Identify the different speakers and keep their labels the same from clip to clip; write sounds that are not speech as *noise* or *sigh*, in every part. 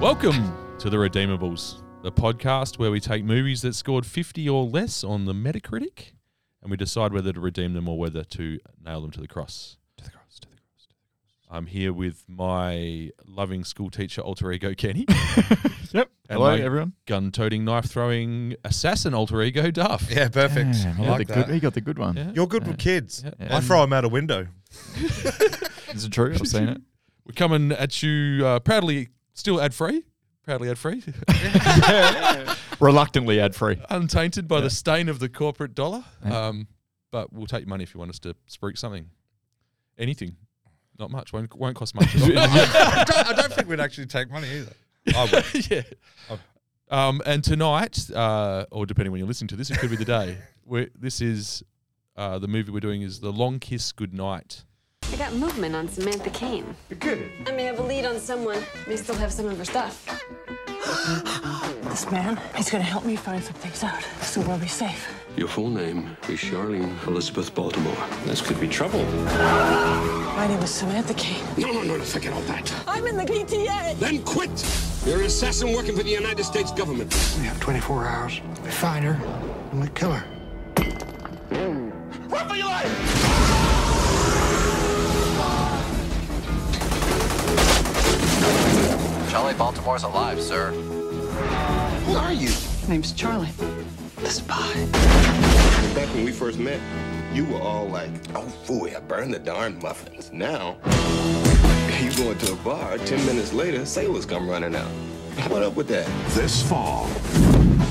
Speaker 1: Welcome to The Redeemables, the podcast where we take movies that scored 50 or less on the Metacritic and we decide whether to redeem them or whether to nail them to the cross.
Speaker 2: To the cross, to the cross.
Speaker 1: I'm here with my loving school teacher alter ego
Speaker 2: *laughs*
Speaker 1: Kenny
Speaker 2: Yep.
Speaker 1: And
Speaker 2: Hello,
Speaker 1: like-
Speaker 2: everyone.
Speaker 1: gun toting, knife throwing assassin alter ego Duff.
Speaker 3: Yeah, perfect.
Speaker 2: Damn, he
Speaker 3: I
Speaker 2: got
Speaker 3: like
Speaker 2: the
Speaker 3: that.
Speaker 2: Good, he got the good one.
Speaker 1: Yeah.
Speaker 3: You're good with kids.
Speaker 1: Yeah.
Speaker 2: Yeah.
Speaker 3: I throw them out a window.
Speaker 2: Is it true? I've seen it.
Speaker 1: We're coming at you uh, proudly, still ad free, proudly ad *laughs* free,
Speaker 2: Reluctantly ad free.
Speaker 1: untainted by the stain of the corporate dollar.
Speaker 2: Yeah.
Speaker 1: Um, but we'll take your money if you want us to spruik something, anything. Not much. Won't won't cost much. at all.
Speaker 2: *laughs*
Speaker 3: I don't, I don't think we'd actually take money *laughs* either. I would.
Speaker 1: yeah. Um, and tonight, uh, or depending when you're listening to this, it could be the day. We're, this is uh, the movie we're doing is The Long Kiss Goodnight.
Speaker 4: I got movement on Samantha Kane. You're good. I may have a lead on someone. May still have some of her stuff.
Speaker 5: This man is gonna help me find some things out, so we'll be safe.
Speaker 6: Your full name is Charlene Elizabeth Baltimore. This could be trouble.
Speaker 5: My name is Samantha Kane.
Speaker 6: No, no, no, forget all that.
Speaker 5: I'm in the PTA.
Speaker 6: Then quit! You're an assassin working for the United States government.
Speaker 7: We have 24 hours. We find her, and we kill her.
Speaker 8: Charlie Baltimore's alive, sir.
Speaker 5: Name's Charlie. The spy.
Speaker 9: Back when we first met, you were all like, oh, fooey, I burned the darn muffins. Now, you go into a bar, 10 minutes later, sailors come running out. What up with that?
Speaker 10: This fall,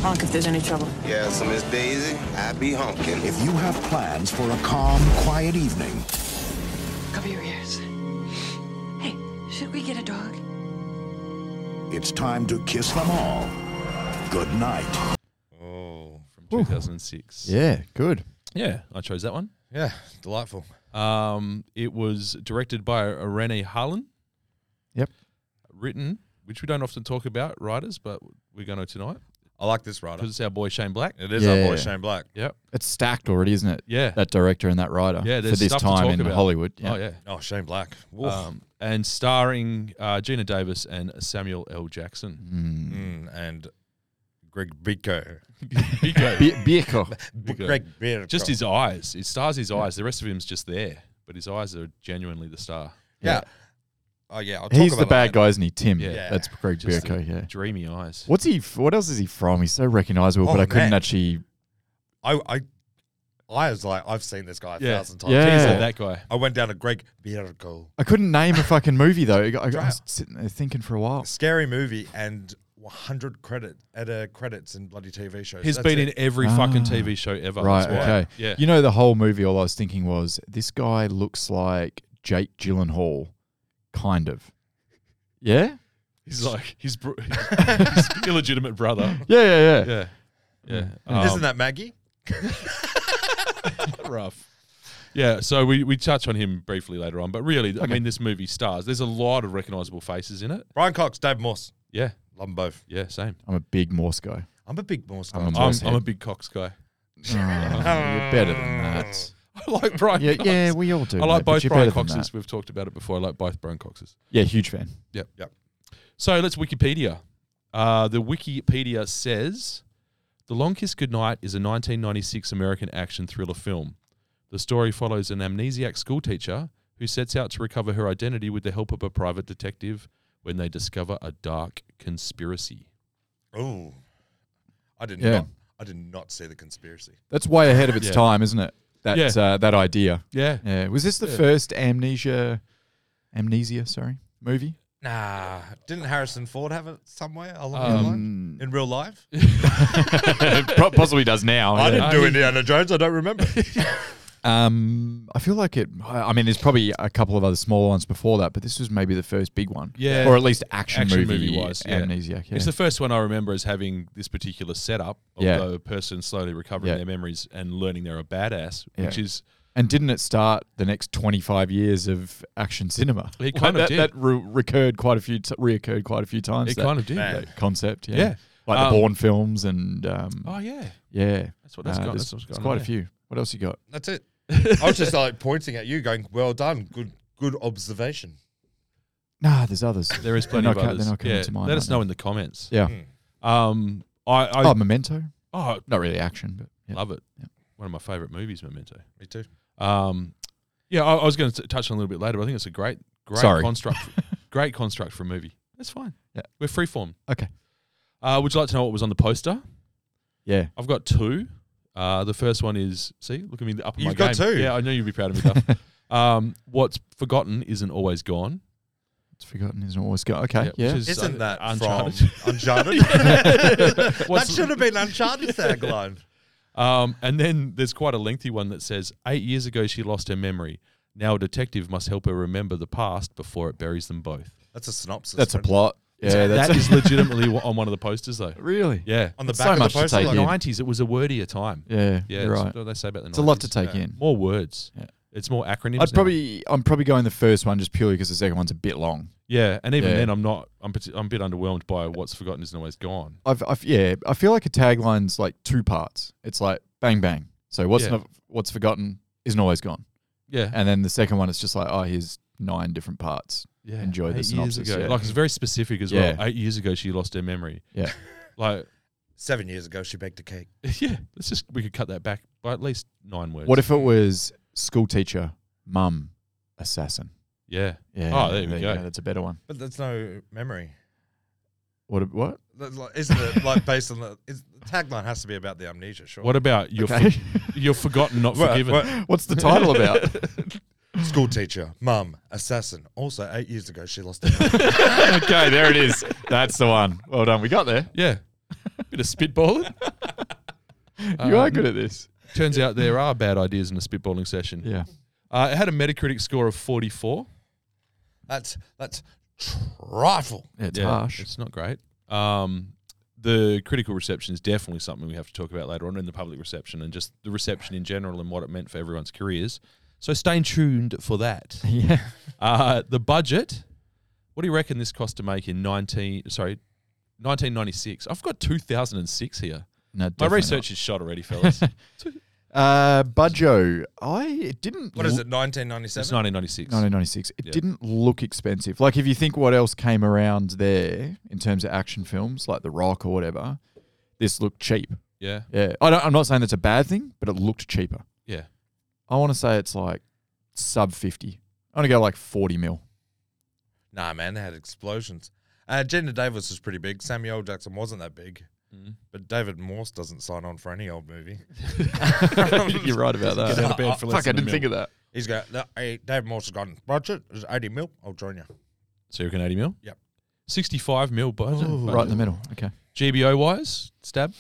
Speaker 5: Honk if there's any trouble.
Speaker 9: Yeah, so Miss Daisy, I be honking.
Speaker 10: if you have plans for a calm, quiet evening,
Speaker 5: Cover your ears. Hey, should we get a dog?
Speaker 10: it's time to kiss them all. Good night.
Speaker 3: Oh.
Speaker 1: from 2006.
Speaker 2: Yeah, good.
Speaker 1: Yeah, I chose that one.
Speaker 3: Yeah, delightful.
Speaker 1: Um, it was directed by uh, Rene Harlan.
Speaker 2: Yep.
Speaker 1: Written, which we don't often talk about writers, but we're going to tonight
Speaker 3: I like this writer.
Speaker 1: because it's our boy Shane Black.
Speaker 3: It is
Speaker 2: Yeah.
Speaker 3: our boy Shane Black.
Speaker 1: Yep.
Speaker 2: It's stacked already, isn't it?
Speaker 1: Yeah.
Speaker 2: That director and that writer.
Speaker 1: Yeah.
Speaker 2: For
Speaker 1: There's
Speaker 2: this
Speaker 1: stuff
Speaker 2: time
Speaker 1: to talk
Speaker 2: in
Speaker 1: about.
Speaker 2: Hollywood. Yeah.
Speaker 1: Oh yeah.
Speaker 3: Oh, Shane Black. Woof.
Speaker 1: Um, and starring uh, Gina Davis and Samuel L. Jackson.
Speaker 3: Mm, and Greg Bicko.
Speaker 1: *laughs* Biko.
Speaker 2: Be- Bierko.
Speaker 1: Bicco.
Speaker 3: Greg Bicco.
Speaker 1: Just his eyes. It stars his eyes. The rest of him's just there, but his eyes are genuinely the star.
Speaker 3: Yeah. Oh, yeah. I'll
Speaker 2: *laughs*
Speaker 3: talk
Speaker 2: He's
Speaker 3: about
Speaker 2: the bad
Speaker 3: that.
Speaker 2: guy, isn't he? Tim.
Speaker 1: Yeah.
Speaker 2: That's Greg
Speaker 1: Just the
Speaker 2: Bierko,
Speaker 1: *laughs*
Speaker 2: yeah.
Speaker 1: Dreamy eyes.
Speaker 2: What's he? f- What else is he from? He's so recognizable,
Speaker 3: Oh,
Speaker 2: but I couldn't
Speaker 3: man.
Speaker 2: actually.
Speaker 3: I, I, I was like, I've seen this guy a
Speaker 1: Yeah.
Speaker 3: thousand times.
Speaker 2: Yeah.
Speaker 1: He's
Speaker 3: He's
Speaker 1: like
Speaker 3: a-
Speaker 1: that guy.
Speaker 3: I went down to Greg Bicco.
Speaker 2: I couldn't name a fucking movie though. I, I
Speaker 3: Try
Speaker 2: was
Speaker 3: it.
Speaker 2: sitting there thinking for a while.
Speaker 3: Scary movie and 100 credit at a credits in bloody TV shows.
Speaker 1: He's
Speaker 3: That's
Speaker 1: been
Speaker 3: it.
Speaker 1: in every
Speaker 2: Ah.
Speaker 1: fucking TV show ever.
Speaker 2: Right.
Speaker 1: That's why.
Speaker 2: Okay.
Speaker 1: Yeah.
Speaker 2: You know, the whole movie, all I was thinking was this guy looks like Jake Gyllenhaal, kind of. Yeah.
Speaker 1: He's like his, *laughs* bro- his illegitimate brother.
Speaker 2: Yeah. Yeah. Yeah.
Speaker 1: Yeah. Yeah.
Speaker 2: Um,
Speaker 3: Isn't that Maggie?
Speaker 1: that rough? Yeah, so we, we touch on him briefly later on, but really, I mean, this movie stars. There's a lot of recognizable faces in it.
Speaker 3: Brian Cox, Dave Morse.
Speaker 1: Yeah,
Speaker 3: Love 'em both.
Speaker 1: yeah, same.
Speaker 2: I'm a big
Speaker 1: *laughs*
Speaker 2: Morse guy.
Speaker 3: I'm a big Morse guy.
Speaker 2: I'm a
Speaker 1: I'm,
Speaker 2: Morse
Speaker 1: I'm
Speaker 2: head.
Speaker 1: a big Cox guy. *laughs*
Speaker 2: Oh, you're better than that.
Speaker 1: I like Brian
Speaker 2: Yeah.
Speaker 1: Cox.
Speaker 2: Yeah. We all do.
Speaker 1: I like
Speaker 2: mate, but
Speaker 1: both
Speaker 2: you're
Speaker 1: Brian
Speaker 2: better than
Speaker 1: Coxes.
Speaker 2: that.
Speaker 1: We've talked about it before. I like both Brian Coxes.
Speaker 2: Yeah. Huge fan.
Speaker 1: Yep.
Speaker 3: Yep.
Speaker 1: So let's Wikipedia. Uh, the Wikipedia says The Long Kiss Goodnight is a 1996 American action thriller film. The story follows an amnesiac schoolteacher who sets out to recover her identity with the help of a private detective when they discover a dark conspiracy.
Speaker 3: Oh, I did
Speaker 2: Um, Yeah.
Speaker 3: not. I did not see the conspiracy.
Speaker 2: That's way ahead of its
Speaker 1: Yeah.
Speaker 2: time, isn't it? That
Speaker 1: Yeah.
Speaker 2: uh, that idea.
Speaker 1: Yeah.
Speaker 2: Yeah. Was this the first amnesia? Amnesia. Sorry.
Speaker 1: *laughs*
Speaker 2: Movie.
Speaker 3: Nah, didn't Harrison Ford have it somewhere along the
Speaker 2: Um,
Speaker 3: line in real life?
Speaker 2: possibly does now.
Speaker 3: I didn't
Speaker 1: I
Speaker 3: do
Speaker 1: think-
Speaker 3: Indiana Jones. I don't remember.
Speaker 2: Um, I feel like it. I I mean, there's probably a couple of other smaller ones before that, but this was maybe the first big one.
Speaker 1: Yeah.
Speaker 2: Or at least action,
Speaker 1: Action
Speaker 2: movie,
Speaker 1: movie-wise, yeah.
Speaker 2: Amnesiac. Yeah.
Speaker 1: It's the first one I remember as having this particular setup of
Speaker 2: Yeah.
Speaker 1: the person slowly recovering
Speaker 2: Yeah.
Speaker 1: their memories and learning they're a badass, which
Speaker 2: Yeah.
Speaker 1: is
Speaker 2: and didn't it start the next 25 years of action cinema?
Speaker 1: It kind of
Speaker 2: that,
Speaker 1: did.
Speaker 2: That re- recurred quite a few, t- reoccurred quite a few times.
Speaker 1: it
Speaker 2: that,
Speaker 1: kind of did.
Speaker 3: Man.
Speaker 2: that concept. Yeah.
Speaker 1: Yeah.
Speaker 2: Like
Speaker 1: Um,
Speaker 2: the Bourne films and um,
Speaker 1: Oh yeah.
Speaker 2: yeah, Uh,
Speaker 1: That's what that's got-
Speaker 2: there's-
Speaker 1: that's what's going
Speaker 2: there's
Speaker 1: on,
Speaker 2: quite
Speaker 1: yeah.
Speaker 2: a few. What else you got?
Speaker 3: *laughs* That's it. I was just like pointing at you, going, "Well done, good, good observation."
Speaker 2: Nah, there's others.
Speaker 1: There is plenty
Speaker 2: They're
Speaker 1: of
Speaker 2: not co-
Speaker 1: others.
Speaker 2: they're not coming
Speaker 1: yeah,
Speaker 2: to mind
Speaker 1: let
Speaker 2: right
Speaker 1: us know Hmm.
Speaker 2: now.
Speaker 1: in the comments.
Speaker 2: Yeah.
Speaker 1: Um, I, I
Speaker 2: Oh, Memento.
Speaker 1: oh,
Speaker 2: Not really action, but yeah.
Speaker 1: love it.
Speaker 2: Yeah.
Speaker 1: One of my favorite movies, Memento.
Speaker 3: Me too.
Speaker 1: Um, yeah, I, I was going to touch on it a little bit later, but I think it's a great, great
Speaker 2: Sorry. *laughs*
Speaker 1: construct, great construct for a movie. That's fine.
Speaker 2: Yeah.
Speaker 1: we're freeform.
Speaker 2: Okay.
Speaker 1: Uh, would you like to know what was on the poster?
Speaker 2: Yeah.
Speaker 1: I've got two. Uh, the first one is see, look at me up. on my
Speaker 3: You've got
Speaker 1: game.
Speaker 3: two?
Speaker 1: Yeah, I know you'd be proud of me.
Speaker 2: *laughs*
Speaker 1: Duff. um, what's forgotten isn't always gone.
Speaker 2: It's forgotten isn't always go. Okay. Yeah.
Speaker 1: which is, uh,
Speaker 3: Isn't that
Speaker 1: Uncharted.
Speaker 2: *laughs*
Speaker 3: from *laughs* Uncharted? that
Speaker 1: What's-
Speaker 3: should have been Uncharted tagline.
Speaker 1: Um, and then there's quite a lengthy one that says, eight years ago she lost her memory. Now a detective must help her remember the past before it buries them both.
Speaker 3: That's a synopsis.
Speaker 2: that's a
Speaker 3: friend.
Speaker 2: plot. Yeah. That's
Speaker 1: that is legitimately wa- on one of the posters, though.
Speaker 2: *laughs* really.
Speaker 1: Yeah.
Speaker 3: On the
Speaker 2: So
Speaker 3: back
Speaker 2: much
Speaker 3: of
Speaker 2: to
Speaker 3: the poster.
Speaker 2: take
Speaker 1: the
Speaker 3: line.
Speaker 2: in.
Speaker 1: 90s, it was a wordier time.
Speaker 2: Yeah.
Speaker 1: Yeah,
Speaker 2: you're
Speaker 1: that's
Speaker 2: right.
Speaker 1: what they say about the 90s.
Speaker 2: It's a lot to take
Speaker 3: yeah.
Speaker 2: in.
Speaker 1: More words.
Speaker 2: Yeah.
Speaker 1: It's more acronyms.
Speaker 2: I'd
Speaker 1: now.
Speaker 2: probably I'm probably going the first one just purely because the second one's a bit long.
Speaker 1: Yeah, and even
Speaker 2: Yeah.
Speaker 1: then, I'm not. I'm, parti- I'm a bit underwhelmed by what's forgotten isn't always gone.
Speaker 2: I've, I've yeah, I feel like a tagline's like two parts. It's like bang bang. So what's
Speaker 1: Yeah.
Speaker 2: not, what's forgotten isn't always gone.
Speaker 1: Yeah,
Speaker 2: And then the second one it's just like oh here's nine different parts.
Speaker 1: yeah.
Speaker 2: enjoy the
Speaker 1: Eight years
Speaker 2: synopsis,
Speaker 1: ago.
Speaker 2: yeah.
Speaker 1: Like it's very specific as
Speaker 2: Yeah.
Speaker 1: well. Eight years ago, she lost her memory.
Speaker 2: Yeah.
Speaker 1: Like,
Speaker 3: Seven years ago, she baked a cake.
Speaker 1: *laughs* yeah. Let's just we could cut that back by at least nine words.
Speaker 2: What if it was school teacher, mum, assassin?
Speaker 1: Yeah.
Speaker 2: Yeah.
Speaker 1: Oh, there we go.
Speaker 2: That's a better one.
Speaker 3: But there's no memory.
Speaker 2: What? ab- What?
Speaker 3: That's like- Isn't it like based on the, is, the tagline has to be about the amnesia, sure?
Speaker 1: What about you're
Speaker 2: Okay.
Speaker 1: for, you're forgotten,
Speaker 2: *laughs*
Speaker 1: not
Speaker 3: Well,
Speaker 1: forgiven?
Speaker 3: well,
Speaker 2: What's the title about?
Speaker 3: school teacher, mum, assassin. Also, eight years ago, she lost
Speaker 2: *laughs*
Speaker 3: her memory.
Speaker 2: okay, there it is. That's the one. Well done. We got there.
Speaker 1: Yeah. Bit of spitballing.
Speaker 2: You are good at this.
Speaker 1: Turns out there are bad ideas in a spitballing session.
Speaker 2: Yeah.
Speaker 1: Uh, it had a Metacritic score of 44.
Speaker 3: that's that's trifle.
Speaker 2: It's
Speaker 1: Yeah,
Speaker 2: harsh.
Speaker 1: It's not great. Um, the critical reception is definitely something we have to talk about later on in the public reception and just the reception in general and what it meant for everyone's careers. So stay tuned for that.
Speaker 2: *laughs* yeah.
Speaker 1: Uh, the budget. What do you reckon this cost to make in 19 sorry 1996? I've got 2006 here.
Speaker 2: No,
Speaker 1: My
Speaker 2: definitely
Speaker 1: research is shot already,
Speaker 2: *laughs*
Speaker 1: fellas. it's
Speaker 2: not. Uh, Budjo. I it didn't.
Speaker 3: What is
Speaker 2: loo-
Speaker 3: it, 1997?
Speaker 1: 1996.
Speaker 2: 1996. It
Speaker 1: Yeah.
Speaker 2: didn't look expensive. Like if you think what else came around there in terms of action films, like The Rock or whatever, this looked cheap.
Speaker 1: Yeah,
Speaker 2: Yeah. I don't, I'm not saying that's a bad thing, but it looked cheaper.
Speaker 1: yeah.
Speaker 2: I want to say it's like sub 50. I want to go like 40 mil.
Speaker 3: Nah, man, they had explosions. Uh, Gina Davis was pretty big. Samuel L. Jackson wasn't that big.
Speaker 2: Mm.
Speaker 3: But David Morse doesn't sign on for any old movie.
Speaker 2: *laughs* You're right about that. Oh,
Speaker 1: Get out of bed for less
Speaker 2: Fuck,
Speaker 1: than
Speaker 2: I
Speaker 1: a
Speaker 2: didn't think of that.
Speaker 3: He's got, no, hey, David Morse has gone, budget is 80 mil. I'll join you.
Speaker 1: So you reckon 80 mil?
Speaker 3: Yep.
Speaker 1: 65 mil budget.
Speaker 2: Right in the middle. Okay.
Speaker 1: GBO wise, stab.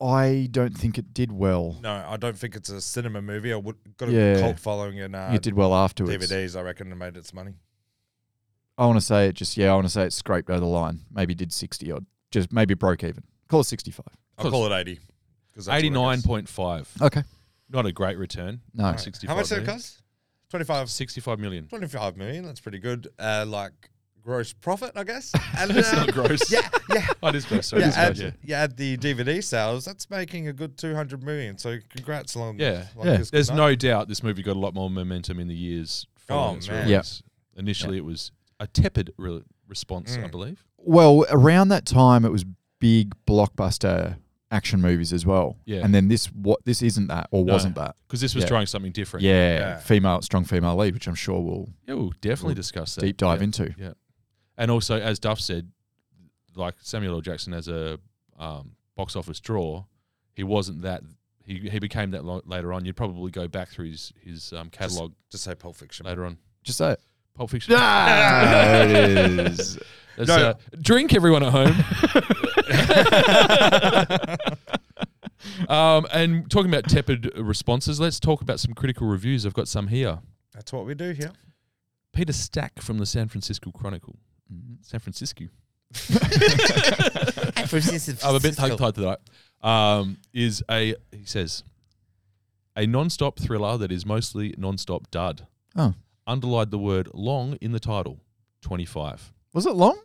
Speaker 2: I don't think it did well.
Speaker 3: No, I don't think it's a cinema movie. I would got a
Speaker 2: Yeah.
Speaker 3: cult following in uh,
Speaker 2: it did well afterwards.
Speaker 3: DVDs, I reckon, and made its money.
Speaker 2: I want to say it just, yeah, I want to say it scraped over the line. Maybe did 60 odd. Just maybe broke even. Call it 65.
Speaker 3: I'll call it 80. 'cause that's what it costs.
Speaker 1: 89.5.
Speaker 2: Okay.
Speaker 1: Not a great return.
Speaker 2: No.
Speaker 1: Right. 65
Speaker 3: How much did it
Speaker 1: million.
Speaker 3: cost? 25,
Speaker 1: 65 million.
Speaker 3: 25 million. That's pretty good. Uh, like gross profit,
Speaker 1: *laughs*
Speaker 3: I guess. And, uh,
Speaker 1: gross.
Speaker 3: Yeah, yeah.
Speaker 1: Oh, it is gross. Sorry,
Speaker 3: Yeah,
Speaker 1: it
Speaker 3: add,
Speaker 1: is gross,
Speaker 3: you add the DVD sales, that's making a good 200 million. So congrats, long.
Speaker 1: Yeah.
Speaker 3: long
Speaker 2: Yeah.
Speaker 3: kiss
Speaker 1: There's
Speaker 3: goodnight.
Speaker 1: no doubt this movie got a lot more momentum in the years following
Speaker 3: Oh,
Speaker 1: its
Speaker 3: man.
Speaker 1: release. Initially, it was a tepid re- response,
Speaker 3: Mm.
Speaker 1: I believe.
Speaker 2: Well, around that time, it was big blockbuster action movies as well.
Speaker 1: Yeah.
Speaker 2: And then this, what this isn't that or wasn't that.
Speaker 1: Because this was
Speaker 2: Yeah.
Speaker 1: trying something different.
Speaker 2: Yeah,
Speaker 3: Yeah.
Speaker 2: female, strong female lead, which I'm sure we'll
Speaker 1: Yeah, we'll definitely discuss that.
Speaker 2: deep dive
Speaker 1: Yeah.
Speaker 2: into.
Speaker 1: Yeah. And also, as Duff said, like Samuel L. Jackson as a um, box office draw, he wasn't that. He, he became that lo- later on. You'd probably go back through his his um, catalog
Speaker 3: Just say Pulp Fiction.
Speaker 1: later on. *laughs*
Speaker 2: Just say it.
Speaker 1: Pulp Fiction.
Speaker 2: Ah, there it is.
Speaker 1: That's,
Speaker 3: No.
Speaker 1: uh, drink everyone at *laughs* home. um, and talking about tepid responses, let's talk about some critical reviews. I've got some here.
Speaker 3: That's what we do *laughs* here.
Speaker 1: Peter Stack from the San Francisco Chronicle. Mm-hmm. San Francisco. *laughs* I'm a bit tongue tied to that. Um, is a he says a non-stop thriller that is mostly non-stop dud.
Speaker 2: *laughs* Oh.
Speaker 1: Underlined the word long in the title. Twenty-five.
Speaker 2: Was it long?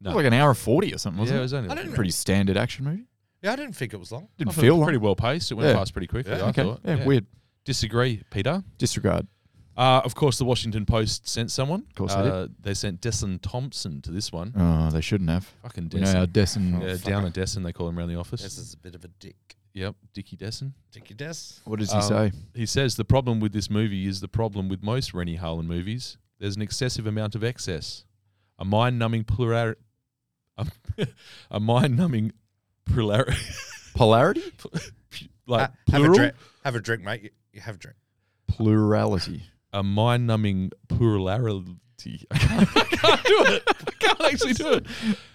Speaker 1: No.
Speaker 2: It was like an hour and 40 or something,
Speaker 1: Yeah,
Speaker 2: wasn't
Speaker 1: it was only.
Speaker 3: I don't
Speaker 2: it? Pretty standard action movie.
Speaker 3: Yeah, I didn't think it was long.
Speaker 2: Didn't
Speaker 1: I thought it
Speaker 2: feel
Speaker 1: was
Speaker 2: long.
Speaker 1: pretty well paced. It went
Speaker 2: Yeah.
Speaker 1: past pretty quickly. I
Speaker 2: okay.
Speaker 1: thought.
Speaker 2: Yeah, weird.
Speaker 1: Disagree, Peter.
Speaker 2: Disregard.
Speaker 1: Uh, of course, the Washington Post sent someone. Of
Speaker 2: course they did.
Speaker 1: uh, they sent Deson Thompson to this one.
Speaker 2: Oh, they shouldn't have.
Speaker 1: Fucking
Speaker 2: You know, Oh, our
Speaker 1: Deson.
Speaker 2: Dessen.
Speaker 1: yeah, down at Deson, they call him around the office.
Speaker 3: This is a bit of a dick.
Speaker 1: Yep, Dickie Deson.
Speaker 3: Dicky Des.
Speaker 2: What does he
Speaker 1: Um,
Speaker 2: say?
Speaker 1: He says the problem with this movie is the problem with most Rennie Harlan movies. There's an excessive amount of excess, a mind-numbing plurality, *laughs* a mind-numbing plurality,
Speaker 2: Polarity?
Speaker 1: *laughs* like
Speaker 3: Uh, have a
Speaker 1: plural,
Speaker 3: drink. Have a drink, mate. You, you have a drink.
Speaker 2: Plurality.
Speaker 1: a mind-numbing plurality. *laughs* I can't, I can't do it. I can't actually do it.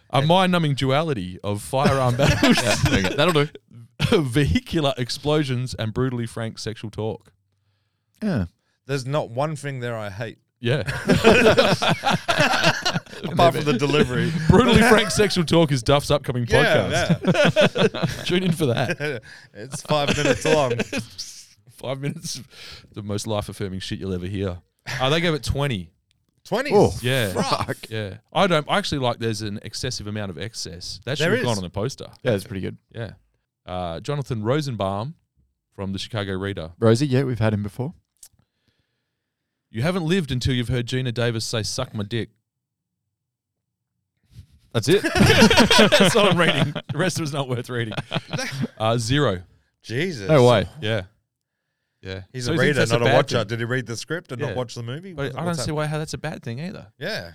Speaker 1: A mind-numbing duality of firearm battles,
Speaker 2: That'll do.
Speaker 1: *laughs* vehicular explosions, and brutally frank sexual talk.
Speaker 2: Yeah.
Speaker 3: There's not one thing there I hate
Speaker 1: Yeah. *laughs*
Speaker 3: apart from the
Speaker 1: *laughs*
Speaker 3: delivery.
Speaker 1: Brutally Frank Sexual Talk is Duff's upcoming
Speaker 3: yeah, yeah.
Speaker 1: podcast. *laughs* Tune in for that.
Speaker 3: *laughs* it's five
Speaker 1: *laughs*
Speaker 3: minutes long.
Speaker 1: Five minutes of the most life affirming shit you'll ever hear. Uh, they gave it 20.
Speaker 3: Twenties.
Speaker 2: Oh,
Speaker 1: Yeah.
Speaker 2: fuck.
Speaker 1: Yeah. I don't I actually like there's an excessive amount of excess. That should
Speaker 3: There
Speaker 1: have gone
Speaker 3: is.
Speaker 1: on the poster.
Speaker 2: Yeah, that's pretty good.
Speaker 1: Yeah. Uh, Jonathan Rosenbaum from the Chicago Reader.
Speaker 2: Rosie, yeah, we've had him before.
Speaker 1: You haven't lived until you've heard Gina Davis say, suck my dick.
Speaker 2: That's it.
Speaker 1: *laughs* That's all I'm reading. The rest was not worth *laughs* reading. Uh, zero.
Speaker 3: Jesus.
Speaker 2: no way.
Speaker 1: Yeah. Yeah.
Speaker 3: He's
Speaker 1: So
Speaker 3: a
Speaker 1: he thinks
Speaker 3: reader,
Speaker 1: that's
Speaker 3: not a,
Speaker 1: bad
Speaker 3: watcher.
Speaker 1: thing.
Speaker 3: Did he read the script and
Speaker 1: Yeah.
Speaker 3: not watch the movie?
Speaker 1: But I don't see why how that's a bad thing either.
Speaker 3: Yeah,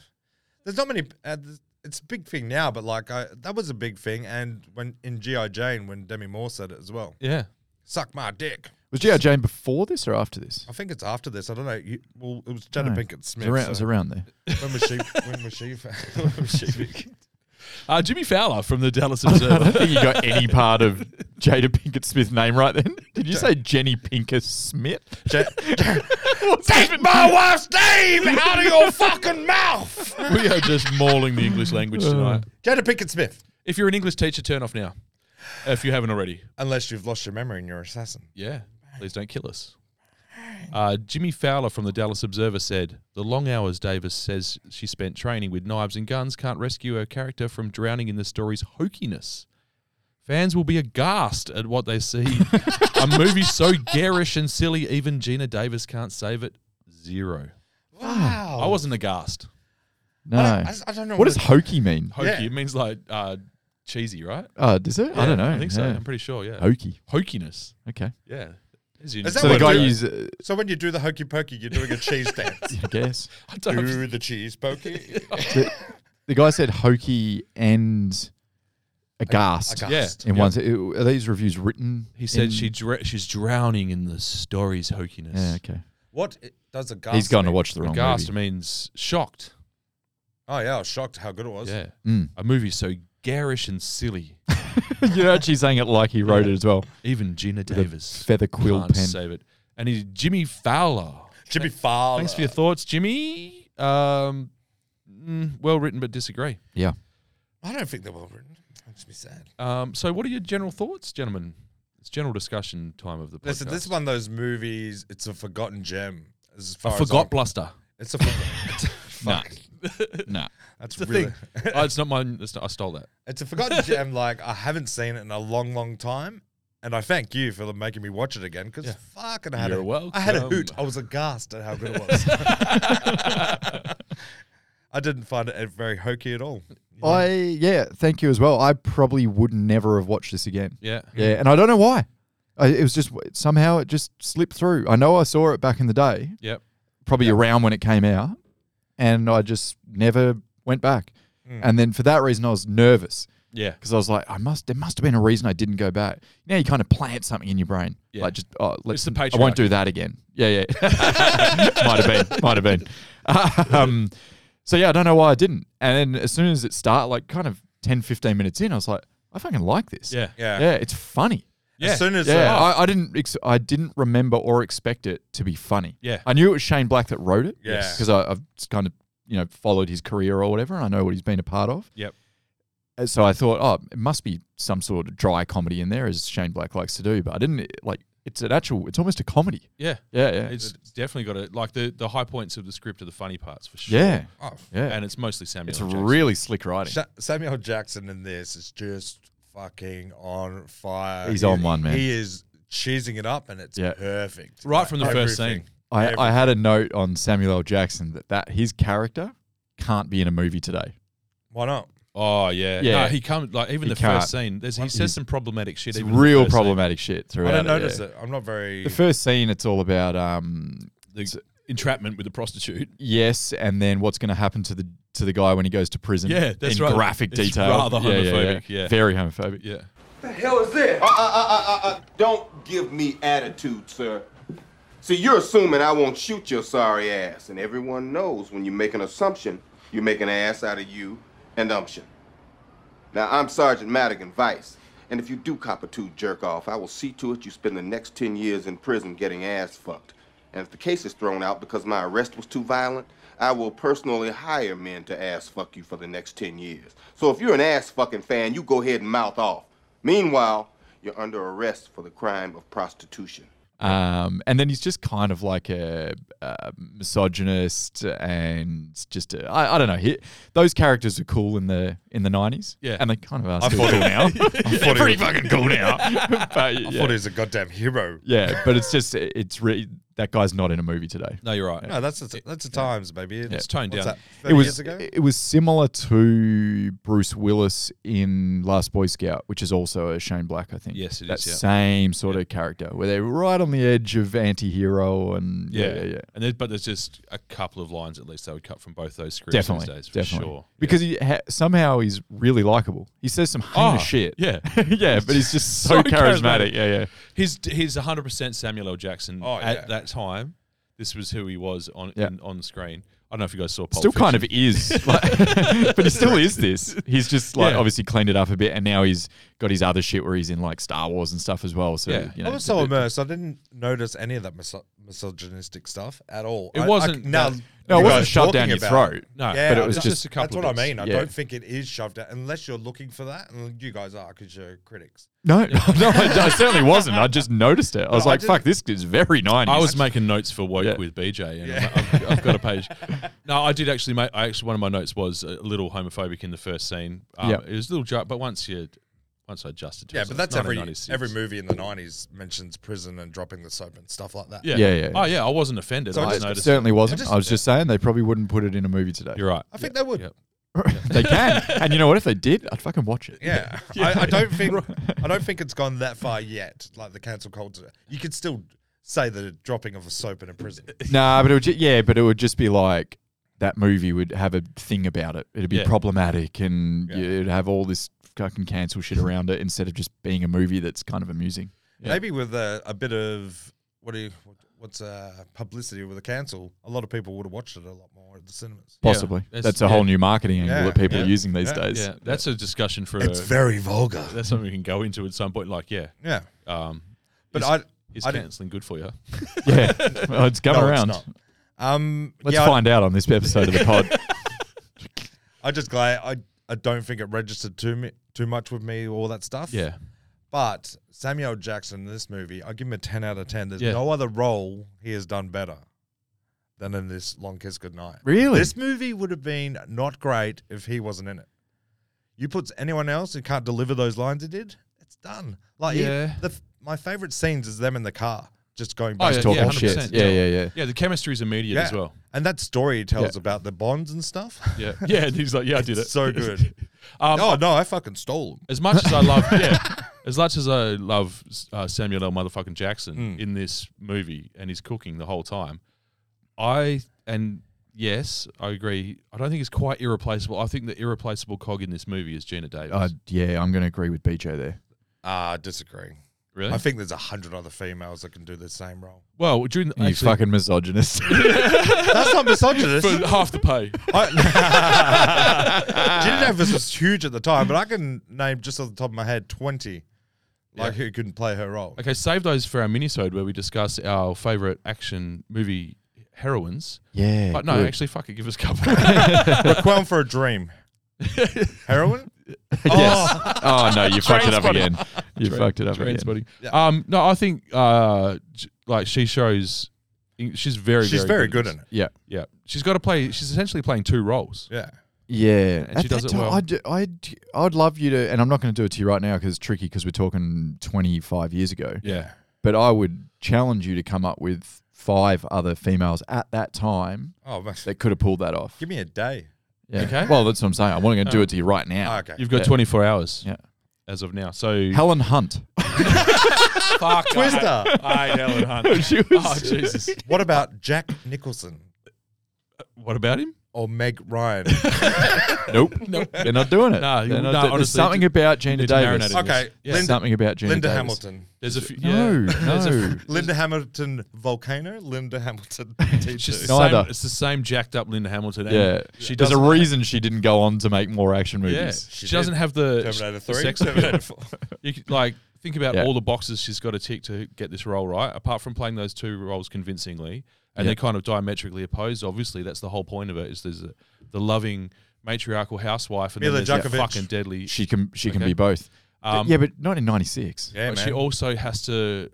Speaker 3: there's not many. Uh, th- it's a big thing now, but like I, that was a big thing, and when in GI Jane, when Demi Moore said it as well,
Speaker 1: Yeah.
Speaker 3: suck my dick.
Speaker 2: Was G.I. Jane before this or after this?
Speaker 3: I think it's after this. I don't know. You, well, it was Janet
Speaker 2: No.
Speaker 3: Pinkett
Speaker 2: It was
Speaker 3: Smith.
Speaker 2: around, it was
Speaker 3: so
Speaker 2: around there.
Speaker 3: when was she? When
Speaker 1: *laughs*
Speaker 3: was she? *laughs* When was she big?
Speaker 1: Uh, Jimmy Fowler from the
Speaker 3: *laughs*
Speaker 1: Dallas Observer.
Speaker 2: think you got any part of *laughs* Jada Pinkett Smith's name right then. Did you say Jenny Pinkett Smith?
Speaker 3: Ja-
Speaker 1: *laughs*
Speaker 3: Take my wife's name out of your fucking mouth.
Speaker 1: *laughs* we are just mauling the English language tonight.
Speaker 3: Janet Pinkett Smith.
Speaker 1: If you're an English teacher, turn off now. If you haven't already.
Speaker 3: Unless you've lost your memory and you're an assassin.
Speaker 1: Yeah. Please don't kill us. Uh, Jimmy Fowler from the Dallas Observer said, The long hours Davis says she spent training with knives and guns can't rescue her character from drowning in the story's hokiness. Fans will be aghast at what they see. A movie so garish and silly, even Gina Davis can't save it. Zero.
Speaker 3: Wow.
Speaker 1: I wasn't aghast.
Speaker 2: No.
Speaker 3: I, don't- I don't know
Speaker 2: what does hokey mean?
Speaker 1: Hokey.
Speaker 3: Yeah.
Speaker 1: It means like uh, cheesy, right?
Speaker 2: Oh, does it? I don't know.
Speaker 1: I think so.
Speaker 2: Yeah.
Speaker 1: I'm pretty sure. Yeah.
Speaker 2: Hokey.
Speaker 1: Hokiness.
Speaker 2: Okay.
Speaker 1: Yeah. Is
Speaker 3: Is that
Speaker 2: So the
Speaker 3: what
Speaker 2: guy
Speaker 3: it
Speaker 2: used, uh,
Speaker 3: So when you do the hokey pokey, you're doing a cheese *laughs* dance.
Speaker 2: I guess.
Speaker 1: I don't
Speaker 3: do the cheese pokey.
Speaker 2: the, the guy said hokey and aghast.
Speaker 3: aghast.
Speaker 1: Yeah.
Speaker 2: In
Speaker 1: yeah.
Speaker 2: one, se- are these reviews written?
Speaker 1: He said
Speaker 2: in-
Speaker 1: she dr- she's drowning in the story's hokiness.
Speaker 2: Yeah, okay.
Speaker 3: *laughs* What i- does a gas?
Speaker 2: He's gone to
Speaker 3: mean?
Speaker 2: watch the wrong
Speaker 1: Aghast
Speaker 2: movie.
Speaker 1: means shocked.
Speaker 3: Oh yeah, I was shocked how good it was.
Speaker 1: Yeah.
Speaker 2: Mm.
Speaker 1: A movie so garish and silly.
Speaker 2: *laughs* You're actually saying it like he wrote it as well.
Speaker 1: Even Gina Davis
Speaker 2: feather quill
Speaker 1: can't
Speaker 2: pen.
Speaker 1: save it. And he's Jimmy Fowler.
Speaker 3: Jimmy Fowler.
Speaker 1: Thanks for your thoughts, Jimmy. Um, mm, well written, but disagree.
Speaker 2: Yeah.
Speaker 3: I don't think they're well written. Makes me sad.
Speaker 1: Um, so, what are your general thoughts, gentlemen? It's general discussion time of the podcast.
Speaker 3: Listen, this is one of those movies. It's a forgotten gem. As far
Speaker 1: I
Speaker 3: as I'm-
Speaker 1: forgot bluster.
Speaker 3: It's
Speaker 1: *laughs*
Speaker 3: a forgotten. Fuck.
Speaker 2: Nah.
Speaker 3: That's
Speaker 1: the
Speaker 3: really.
Speaker 1: thing. oh, it's not mine. It's not, I stole that.
Speaker 3: It's
Speaker 2: *laughs*
Speaker 3: a forgotten gem. Like I haven't seen it in a long, long time. And I thank you for making me watch it again because fucking I had
Speaker 1: You're
Speaker 3: a, I had a hoot.
Speaker 1: welcome.
Speaker 3: I was aghast at how good
Speaker 2: *laughs*
Speaker 3: it was. I didn't find it very hokey at all.
Speaker 2: I yeah, thank you as well. I probably would never have watched this again.
Speaker 1: Yeah.
Speaker 2: Yeah, and I don't know why. I, it was just somehow it just slipped through. I know I saw it back in the day,
Speaker 1: Yep.
Speaker 2: probably around when it came out, and I just never went back.
Speaker 1: Mm.
Speaker 2: And then for that reason, I was nervous
Speaker 1: Yeah.
Speaker 2: because I was like, I must. There must have been a reason I didn't go back. Now you kind of plant something in your brain,
Speaker 1: Yeah.
Speaker 2: like just oh, let's.
Speaker 1: the
Speaker 2: I won't
Speaker 1: patriarchy.
Speaker 2: do that again. Yeah, *laughs* yeah. might have been. *laughs* Might have been. Um, so yeah, I don't know why I didn't. And then as soon as it started, like kind of 10, 15 minutes in, I was like, I fucking like this.
Speaker 1: Yeah.
Speaker 3: Yeah.
Speaker 2: yeah, it's funny.
Speaker 1: Yeah.
Speaker 3: As soon as
Speaker 2: Yeah,
Speaker 3: uh,
Speaker 2: I, I didn't. Ex- I didn't remember or expect it to be funny.
Speaker 1: Yeah.
Speaker 2: I knew it was Shane Black that wrote it.
Speaker 3: Yeah. Yes.
Speaker 2: because I've just kind of you know followed his career or whatever, and I know what he's been a part of.
Speaker 1: Yep.
Speaker 2: And So I thought, oh, it must be some sort of dry comedy in there, as Shane Black likes to do. But I didn't like. It's an actual. It's almost a comedy.
Speaker 1: Yeah.
Speaker 2: Yeah, yeah,
Speaker 1: It's definitely got it. Like the, the high points of the script are the funny parts for sure.
Speaker 2: yeah,
Speaker 3: oh,
Speaker 2: yeah.
Speaker 1: And it's mostly Samuel.
Speaker 2: it's
Speaker 1: L. Jackson.
Speaker 2: really slick writing.
Speaker 3: Sha- Samuel Jackson in this is just fucking on fire.
Speaker 2: He's
Speaker 3: He-
Speaker 2: on one, man.
Speaker 3: He is cheesing it up, and it's
Speaker 2: Yeah.
Speaker 3: perfect.
Speaker 1: right from the first
Speaker 3: everything.
Speaker 1: scene.
Speaker 2: I,
Speaker 3: Everything.
Speaker 2: I had a note on Samuel L. Jackson that, that his character can't be in a movie today.
Speaker 3: Why not?
Speaker 1: Oh yeah,
Speaker 2: Yeah.
Speaker 1: No, he comes like even
Speaker 2: He
Speaker 1: the
Speaker 2: can't.
Speaker 1: first scene. There's, he
Speaker 2: What-
Speaker 1: says some problematic shit.
Speaker 2: It's
Speaker 1: even in the
Speaker 2: real
Speaker 1: first scene.
Speaker 2: problematic shit throughout.
Speaker 3: I don't
Speaker 2: it,
Speaker 3: notice
Speaker 2: yeah.
Speaker 3: it. I'm not very.
Speaker 2: The first scene, it's all about um,
Speaker 1: The entrapment with the prostitute. *laughs*
Speaker 2: yes, and then what's going to happen to the to the guy when he goes to prison?
Speaker 1: Yeah, that's
Speaker 2: in
Speaker 1: right.
Speaker 2: Graphic
Speaker 1: It's
Speaker 2: detail.
Speaker 1: rather
Speaker 2: Yeah, yeah,
Speaker 1: homophobic, yeah.
Speaker 2: very homophobic.
Speaker 1: Yeah.
Speaker 9: hell is this? Uh, uh, uh, uh, uh, don't give me attitude, sir. See, you're assuming I won't shoot your sorry ass, and everyone knows when you make an assumption, you make an ass out of you and umption. Now, I'm Sergeant Madigan Vice, and if you do cop a two jerk off, I will see to it you spend the next 10 years in prison getting ass fucked. And if the case is thrown out because my arrest was too violent, I will personally hire men to ass fuck you for the next 10 years. So if you're an ass fucking fan, you go ahead and mouth off. Meanwhile, you're under arrest for the crime of prostitution.
Speaker 2: Um, and then he's just kind of like a, uh misogynist and just a, I, I don't know. He, those characters are cool in the in the nineties,
Speaker 1: Yeah.
Speaker 2: and they kind of are
Speaker 1: I
Speaker 2: still
Speaker 1: thought-
Speaker 2: cool now. I
Speaker 1: *laughs*
Speaker 2: thought *laughs* pretty fucking
Speaker 3: *laughs*
Speaker 2: cool now. *laughs* but
Speaker 3: I
Speaker 2: yeah,
Speaker 3: thought he was a goddamn hero.
Speaker 2: yeah, but it's just it's re- that guy's not in a movie today.
Speaker 1: No, you're right.
Speaker 3: No, that's the that's the times, baby.
Speaker 1: It's toned
Speaker 3: what's
Speaker 1: down.
Speaker 3: That,
Speaker 2: It
Speaker 3: 30 years
Speaker 2: was
Speaker 3: ago.
Speaker 2: it was similar to Bruce Willis in Last Boy Scout, which is also a Shane Black, I think.
Speaker 1: Yes, it is,
Speaker 2: that
Speaker 1: yeah.
Speaker 2: same sort of character where they're right on the edge of anti-hero and yeah, yeah, yeah.
Speaker 1: And there, but there's just a couple of lines at least they would cut from both those scripts
Speaker 2: definitely,
Speaker 1: these days, for
Speaker 2: definitely.
Speaker 1: sure.
Speaker 2: Because he ha- somehow he's really likable. He says some heinous
Speaker 1: Oh,
Speaker 2: shit.
Speaker 1: yeah.
Speaker 2: *laughs* yeah, but
Speaker 1: *laughs*
Speaker 2: he's just so,
Speaker 1: So
Speaker 2: charismatic.
Speaker 1: charismatic.
Speaker 2: Yeah, yeah.
Speaker 1: He's he's 100 percent Samuel L. Jackson
Speaker 3: Oh,
Speaker 1: at
Speaker 3: yeah.
Speaker 1: that time. This was who he was on
Speaker 2: Yeah.
Speaker 1: in, on screen. I don't know if you guys saw. Pulp
Speaker 2: Still kind
Speaker 1: Fiction.
Speaker 2: of is, like- *laughs* but he still is this. He's just like
Speaker 1: Yeah.
Speaker 2: obviously cleaned it up a bit, and now he's got his other shit where he's in like Star Wars and stuff as well. So
Speaker 1: Yeah.
Speaker 2: you know,
Speaker 3: I was
Speaker 2: it's a
Speaker 3: so
Speaker 2: bit-
Speaker 3: immersed. I didn't notice any of that miso- misogynistic stuff at all.
Speaker 1: It
Speaker 3: I- I
Speaker 1: wasn't
Speaker 3: c- now.
Speaker 1: that-
Speaker 2: No, it
Speaker 3: you
Speaker 2: wasn't
Speaker 3: guys
Speaker 2: shoved down
Speaker 3: talking
Speaker 2: your
Speaker 3: about
Speaker 2: throat.
Speaker 3: it.
Speaker 1: No,
Speaker 3: yeah,
Speaker 2: but it
Speaker 3: I
Speaker 2: was
Speaker 3: don't-
Speaker 2: just
Speaker 1: a couple
Speaker 3: That's what
Speaker 1: of
Speaker 3: I
Speaker 1: bits.
Speaker 3: mean. I
Speaker 2: Yeah.
Speaker 3: don't think it is shoved out unless you're looking for that, and you guys are because you're critics.
Speaker 2: *laughs* No, no, I, I certainly wasn't. I just noticed it. I was
Speaker 3: I
Speaker 2: like,
Speaker 3: didn't-
Speaker 2: "Fuck, this is very 90s.
Speaker 1: I was making notes for woke
Speaker 2: Yeah.
Speaker 1: with BJ, and I'm like, I've, I've
Speaker 2: *laughs*
Speaker 1: got a page. No, I did actually. Make, I actually one of my notes was a little homophobic in the first scene. Um,
Speaker 2: Yep.
Speaker 1: it was a little joke, but once you, once I adjusted to
Speaker 3: Yeah,
Speaker 1: it,
Speaker 3: but
Speaker 1: it's
Speaker 3: that's every
Speaker 1: 1996.
Speaker 3: every movie in the '90s mentions prison and dropping the soap and stuff like that.
Speaker 1: Yeah.
Speaker 2: Yeah, yeah,
Speaker 1: Oh yeah, I wasn't offended.
Speaker 3: So
Speaker 1: I
Speaker 3: I
Speaker 1: just
Speaker 3: just-
Speaker 1: noticed.
Speaker 2: certainly wasn't.
Speaker 3: I just-
Speaker 2: I was just saying they probably wouldn't put it in a movie today. *laughs*
Speaker 1: You're right.
Speaker 3: I think they would.
Speaker 1: Yep.
Speaker 2: they can, and you know what? If they did, I'd fucking watch it.
Speaker 3: *laughs* Yeah, I, I don't think I don't think it's gone that far yet. Like the cancel culture, you could still say the dropping of a soap in a prison.
Speaker 2: *laughs* Nah, but it would. Ju- yeah, but it would just be like that movie would have a thing about it. It'd be
Speaker 1: Yeah.
Speaker 2: problematic, and
Speaker 3: Yeah.
Speaker 2: you'd have all this fucking cancel shit around it instead of just being a movie that's kind of amusing.
Speaker 3: Maybe with a, a bit of what do you what's uh, publicity with a cancel, a lot of people would have watched it a lot more at the cinemas.
Speaker 2: Possibly.
Speaker 1: that's-
Speaker 2: that's, a whole
Speaker 1: yeah.
Speaker 2: new marketing angle
Speaker 3: Yeah,
Speaker 2: that people
Speaker 3: yeah,
Speaker 2: are using these
Speaker 3: yeah,
Speaker 2: days.
Speaker 1: Yeah, that's a discussion for.
Speaker 3: It's
Speaker 1: a-
Speaker 3: very vulgar.
Speaker 1: that's something we can go into at some point. Like, yeah,
Speaker 3: Yeah,
Speaker 1: um,
Speaker 3: but
Speaker 1: is,
Speaker 3: I
Speaker 1: is
Speaker 3: I didn't-
Speaker 1: cancelling good for you?
Speaker 2: *laughs* Yeah. Well, it's coming
Speaker 3: no, it's
Speaker 2: around.
Speaker 3: not. Um,
Speaker 2: Let's
Speaker 3: yeah, I-
Speaker 2: find out on this episode of the pod.
Speaker 3: I, just glad I I don't think it registered too me too much with me all that
Speaker 1: *laughs*
Speaker 3: stuff.
Speaker 1: Yeah,
Speaker 3: But Samuel Jackson in this movie, I give him a 10 out of 10. There's
Speaker 1: Yeah.
Speaker 3: no other role he has done better than in this Long Kiss Goodnight.
Speaker 2: Really?
Speaker 3: This movie would have been not great if he wasn't in it. You put anyone else who can't deliver those lines he did, it's done. Like, he-
Speaker 1: Yeah.
Speaker 3: the, f- my favorite scenes is them in the car just going
Speaker 1: Oh,
Speaker 3: back
Speaker 1: yeah,
Speaker 3: and
Speaker 2: Talking
Speaker 3: forth.
Speaker 2: shit.
Speaker 1: 100%,
Speaker 2: Yeah,
Speaker 1: yeah.
Speaker 2: yeah, yeah.
Speaker 1: yeah. The chemistry's immediate as
Speaker 2: *laughs*
Speaker 1: well.
Speaker 3: And that story he tells
Speaker 2: Yeah.
Speaker 3: about the bonds and stuff.
Speaker 1: Yeah, yeah. And he's like, yeah, I did it.
Speaker 3: It's so good.
Speaker 1: *laughs* Um,
Speaker 3: oh, *laughs* no, I fucking stole him.
Speaker 1: as much as I
Speaker 2: *laughs*
Speaker 1: love, yeah, as much as I love uh, Samuel L. Motherfucking Jackson
Speaker 2: Mm.
Speaker 1: in this movie and he's cooking the whole time, I and yes, I agree. I don't think he's quite irreplaceable. I think the irreplaceable cog in this movie is Gina Davis.
Speaker 2: Uh, yeah, I'm going to agree with BJ there.
Speaker 3: Ah, disagree.
Speaker 1: really?
Speaker 3: I think there's a hundred other females that can do the same role.
Speaker 1: well, during the,
Speaker 2: You
Speaker 1: actually, *laughs*
Speaker 2: fucking misogynist.
Speaker 3: That's not misogynist.
Speaker 1: for half the pay.
Speaker 3: I- *laughs* Gin Davis was huge at the time, but I can name just off the top of my head twenty, like who couldn't play her role.
Speaker 1: Okay, save those for our minisode where we discuss our favorite action movie heroines.
Speaker 2: yeah.
Speaker 1: But no,
Speaker 2: good.
Speaker 1: actually, fuck it, give us a couple. *laughs*
Speaker 3: Raquel for a dream, heroin.
Speaker 2: yes. Oh, no, you fucked it up again. You fucked it up again.
Speaker 1: Trainspotting. Um, no, I think uh, j- like she shows, she's very,
Speaker 3: She's very good in it.
Speaker 2: Yeah.
Speaker 1: Yeah, she's got to play. She's essentially playing two roles.
Speaker 3: Yeah,
Speaker 2: Yeah,
Speaker 1: she does it well.
Speaker 2: I'd, I'd, I'd love you to, and I'm not going to do it to you right now because it's tricky because we're talking 25 years ago.
Speaker 1: Yeah,
Speaker 2: But I would challenge you to come up with five other females at that time
Speaker 3: Oh, man.
Speaker 2: that could have pulled that off.
Speaker 3: give me a day.
Speaker 2: Yeah.
Speaker 1: Okay. Uh,
Speaker 2: Well, that's what I'm saying. I'm not going to do it to you right now.
Speaker 3: Oh, okay.
Speaker 1: You've got
Speaker 2: Yeah.
Speaker 1: 24 hours
Speaker 2: Yeah.
Speaker 1: as of now. So
Speaker 2: Helen Hunt.
Speaker 1: fuck
Speaker 3: Twister.
Speaker 1: I, Helen *laughs* Hunt.
Speaker 2: *laughs* She was-
Speaker 1: oh Jesus!
Speaker 3: What about Jack Nicholson
Speaker 1: *laughs* What about him?
Speaker 3: or Meg Ryan?
Speaker 1: *laughs*
Speaker 2: nope. They're not doing it.
Speaker 1: Nah,
Speaker 2: They're
Speaker 1: no,
Speaker 2: not do-
Speaker 1: honestly,
Speaker 2: There's something about Gina
Speaker 1: need to marinate
Speaker 2: Davis.
Speaker 1: in this. Yeah.
Speaker 3: Okay,
Speaker 2: There's
Speaker 3: Linda,
Speaker 2: something about Gina
Speaker 3: Linda
Speaker 2: Davis.
Speaker 3: Hamilton.
Speaker 1: There's a few.
Speaker 2: No,
Speaker 1: yeah. There's a
Speaker 2: no.
Speaker 1: few-
Speaker 3: Linda Hamilton Volcano, Linda Hamilton T2.
Speaker 1: It's just the
Speaker 2: No,
Speaker 1: same,
Speaker 2: either.
Speaker 1: it's the same jacked up Linda Hamilton. and
Speaker 2: Yeah.
Speaker 1: she
Speaker 2: There's
Speaker 1: does.
Speaker 2: a
Speaker 1: not
Speaker 2: reason she didn't go on to make more action
Speaker 1: yeah,
Speaker 2: movies.
Speaker 1: she,
Speaker 3: She
Speaker 1: doesn't
Speaker 3: did.
Speaker 1: have the
Speaker 3: Terminator
Speaker 1: the
Speaker 3: 3,
Speaker 1: sex
Speaker 3: Terminator 4.
Speaker 1: You could, like think about
Speaker 2: Yeah.
Speaker 1: all the boxes she's got to tick to get this role right. Apart from playing those two roles convincingly, and
Speaker 2: Yeah.
Speaker 1: they're kind of diametrically opposed. Obviously, that's the whole point of it. Is there's a, the loving matriarchal housewife and
Speaker 3: Mila
Speaker 1: then there's the
Speaker 3: Djokovic.
Speaker 1: fucking deadly.
Speaker 2: She can she can
Speaker 1: Okay.
Speaker 2: be both.
Speaker 1: Um,
Speaker 2: yeah, but 1996.
Speaker 3: yeah, man.
Speaker 1: but she also has to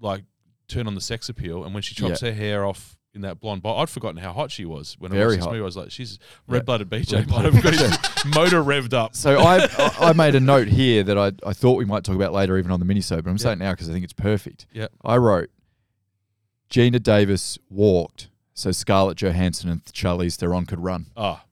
Speaker 1: like turn on the sex appeal. And when she chops her hair off in that blonde bob, I'd forgotten how hot she was when I
Speaker 2: Very
Speaker 1: watched this
Speaker 2: hot.
Speaker 1: movie. I was like, she's
Speaker 2: Yeah.
Speaker 1: red blooded BJ.
Speaker 2: Red
Speaker 1: might
Speaker 2: blooded
Speaker 1: have got his
Speaker 2: *laughs*
Speaker 1: motor revved up.
Speaker 2: So I I I made a note here that I, I thought we might talk about later, even on the minisode, but I'm saying it now because I think it's perfect.
Speaker 1: Yep.
Speaker 2: I wrote Gina Davis walked so Scarlett Johansson and Charlize Theron could run.
Speaker 1: Ah.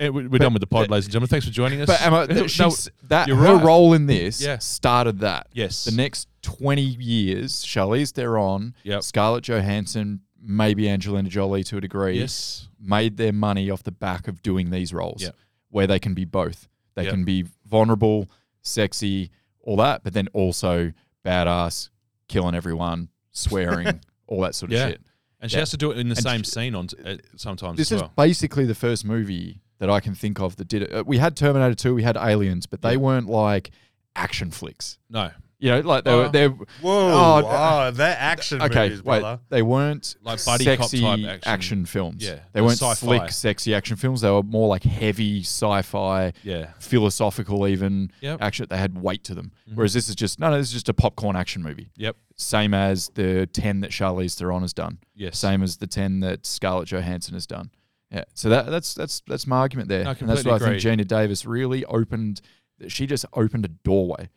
Speaker 1: Eh, we- we're done with the pod, ladies and gentlemen. Thanks for joining us.
Speaker 2: But am I,
Speaker 1: Eh,
Speaker 2: th-
Speaker 1: *laughs*
Speaker 2: she
Speaker 1: no,
Speaker 2: s- that her
Speaker 1: you're right.
Speaker 2: role in this
Speaker 1: Yeah.
Speaker 2: started that.
Speaker 1: Yes.
Speaker 2: The next 20 years, Charlize Theron,
Speaker 1: Yep.
Speaker 2: Scarlett Johansson, maybe Angelina Jolie to a degree,
Speaker 1: Yes.
Speaker 2: made their money off the back of doing these roles
Speaker 1: Yep.
Speaker 2: where they can be both. They
Speaker 1: Yep.
Speaker 2: can be vulnerable, sexy, all that, but then also badass, killing everyone,
Speaker 1: *laughs*
Speaker 2: swearing, all that sort of
Speaker 1: Yeah.
Speaker 2: shit.
Speaker 1: And she
Speaker 2: Yeah.
Speaker 1: has to do it in the
Speaker 2: And
Speaker 1: same
Speaker 2: she-
Speaker 1: scene on uh, sometimes
Speaker 2: This
Speaker 1: as
Speaker 2: is
Speaker 1: well.
Speaker 2: basically the first movie that I can think of that did it. Uh, We had Terminator 2, we had Aliens, but they weren't like action flicks.
Speaker 1: no.
Speaker 2: You know, like they were.
Speaker 1: Oh.
Speaker 2: They, were-
Speaker 3: Whoa,
Speaker 2: Oh,
Speaker 3: oh, they're action
Speaker 2: okay,
Speaker 3: movies,
Speaker 2: wait.
Speaker 3: brother.
Speaker 2: They weren't
Speaker 1: Like buddy cop
Speaker 2: sexy
Speaker 1: type action.
Speaker 2: films.
Speaker 1: Yeah,
Speaker 2: they
Speaker 1: the
Speaker 2: weren't
Speaker 1: sci-fi.
Speaker 2: slick, sexy action films. They were more like heavy sci-fi,
Speaker 1: Yeah.
Speaker 2: philosophical, even
Speaker 1: Yep. Mm-hmm.
Speaker 2: action. They had weight to them. Whereas this is just no, no. This is just a popcorn action movie.
Speaker 1: Yep.
Speaker 2: Same as the ten that Charlize Theron has done.
Speaker 1: Yes.
Speaker 2: Same as the ten that Scarlett Johansson has done. Yeah. So that that's that's that's my argument there.
Speaker 1: No, I
Speaker 2: and that's
Speaker 1: completely
Speaker 2: why I
Speaker 1: agree.
Speaker 2: think Gina Davis really opened. She just opened a doorway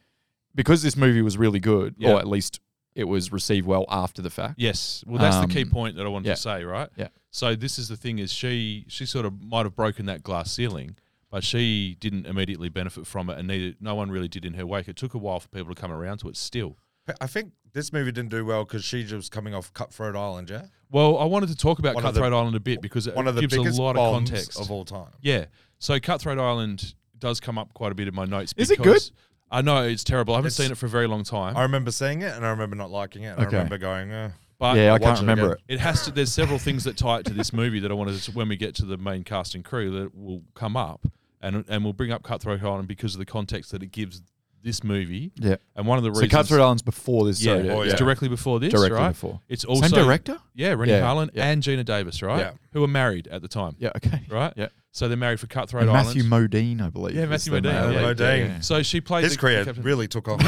Speaker 2: because this movie was really good,
Speaker 1: Yeah.
Speaker 2: or at least it was received well after the fact.
Speaker 1: Yes. Well, that's the key
Speaker 2: Um,
Speaker 1: point that I wanted
Speaker 2: yeah.
Speaker 1: to say, right?
Speaker 2: Yeah.
Speaker 1: So this is the thing: is she she sort of might have broken that glass ceiling, but she didn't immediately benefit from it, and neither no one really did in her wake. It took a while for people to come around to it. Still.
Speaker 3: I think this movie didn't do well because she was coming off Cutthroat Island, yeah?
Speaker 1: Well, I wanted to talk about
Speaker 3: One of the-
Speaker 1: Cutthroat Island a bit because it
Speaker 3: One of the
Speaker 1: gives a
Speaker 3: biggest
Speaker 1: lot of
Speaker 3: bombs
Speaker 1: context
Speaker 3: of all time.
Speaker 1: Yeah. So Cutthroat Island does come up quite a bit in my notes.
Speaker 2: Is it
Speaker 1: because- I know it's terrible. I haven't
Speaker 3: It's-
Speaker 1: seen it for a very long time.
Speaker 3: I remember seeing it and I remember not liking it. And I
Speaker 2: Okay.
Speaker 3: remember going, uh,
Speaker 1: but
Speaker 2: yeah, I can't
Speaker 3: watch it
Speaker 2: remember
Speaker 3: again.
Speaker 2: it.
Speaker 1: It has to. There's several things that tie it to this movie that I wanted to, when we get to the main cast and crew that will come up, and and we'll bring up Cutthroat Island because of the context that it gives this movie.
Speaker 2: Yeah.
Speaker 1: And one of the
Speaker 2: So
Speaker 1: reasons.
Speaker 2: Cutthroat Island's before this.
Speaker 1: Yeah,
Speaker 2: so
Speaker 3: Oh,
Speaker 1: it's
Speaker 3: yeah.
Speaker 1: directly before this,
Speaker 2: Directly
Speaker 1: right?
Speaker 2: before.
Speaker 1: It's also
Speaker 2: Same director?
Speaker 1: Yeah, Rennie
Speaker 2: Yeah,
Speaker 1: Harlan
Speaker 2: yeah.
Speaker 1: and Gina Davis, right?
Speaker 3: Yeah.
Speaker 1: Who were married at the time,
Speaker 2: Yeah. Okay.
Speaker 1: *laughs* right?
Speaker 2: Yeah.
Speaker 1: So they're married for Cutthroat
Speaker 2: And
Speaker 1: Island.
Speaker 2: Matthew Modine, I believe.
Speaker 1: Yeah,
Speaker 2: was
Speaker 1: Matthew
Speaker 2: the
Speaker 1: Modine,
Speaker 2: male
Speaker 1: yeah.
Speaker 2: lead.
Speaker 3: Modine.
Speaker 1: so she played
Speaker 3: his
Speaker 1: the,
Speaker 3: career
Speaker 1: captain-
Speaker 3: really
Speaker 1: *laughs*
Speaker 3: took off.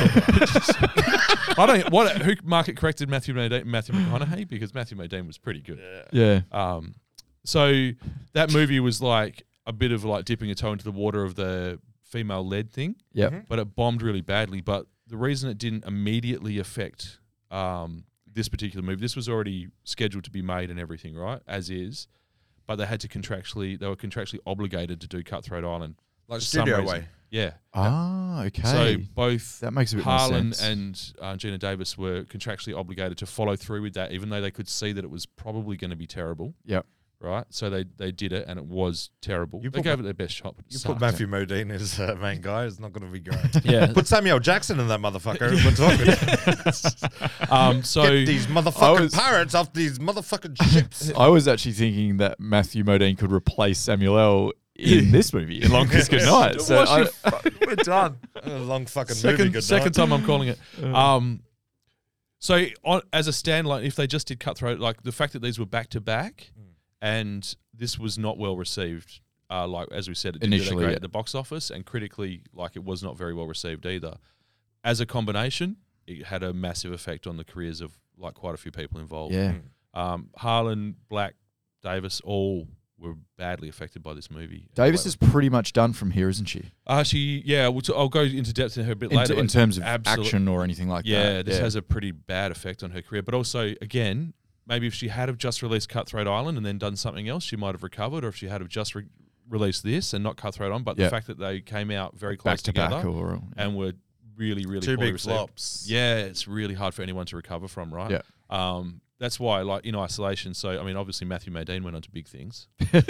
Speaker 1: I don't. What? Who market corrected Matthew Modine, Matthew McConaughey because Matthew Modine was pretty good.
Speaker 2: Yeah.
Speaker 1: Um, so that movie was like a bit of like dipping a toe into the water of the female led thing,
Speaker 2: Yeah.
Speaker 1: but it bombed really badly. But the reason it didn't immediately affect um, this particular movie, this was already scheduled to be made and everything, right? As is, but they had to contractually, they were contractually obligated to do Cutthroat Island.
Speaker 3: *laughs* like
Speaker 1: for some
Speaker 3: Studio
Speaker 1: reason.
Speaker 3: Way.
Speaker 1: Yeah.
Speaker 2: Ah. Okay.
Speaker 1: So both
Speaker 2: That makes a bit more
Speaker 1: Harlan
Speaker 2: sense.
Speaker 1: and uh, Gina Davis were contractually obligated to follow through with that, even though they could see that it was probably going to be terrible
Speaker 2: Yep.
Speaker 1: right? So they they did it, and it was terrible.
Speaker 3: You
Speaker 1: they
Speaker 3: put
Speaker 1: gave it their best shot. But it
Speaker 3: You
Speaker 1: sucked.
Speaker 3: put Matthew Modine as uh, main guy, it's not going to be
Speaker 1: *laughs*
Speaker 3: great.
Speaker 1: Yeah.
Speaker 3: Put Samuel Jackson in that motherfucker. We're
Speaker 1: *laughs*
Speaker 3: talking.
Speaker 1: um, so
Speaker 3: *laughs* Get these motherfucking
Speaker 2: was-
Speaker 3: pirates off these motherfucking
Speaker 1: *laughs*
Speaker 3: ships.
Speaker 2: I was actually thinking that Matthew Modine could replace Samuel L. *laughs* in this movie, in Long
Speaker 1: *laughs*
Speaker 2: Kiss
Speaker 3: *laughs*
Speaker 2: Goodnight. So
Speaker 1: Wash your
Speaker 2: I,
Speaker 3: We're done.
Speaker 1: *laughs*
Speaker 3: Long fucking movie.
Speaker 1: second
Speaker 3: Good
Speaker 1: second
Speaker 3: night.
Speaker 1: time I'm calling
Speaker 3: *laughs*
Speaker 1: it. Um, so on, as a standalone, if they just did cutthroat, like the fact that these were back to back,
Speaker 3: Mm.
Speaker 1: and this was not well received. Uh, like as we said, it didn't do that
Speaker 2: Initially,
Speaker 1: great
Speaker 2: yeah.
Speaker 1: at the box office, and critically, like it was not very well received either. As a combination, it had a massive effect on the careers of like quite a few people involved.
Speaker 2: yeah.
Speaker 1: um, Harlan, Black, Davis, all were badly affected by this movie.
Speaker 2: Davis is pretty much done from here, isn't she?
Speaker 1: Uh, she, yeah, we'll t- I'll go into depth in her a bit
Speaker 2: In,
Speaker 1: later.
Speaker 2: in
Speaker 1: but
Speaker 2: terms of
Speaker 1: absolute-
Speaker 2: action or anything like
Speaker 1: yeah,
Speaker 2: that.
Speaker 1: this has a pretty bad effect on her career. But also, again, maybe if she had have just released Cutthroat Island and then done something else, she might have recovered. Or if she had have just re- released this and not Cutthroat Island, but
Speaker 2: Yeah.
Speaker 1: the fact that they came out very close
Speaker 2: back to
Speaker 1: together
Speaker 2: back or
Speaker 1: and were really, really
Speaker 3: Two
Speaker 1: poorly
Speaker 3: big
Speaker 1: received.
Speaker 3: flops.
Speaker 1: Yeah, it's really hard for anyone to recover from, right?
Speaker 2: Yeah.
Speaker 1: Um, that's why, like in isolation. So, I mean, obviously Matthew Modine went on to big things.
Speaker 2: *laughs*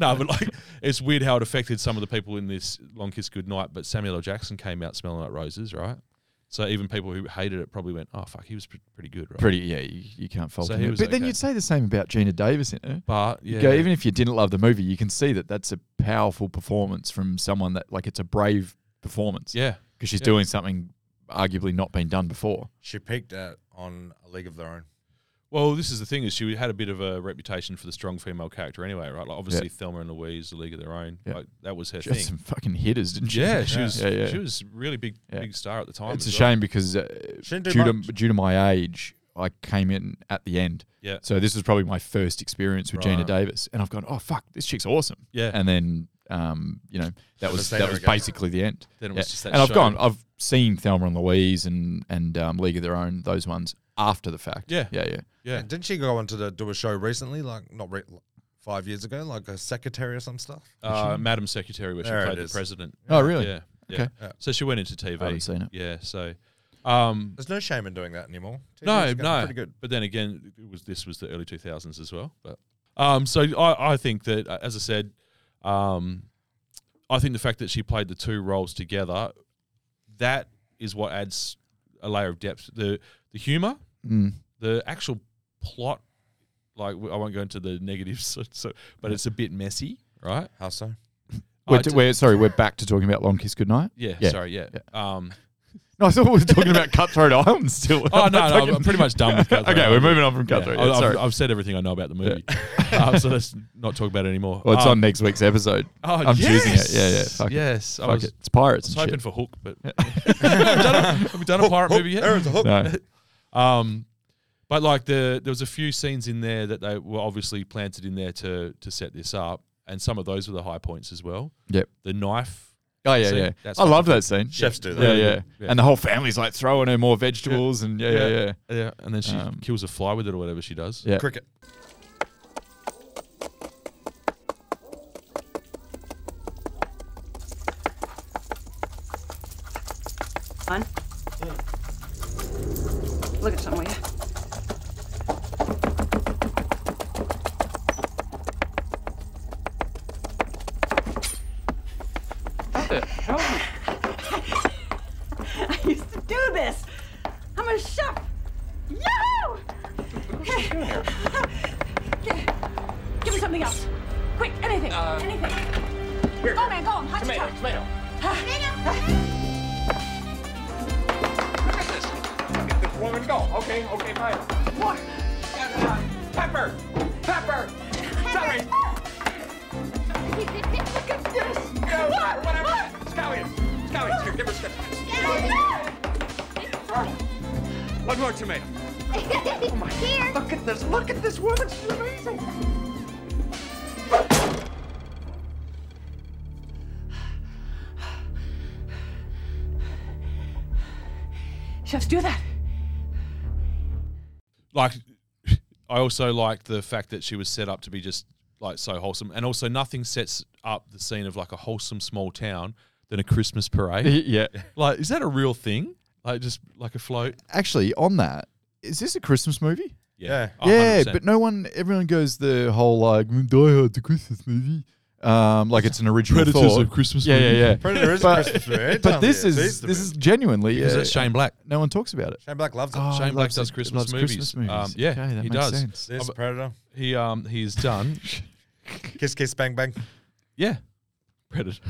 Speaker 1: no, but like it's weird how it affected some of the people in this Long Kiss Goodnight. But Samuel L. Jackson came out smelling like roses, right? So even people who hated it probably went, "Oh fuck, he was pr- pretty good, right?"
Speaker 2: pretty yeah you, you can't fault
Speaker 1: So
Speaker 2: him
Speaker 1: he
Speaker 2: there.
Speaker 1: was
Speaker 2: but then
Speaker 1: okay.
Speaker 2: you'd say the same about Gina Davis in it
Speaker 1: But yeah,
Speaker 2: You go, even if you didn't love the movie you can see that that's a powerful performance from someone that like it's a brave performance
Speaker 1: yeah,
Speaker 2: because she's
Speaker 1: yeah.
Speaker 2: doing something arguably not been done before
Speaker 3: She peaked at on A League of Their Own.
Speaker 1: Well, this is the thing is she had a bit of a reputation for the strong female character anyway, right? Like obviously Thelma and Louise, The League of Their Own,
Speaker 2: Yeah.
Speaker 1: like that was her
Speaker 2: she had
Speaker 1: thing.
Speaker 2: some fucking hitters didn't she
Speaker 1: Yeah, she was
Speaker 2: Yeah, yeah.
Speaker 1: she was really big
Speaker 2: Yeah.
Speaker 1: big star at the time.
Speaker 2: it's a
Speaker 1: as well.
Speaker 2: shame because uh,
Speaker 3: She didn't do
Speaker 2: due to,
Speaker 3: much.
Speaker 2: due to my age I came in at the end
Speaker 1: Yeah.
Speaker 2: so this was probably my first experience with Gina
Speaker 1: Right.
Speaker 2: Davis and I've gone oh fuck this chick's awesome
Speaker 1: Yeah.
Speaker 2: and then um, you know that was
Speaker 3: seen
Speaker 2: that
Speaker 3: her
Speaker 2: was
Speaker 3: again.
Speaker 2: basically the end
Speaker 1: Then it
Speaker 2: Yeah.
Speaker 1: was just that
Speaker 2: and I've
Speaker 1: show.
Speaker 2: gone. I've seen Thelma and Louise and and um, League of Their Own, those ones after the fact.
Speaker 1: Yeah.
Speaker 2: yeah, yeah.
Speaker 1: Yeah.
Speaker 3: And didn't she go on to the, do a show recently, like not re- five years ago, like a secretary or some stuff?
Speaker 1: Uh, Madam Secretary, where she
Speaker 3: There it
Speaker 1: played the
Speaker 3: is.
Speaker 1: president.
Speaker 2: Oh, really?
Speaker 1: Yeah. yeah.
Speaker 2: Okay.
Speaker 3: Yeah.
Speaker 1: So she went into TV.
Speaker 2: I haven't seen it.
Speaker 1: Yeah. So, um,
Speaker 3: There's no shame in doing that anymore. Two
Speaker 1: no,
Speaker 3: years ago,
Speaker 1: no.
Speaker 3: Pretty good.
Speaker 1: But then again, it was this was the early two thousands as well. But um, so I, I think that uh, as I said, um, I think the fact that she played the two roles together, that is what adds a layer of depth. The the humor,
Speaker 2: Mm.
Speaker 1: the actual plot. Like I won't go into the negatives, *laughs* so, so, but it's a bit messy, right?
Speaker 3: How so?
Speaker 2: We're,
Speaker 1: I d-
Speaker 2: we're- sorry, we're back to talking about Long Kiss Goodnight.
Speaker 1: yeah,
Speaker 2: Yeah.
Speaker 1: sorry, yeah. Um,
Speaker 2: No, I thought we were talking about Cutthroat Island still.
Speaker 1: Oh
Speaker 2: I'm
Speaker 1: no,
Speaker 2: *laughs* not
Speaker 1: no,
Speaker 2: talking-
Speaker 1: I'm pretty much done with Cutthroat.
Speaker 2: okay, we're
Speaker 1: Island.
Speaker 2: moving on from
Speaker 1: Yeah,
Speaker 2: Cutthroat.
Speaker 1: I-
Speaker 2: Yeah,
Speaker 1: I've,
Speaker 2: sorry.
Speaker 1: I've said everything I know about the movie, *laughs* um, so let's not talk about it anymore.
Speaker 2: well, it's
Speaker 1: Um,
Speaker 2: on next week's episode.
Speaker 1: Oh,
Speaker 2: I'm choosing it. Yeah, yeah.
Speaker 1: yes,
Speaker 2: Fuck it.
Speaker 1: yes, I
Speaker 2: Fuck
Speaker 1: was,
Speaker 2: it. It's pirates.
Speaker 1: I was
Speaker 2: and
Speaker 1: hoping
Speaker 2: shit.
Speaker 1: for Hook, but *laughs* have we done a pirate movie
Speaker 3: There
Speaker 1: yet?
Speaker 3: is a hook.
Speaker 2: No.
Speaker 1: Um, but like the there was a few scenes in there that they were obviously planted in there to to set this up, and some of those were the high points as well.
Speaker 2: Yep.
Speaker 1: The knife,
Speaker 2: Oh *laughs* yeah,
Speaker 1: See,
Speaker 2: yeah.
Speaker 1: that's
Speaker 2: I
Speaker 1: what-
Speaker 2: love that scene.
Speaker 3: Chefs do that.
Speaker 2: Yeah, yeah,
Speaker 1: Yeah.
Speaker 2: And the whole family's like throwing her more vegetables, and yeah, yeah, yeah.
Speaker 1: yeah, and then she
Speaker 2: Um,
Speaker 1: kills a fly with it or whatever she does.
Speaker 2: Yeah.
Speaker 3: Cricket.
Speaker 5: Fun. Look at something, will you?
Speaker 11: *laughs* I used to do this. I'm a chef. Yahoo! *laughs* Okay, Give me something else. Quick, anything, anything. Go, man, go on. Hot Uh, tomato, tomato.
Speaker 8: Woman, go. Okay, okay, fine. What? Pepper! Pepper! Sorry!
Speaker 11: Look at this.
Speaker 8: No,
Speaker 11: What?
Speaker 8: whatever.
Speaker 11: What?
Speaker 8: Scallions. Scallions. Here, give her some. One more tomato. Look at this. Look at this woman. She's amazing.
Speaker 11: Chefs do that.
Speaker 1: like I also liked the fact that she was set up to be just like so wholesome, and also nothing sets up the scene of like a wholesome small town than a Christmas parade.
Speaker 2: yeah. *laughs*
Speaker 1: like, is that a real thing? Like, just like a float?
Speaker 2: Actually, on that, is this a Christmas movie?
Speaker 3: Yeah.
Speaker 1: a
Speaker 2: Yeah,
Speaker 1: hundred percent.
Speaker 2: but no one, everyone goes the whole like "Mm, Die Hard, the Christmas movie, um, like it's an original
Speaker 1: Predators
Speaker 2: thought.
Speaker 1: of Christmas
Speaker 2: Yeah, yeah,
Speaker 1: movie.
Speaker 2: yeah.
Speaker 3: Predator is a
Speaker 2: But-
Speaker 3: Christmas movie. It's
Speaker 2: But
Speaker 3: on
Speaker 2: this
Speaker 3: there.
Speaker 2: is
Speaker 3: It the
Speaker 2: this is
Speaker 3: movie.
Speaker 2: genuinely
Speaker 1: Is
Speaker 2: yeah,
Speaker 1: it Shane Black?
Speaker 2: No one talks about it.
Speaker 3: Shane Black loves it.
Speaker 2: Oh,
Speaker 1: Shane Black
Speaker 2: loves
Speaker 1: does
Speaker 2: it-
Speaker 1: Christmas
Speaker 2: loves
Speaker 1: movies.
Speaker 2: Christmas movies.
Speaker 1: Um, yeah,
Speaker 2: Okay, that
Speaker 1: he
Speaker 2: makes
Speaker 1: does.
Speaker 2: sense.
Speaker 3: This Predator.
Speaker 1: He um he's
Speaker 2: *laughs*
Speaker 1: done.
Speaker 3: Kiss, kiss, bang, bang.
Speaker 1: yeah, Predator.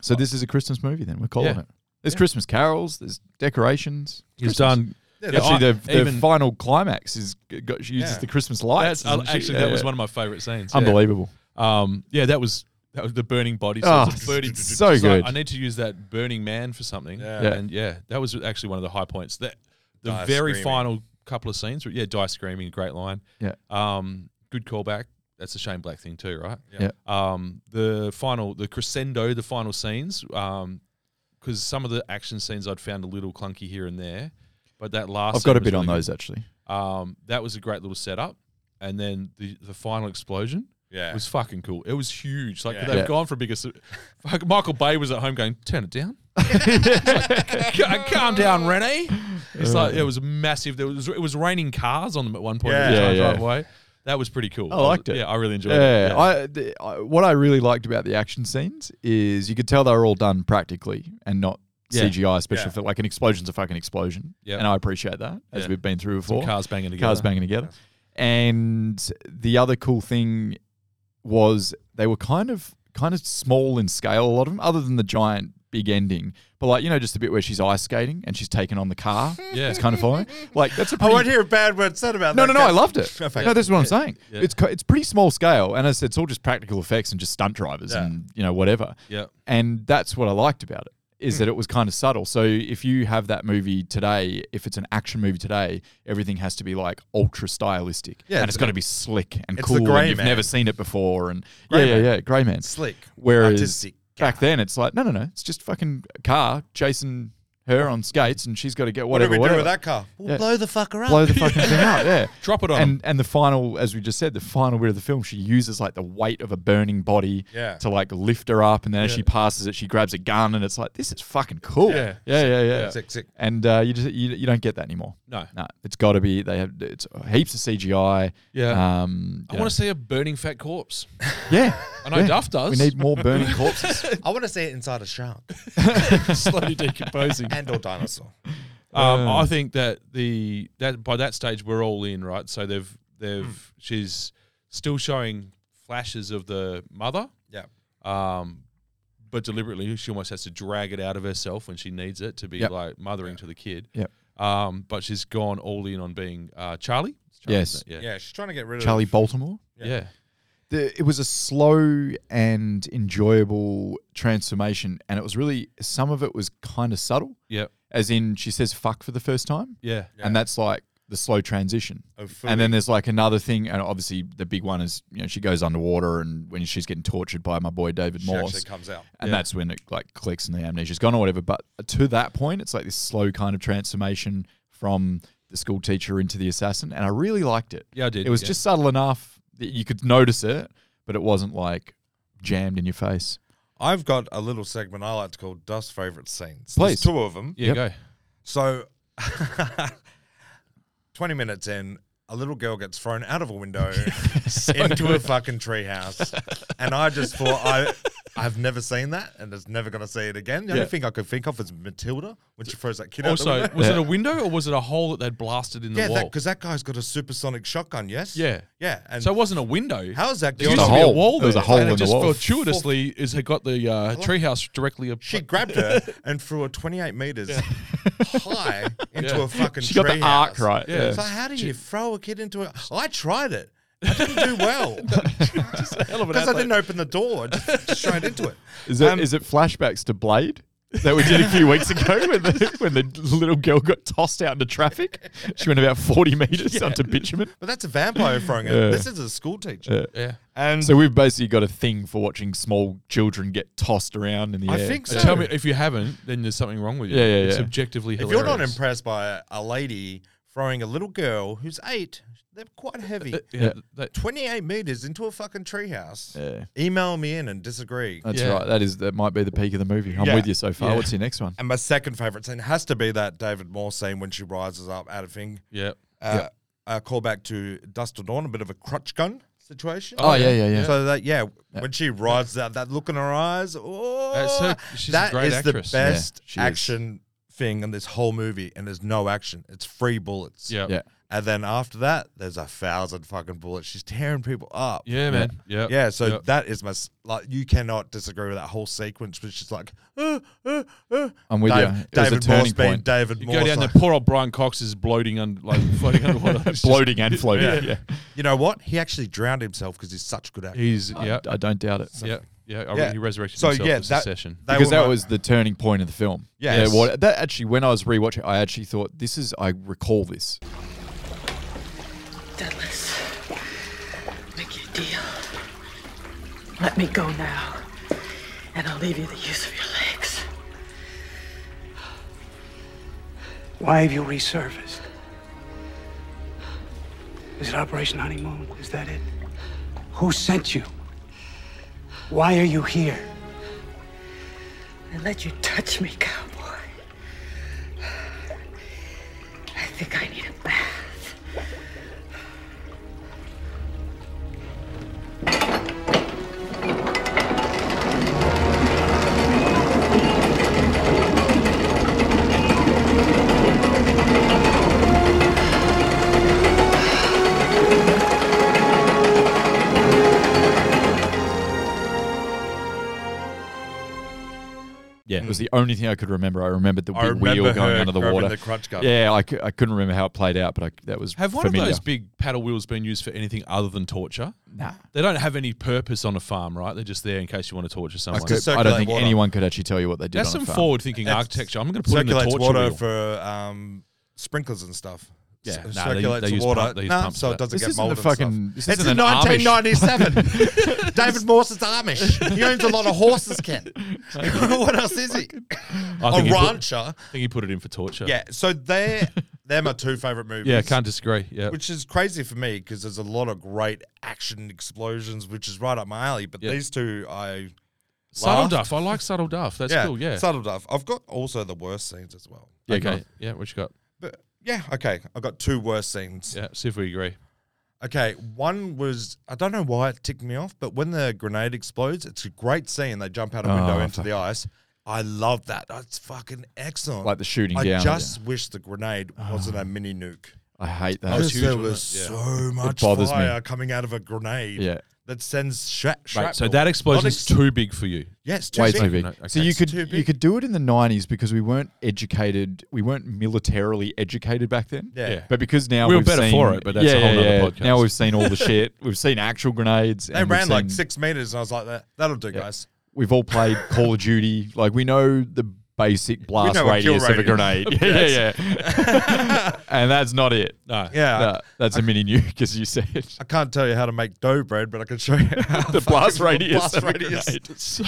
Speaker 2: So this is a Christmas movie. Then we're calling
Speaker 1: Yeah.
Speaker 2: it. There's Christmas carols. There's decorations.
Speaker 1: He's
Speaker 2: Christmas.
Speaker 1: done.
Speaker 3: Yeah,
Speaker 1: Yeah,
Speaker 2: Actually,
Speaker 1: I-
Speaker 2: the, the
Speaker 1: even-
Speaker 2: final climax is g- got, she uses
Speaker 3: Yeah.
Speaker 2: the Christmas lights.
Speaker 1: that's, uh,
Speaker 2: and shit.
Speaker 1: actually
Speaker 2: Yeah,
Speaker 1: that was
Speaker 2: yeah.
Speaker 1: one of my favorite scenes. yeah.
Speaker 2: unbelievable.
Speaker 1: Um, yeah, that was that was the burning body.
Speaker 2: Oh,
Speaker 1: it's a burning-
Speaker 2: so
Speaker 1: it's like,
Speaker 2: good.
Speaker 1: I need to use that burning man for something.
Speaker 3: Yeah.
Speaker 2: Yeah.
Speaker 1: and yeah, that was actually one of the high points. That the
Speaker 3: Die
Speaker 1: very
Speaker 3: screaming.
Speaker 1: final couple of scenes. were- Yeah, die screaming, great line.
Speaker 2: Yeah.
Speaker 1: Um, good callback. That's a Shane Black thing too, right?
Speaker 2: Yeah.
Speaker 1: Um, the final, the crescendo, the final scenes. Um, because some of the action scenes I'd found a little clunky here and there, but that last
Speaker 2: I've
Speaker 1: scene
Speaker 2: got a
Speaker 1: was
Speaker 2: bit on
Speaker 1: really good.
Speaker 2: those actually.
Speaker 1: Um, that was a great little setup, and then the the final explosion.
Speaker 3: Yeah.
Speaker 1: was fucking cool. It was huge. Like
Speaker 3: Yeah.
Speaker 1: they've
Speaker 3: Yeah.
Speaker 1: gone for bigger. su- Fuck, Michael Bay was at home going, "Turn it
Speaker 2: *laughs*
Speaker 1: down." It's like, "C- Calm down, Rennie. It's like it was massive. There was it was raining cars on them at one point.
Speaker 2: Yeah.
Speaker 1: in the
Speaker 2: Yeah,
Speaker 1: car
Speaker 2: yeah.
Speaker 1: driveway. That was pretty cool.
Speaker 2: I liked
Speaker 1: was-
Speaker 2: it.
Speaker 1: Yeah, I really enjoyed
Speaker 2: yeah,
Speaker 1: it. Yeah.
Speaker 2: I, the, I, what I really liked about the action scenes is you could tell they were all done practically and not
Speaker 1: Yeah.
Speaker 2: CGI, especially
Speaker 1: Yeah.
Speaker 2: for like an explosion's a fucking explosion.
Speaker 1: Yep.
Speaker 2: And I appreciate that, as
Speaker 1: Yeah.
Speaker 2: we've been through
Speaker 1: Some
Speaker 2: before.
Speaker 1: cars banging
Speaker 2: Cars
Speaker 1: together.
Speaker 2: banging together. And the other cool thing was they were kind of kind of small in scale, a lot of them, other than the giant big ending. But like, you know, just the bit where she's ice skating and she's taking on the car.
Speaker 3: Yeah.
Speaker 2: It's kind of following. Like that's a
Speaker 3: I
Speaker 2: pretty
Speaker 3: won't hear a bad word said about
Speaker 2: no,
Speaker 3: that.
Speaker 2: no, no. I
Speaker 3: guy.
Speaker 2: loved it.
Speaker 3: *laughs* Yeah, thank
Speaker 2: No,
Speaker 3: you.
Speaker 2: this is what I'm saying.
Speaker 3: Yeah.
Speaker 2: It's co- it's pretty small scale, and it's, it's all just practical effects and just stunt drivers
Speaker 3: Yeah.
Speaker 2: and you know whatever.
Speaker 1: Yeah.
Speaker 2: And that's what I liked about it is
Speaker 3: Hmm.
Speaker 2: that it was kind of subtle. So if you have that movie today, if it's an action movie today, everything has to be like ultra stylistic.
Speaker 3: Yeah,
Speaker 2: and it's
Speaker 3: it's
Speaker 2: got
Speaker 3: the-
Speaker 2: to be slick and
Speaker 3: it's the
Speaker 2: cool. and
Speaker 3: Grey
Speaker 2: you've
Speaker 3: Man.
Speaker 2: never seen it before, and
Speaker 3: Grey
Speaker 2: yeah, yeah,
Speaker 3: Man.
Speaker 2: yeah, Grey Man,
Speaker 3: Slick,
Speaker 2: Whereas
Speaker 3: artistic
Speaker 2: back then, it's like no, no, no. It's just fucking a car chasing her on skates, and she's got to get
Speaker 3: What do
Speaker 2: whatever.
Speaker 3: we do
Speaker 2: whatever.
Speaker 3: with that car? We'll
Speaker 2: Yeah.
Speaker 3: blow the fucker up.
Speaker 2: Blow *laughs* the fucking thing out, yeah.
Speaker 1: Drop it on
Speaker 2: And and the final, as we just said, the final bit of the film, she uses like the weight of a burning body
Speaker 3: Yeah.
Speaker 2: to like lift her up, and then as
Speaker 1: Yeah.
Speaker 2: she passes it, she grabs a gun, and it's like this is fucking cool.
Speaker 1: Yeah.
Speaker 2: yeah, yeah, yeah.
Speaker 3: Sick, sick.
Speaker 2: And uh, you just you, you don't get that anymore.
Speaker 1: No.
Speaker 2: no, it's got to be they have it's heaps of CGI.
Speaker 1: Yeah.
Speaker 2: um,
Speaker 1: I want to see a burning fat corpse.
Speaker 2: to. Yeah,
Speaker 1: I know
Speaker 2: yeah.
Speaker 1: Duff does.
Speaker 2: *laughs* We need more burning corpses.
Speaker 3: I want to see it inside a shark
Speaker 1: *laughs* Slowly decomposing.
Speaker 3: and
Speaker 2: *laughs*
Speaker 3: or dinosaur.
Speaker 1: Um, I think that the that by that stage we're all in, right? So they've they've
Speaker 2: Hmm.
Speaker 1: she's still showing flashes of the mother,
Speaker 3: Yeah.
Speaker 1: um, but deliberately she almost has to drag it out of herself when she needs it to be
Speaker 2: Yep.
Speaker 1: like mothering to the kid.
Speaker 2: Yep.
Speaker 1: Um, but she's gone all in on being uh, Charlie. It's Charlie,
Speaker 2: Yes.
Speaker 1: isn't it?
Speaker 3: Yeah, she's trying to get rid
Speaker 2: Charlie
Speaker 3: of
Speaker 2: Baltimore.
Speaker 1: Yeah.
Speaker 3: Yeah.
Speaker 1: yeah.
Speaker 2: the, it was a slow and enjoyable transformation, and it was really some of it was kind of subtle.
Speaker 1: Yep.
Speaker 2: As in, she says "fuck" for the first time,
Speaker 1: Yeah.
Speaker 2: and that's like the slow transition.
Speaker 3: Oh, fully.
Speaker 2: and then there's like another thing, and obviously the big one is you know she goes underwater, and when she's getting tortured by my boy David
Speaker 3: She
Speaker 2: Morse,
Speaker 3: actually comes out.
Speaker 2: and
Speaker 1: Yeah.
Speaker 2: that's when it like clicks and the amnesia's gone or whatever. But to that point, it's like this slow kind of transformation from the school teacher into the assassin, and I really liked it.
Speaker 1: Yeah, I did,
Speaker 2: It was
Speaker 1: yeah.
Speaker 2: just subtle enough that you could notice it, but it wasn't like jammed in your face.
Speaker 3: I've got a little segment I like to call Dust favorite scenes.
Speaker 2: Please.
Speaker 3: There's two of them.
Speaker 1: Yeah,
Speaker 2: Yep.
Speaker 1: go.
Speaker 3: So, *laughs* 20 minutes in, a little girl gets thrown out of
Speaker 1: *laughs*
Speaker 3: a window into a fucking treehouse. and I just thought, I, I've never seen that and it's never going to see it again. The
Speaker 1: Yeah.
Speaker 3: only thing I could think of is Matilda when she throws that kid out
Speaker 1: Also,
Speaker 3: the window.
Speaker 1: was it a window or was it a hole that they'd blasted in
Speaker 3: Yeah,
Speaker 1: the wall?
Speaker 3: because that, guy's got a supersonic shotgun, yes?
Speaker 1: Yeah.
Speaker 3: Yeah. And
Speaker 1: so it wasn't a window.
Speaker 3: How is that
Speaker 1: There
Speaker 3: girl-
Speaker 1: used
Speaker 2: It was
Speaker 1: to
Speaker 2: a
Speaker 1: be a
Speaker 2: hole.
Speaker 1: wall
Speaker 2: There was a hole
Speaker 1: and it
Speaker 2: in the
Speaker 1: just
Speaker 2: wall.
Speaker 1: fortuitously is it got the uh, treehouse directly. Up,
Speaker 3: she
Speaker 1: *laughs*
Speaker 3: grabbed her and threw her 28 meters high into
Speaker 1: Yeah.
Speaker 3: a fucking
Speaker 2: She got the
Speaker 3: treehouse.
Speaker 2: arc right, yeah.
Speaker 3: So how do you throw a kid into it? I tried it. I didn't
Speaker 1: *laughs*
Speaker 3: do
Speaker 1: hell
Speaker 3: well
Speaker 1: of an
Speaker 3: *laughs* because I
Speaker 1: athlete.
Speaker 3: didn't open the door. I just just straight into it.
Speaker 2: Is it
Speaker 3: Um,
Speaker 2: is it flashbacks to Blade? That we did a few weeks
Speaker 3: *laughs*
Speaker 2: ago when the, when the little girl got tossed out into traffic. She went about 40 meters onto bitumen.
Speaker 3: But that's a vampire throwing it.
Speaker 2: Yeah.
Speaker 3: This is a school teacher.
Speaker 1: Yeah.
Speaker 3: And
Speaker 2: So we've basically got a thing for watching small children get tossed around in the
Speaker 3: I
Speaker 2: air. Uh,
Speaker 3: think so.
Speaker 1: And tell me if you haven't, then there's something wrong with you.
Speaker 2: Yeah, yeah,
Speaker 1: It's
Speaker 2: yeah.
Speaker 1: objectively
Speaker 3: if
Speaker 1: hilarious.
Speaker 3: you're not impressed by a, a lady throwing a little girl who's eight, they're quite
Speaker 2: Uh,
Speaker 3: heavy.
Speaker 1: yeah,
Speaker 2: Yeah.
Speaker 1: that-
Speaker 3: 28 meters into a fucking treehouse.
Speaker 2: Yeah.
Speaker 3: Email me in and disagree.
Speaker 2: That's
Speaker 1: Yeah.
Speaker 2: right. That is that might be the peak of the movie. I'm
Speaker 3: Yeah.
Speaker 2: with you so far.
Speaker 1: Yeah.
Speaker 2: What's your next one?
Speaker 3: And my second favorite scene has to be that David Moore scene when she rises up out of thing.
Speaker 1: yeah.
Speaker 3: Uh, A callback to Dust to Dawn, a bit of a crutch gun situation.
Speaker 2: Oh, yeah, yeah, yeah.
Speaker 3: So that yeah, when she rides that that look in her eyes, oh,
Speaker 1: That's her- Uh, she's a
Speaker 3: that
Speaker 1: great
Speaker 3: is
Speaker 1: actress.
Speaker 3: the
Speaker 1: Yeah,
Speaker 3: best
Speaker 2: she is.
Speaker 3: action thing in this whole movie, and there's no action. It's free bullets.
Speaker 1: Yeah.
Speaker 2: Yeah.
Speaker 3: And then after that, there's a thousand fucking bullets. She's tearing people up.
Speaker 1: Yeah, man. Yeah.
Speaker 3: Yeah, so
Speaker 1: Yeah.
Speaker 3: that is my s- like. You cannot disagree with that whole sequence, which is like, uh, uh, uh.
Speaker 2: I'm with
Speaker 3: Dave-
Speaker 2: you. It was a
Speaker 3: David
Speaker 2: turning
Speaker 3: Morse being
Speaker 2: point. *laughs*
Speaker 3: David
Speaker 1: You
Speaker 3: Morse.
Speaker 1: go down there,
Speaker 3: like,
Speaker 1: poor old Brian Cox is bloating and like *laughs* floating underwater. It's just-
Speaker 2: *laughs* Bloating and floating.
Speaker 1: Yeah.
Speaker 2: Yeah.
Speaker 3: you know what? He actually drowned himself because he's such good actor.
Speaker 1: He's yeah.
Speaker 2: I, I don't doubt it.
Speaker 1: yeah. Yeah. I
Speaker 3: Yeah.
Speaker 1: He resurrected
Speaker 3: So,
Speaker 1: himself
Speaker 3: yeah,
Speaker 1: as
Speaker 3: that-
Speaker 1: a session.
Speaker 3: They
Speaker 2: because
Speaker 3: were
Speaker 2: that
Speaker 3: my-
Speaker 2: was the turning point of the film.
Speaker 3: Yes.
Speaker 2: Yeah, what, that actually, when I was rewatching, I actually thought this is. I recall this.
Speaker 5: Douglas, make your deal. Let me go now, and I'll leave you the use of your legs.
Speaker 7: Why have you resurfaced?
Speaker 12: Is it Operation Honeymoon? Is that it? Who sent you? Why are you here?
Speaker 5: I let you touch me, cowboy. I think I need a bath.
Speaker 2: Yeah, it was the only thing I could remember. I remembered the
Speaker 3: I
Speaker 2: big wheel
Speaker 3: remember
Speaker 2: going
Speaker 3: her
Speaker 2: under the
Speaker 3: grabbing
Speaker 2: water.
Speaker 3: the crutch guy.
Speaker 2: Yeah, I, cou- I couldn't remember how it played out, but I, that was
Speaker 1: Have one
Speaker 2: familiar.
Speaker 1: of those big paddle wheels been used for anything other than torture?
Speaker 2: Nah.
Speaker 1: They don't have any purpose on a farm, right? They're just there in case you want to torture someone.
Speaker 2: I, could- I don't think anyone could actually tell you what they did.
Speaker 1: That's
Speaker 2: on a
Speaker 1: some
Speaker 2: farm.
Speaker 1: forward-thinking
Speaker 3: It's-
Speaker 1: architecture. I'm going to put in the
Speaker 3: circulates
Speaker 1: torture
Speaker 3: water
Speaker 1: wheel.
Speaker 3: for um, sprinklers and stuff.
Speaker 1: Yeah,
Speaker 3: S-
Speaker 1: nah, they-
Speaker 3: circulates
Speaker 1: they
Speaker 3: the
Speaker 1: use
Speaker 3: water.
Speaker 1: pump- they use
Speaker 3: Nah,
Speaker 1: pumps
Speaker 3: so
Speaker 1: for
Speaker 3: it
Speaker 1: that.
Speaker 3: doesn't
Speaker 1: This
Speaker 3: get
Speaker 1: isn't a
Speaker 3: mold.
Speaker 1: fucking-
Speaker 3: and
Speaker 1: this
Speaker 3: stuff. It's
Speaker 1: isn't
Speaker 3: in
Speaker 1: an Amish- *laughs*
Speaker 3: 1997. David Morse is Amish. He owns a lot of horses, Ken. *laughs* what else is he?
Speaker 1: I think
Speaker 3: a
Speaker 1: he put-
Speaker 3: rancher.
Speaker 1: I think he put it in for torture.
Speaker 3: Yeah, so they're they're my two favorite movies.
Speaker 1: Yeah, can't disagree. Yeah.
Speaker 3: which is crazy for me because there's a lot of great action explosions, which is right up my alley. But
Speaker 1: Yeah.
Speaker 3: these two, I
Speaker 1: Subtle
Speaker 3: laughed.
Speaker 1: Duff. I like Subtle Duff. That's
Speaker 3: yeah,
Speaker 1: cool. Yeah.
Speaker 3: subtle duff. I've got also the worst scenes as well.
Speaker 1: Yeah,
Speaker 3: Okay.
Speaker 1: okay. Yeah, what you got?
Speaker 3: But yeah, okay. I've got two worst scenes.
Speaker 1: Yeah, see if we agree.
Speaker 3: Okay, one was I don't know why it ticked me off, but when the grenade explodes, it's a great scene. They jump out a window
Speaker 2: Oh,
Speaker 3: into the ice. I love that. That's fucking excellent.
Speaker 2: Like the shooting
Speaker 3: I
Speaker 2: down,
Speaker 3: just wish the grenade wasn't
Speaker 1: Ah.
Speaker 3: a mini nuke.
Speaker 2: I hate that.
Speaker 3: That was there was so much
Speaker 2: it bothers
Speaker 3: fire
Speaker 2: me.
Speaker 3: coming out of a grenade.
Speaker 2: Yeah.
Speaker 3: That sends shrap.
Speaker 1: Right, so that explosion is too big for you.
Speaker 3: Yes, too
Speaker 2: Way
Speaker 3: big.
Speaker 2: too big.
Speaker 3: No, okay.
Speaker 2: So you
Speaker 3: It's
Speaker 2: could
Speaker 3: too big.
Speaker 2: you could do it in the nineties because we weren't educated, we weren't militarily educated back then.
Speaker 1: Yeah. Yeah.
Speaker 2: But because now
Speaker 1: We were
Speaker 2: we've
Speaker 1: better
Speaker 2: seen-
Speaker 1: for it, but that's
Speaker 2: yeah,
Speaker 1: a whole
Speaker 2: yeah,
Speaker 1: nother
Speaker 2: yeah.
Speaker 1: podcast.
Speaker 2: Now we've seen all the shit. We've seen actual grenades.
Speaker 3: They
Speaker 2: and we've
Speaker 3: ran like
Speaker 2: seen-
Speaker 3: six meters, and I was like, that, "That'll do, guys."
Speaker 2: We've all played Call of Duty. Like we know the basic blast
Speaker 3: know a kill
Speaker 2: radius of a
Speaker 3: radius.
Speaker 2: grenade.
Speaker 3: *laughs*
Speaker 2: yeah, yeah, yeah. and that's not it.
Speaker 1: No.
Speaker 3: Yeah.
Speaker 2: No, that's a mini nuke, as you said.
Speaker 3: I can't tell you how to make dough bread, but I can show
Speaker 2: *laughs*
Speaker 3: you how
Speaker 2: The blast
Speaker 3: fucking-
Speaker 2: radius of a
Speaker 3: *laughs*
Speaker 2: grenade.
Speaker 1: So,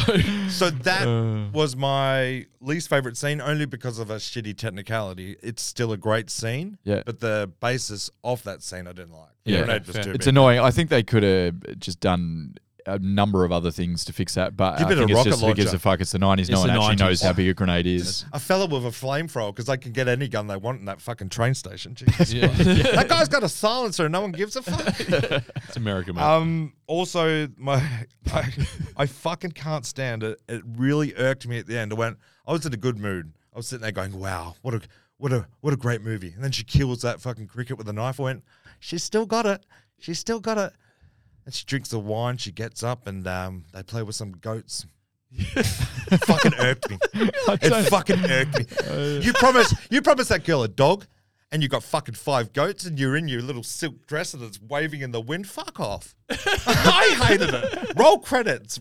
Speaker 3: so that
Speaker 2: Uh.
Speaker 3: was my least favorite scene, only because of a shitty technicality. It's still a great scene,
Speaker 2: Yeah.
Speaker 3: But the basis of that scene I didn't like. The
Speaker 2: Yeah,
Speaker 3: grenade was too
Speaker 2: it's
Speaker 3: big.
Speaker 2: annoying. I think they could have just done a number of other things to fix that, but
Speaker 3: Give
Speaker 2: I
Speaker 3: it a
Speaker 2: think it's
Speaker 3: rocket
Speaker 2: just who gives
Speaker 3: launcher.
Speaker 2: a fuck. It's the nineties.
Speaker 1: It's
Speaker 2: No one
Speaker 1: the
Speaker 2: actually
Speaker 1: 90s.
Speaker 2: knows how big a grenade is.
Speaker 3: A fella with a flamethrower because they can get any gun they want in that fucking train station.
Speaker 1: *laughs*
Speaker 3: Jesus
Speaker 1: Yeah.
Speaker 3: Christ. that guy's got a silencer and no one gives a fuck.
Speaker 1: It's America, man.
Speaker 3: um, also, my *laughs* I, I fucking can't stand it. It really irked me at the end. I went, I was in a good mood. I was sitting there going, "Wow, what a what a what a great movie!" And then she kills that fucking cricket with a knife. I went, "She's still got it. She's still got it." And she drinks the wine. She gets up and um, they play with some goats. fucking irked me. It fucking irked me. You promised you promised that girl a dog, and you got fucking five goats, and you're in your little silk dresser that's waving in the wind. Fuck off. I hated it. Roll credits.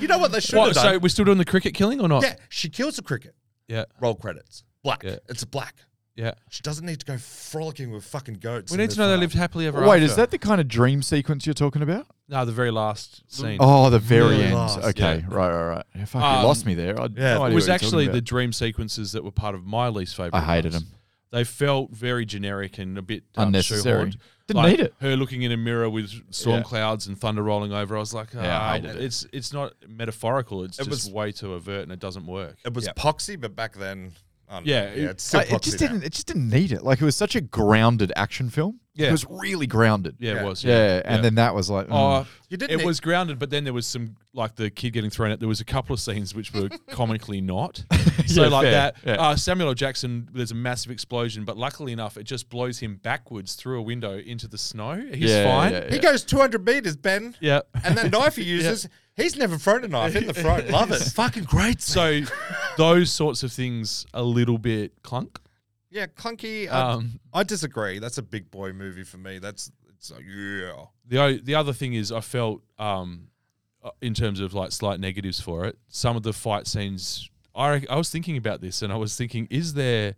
Speaker 3: You know what they should
Speaker 1: What,
Speaker 3: have
Speaker 1: so
Speaker 3: done?
Speaker 1: we're still doing the cricket killing or not?
Speaker 3: yeah, she kills a cricket.
Speaker 1: Yeah.
Speaker 3: Roll credits. Black.
Speaker 1: Yeah.
Speaker 3: It's a black.
Speaker 1: Yeah.
Speaker 3: She doesn't need to go frolicking with fucking goats.
Speaker 1: We
Speaker 3: in
Speaker 1: need to
Speaker 3: the
Speaker 1: know they
Speaker 3: farm.
Speaker 1: lived happily ever after.
Speaker 2: Wait, is that the kind of dream sequence you're talking about?
Speaker 1: No, the very last scene.
Speaker 2: Oh, the very
Speaker 3: Really
Speaker 2: end.
Speaker 3: last,
Speaker 2: okay,
Speaker 1: yeah.
Speaker 2: right, right, right. Yeah, fuck,
Speaker 1: Um,
Speaker 2: you lost me there. I,
Speaker 3: yeah,
Speaker 2: no idea
Speaker 1: it was
Speaker 2: what you're
Speaker 1: actually
Speaker 2: talking
Speaker 1: the
Speaker 2: about.
Speaker 1: dream sequences that were part of my least favorite.
Speaker 2: I hated
Speaker 1: ones.
Speaker 2: them.
Speaker 1: They felt very generic and a bit um,
Speaker 2: Unnecessary.
Speaker 1: shoehorned.
Speaker 2: Didn't need it.
Speaker 1: Her looking in a mirror with storm
Speaker 2: Yeah.
Speaker 1: clouds and thunder rolling over. I was like,
Speaker 2: Yeah, I
Speaker 1: ah,
Speaker 2: hated it.
Speaker 1: it's it's not metaphorical. It's just
Speaker 3: It was-
Speaker 1: way too overt and it doesn't work.
Speaker 3: It was
Speaker 1: Yeah.
Speaker 3: poxy, but back then. I don't know.
Speaker 1: Yeah,
Speaker 3: yeah,
Speaker 1: it-
Speaker 3: it's still
Speaker 2: I-
Speaker 3: poxy.
Speaker 2: it just
Speaker 3: now.
Speaker 2: didn't. It just didn't need it. Like it was such a grounded action film.
Speaker 1: Yeah.
Speaker 2: it was really grounded.
Speaker 1: Yeah, it was.
Speaker 2: yeah.
Speaker 1: Yeah,
Speaker 2: and then that was like,
Speaker 1: Oh,
Speaker 2: mm.
Speaker 3: You didn't e-
Speaker 1: It
Speaker 3: need-
Speaker 1: was grounded, but then there was some like the kid getting thrown out. There was a couple of scenes which
Speaker 3: *laughs*
Speaker 1: were comically not. So
Speaker 2: *laughs* Yeah,
Speaker 1: like
Speaker 2: fair,
Speaker 1: that,
Speaker 2: yeah.
Speaker 1: uh, Samuel L. Jackson. There's a massive explosion, but luckily enough, it just blows him backwards through a window into the snow. He's
Speaker 2: Yeah,
Speaker 1: fine.
Speaker 2: yeah,
Speaker 3: He goes 200 meters, Ben.
Speaker 1: *laughs* Yeah.
Speaker 3: And that knife he uses, he's never thrown a knife in
Speaker 1: *laughs*
Speaker 3: the throat. Love it. Fucking great. So,
Speaker 1: So those sorts of things a little bit clunk.
Speaker 3: yeah, clunky. I,
Speaker 1: Um,
Speaker 3: I disagree. That's a big boy movie for me. That's, it's like, yeah.
Speaker 1: the o- the other thing is I felt um, uh, in terms of like slight negatives for it. Some of the fight scenes, I rec- I was thinking about this and I was thinking, is there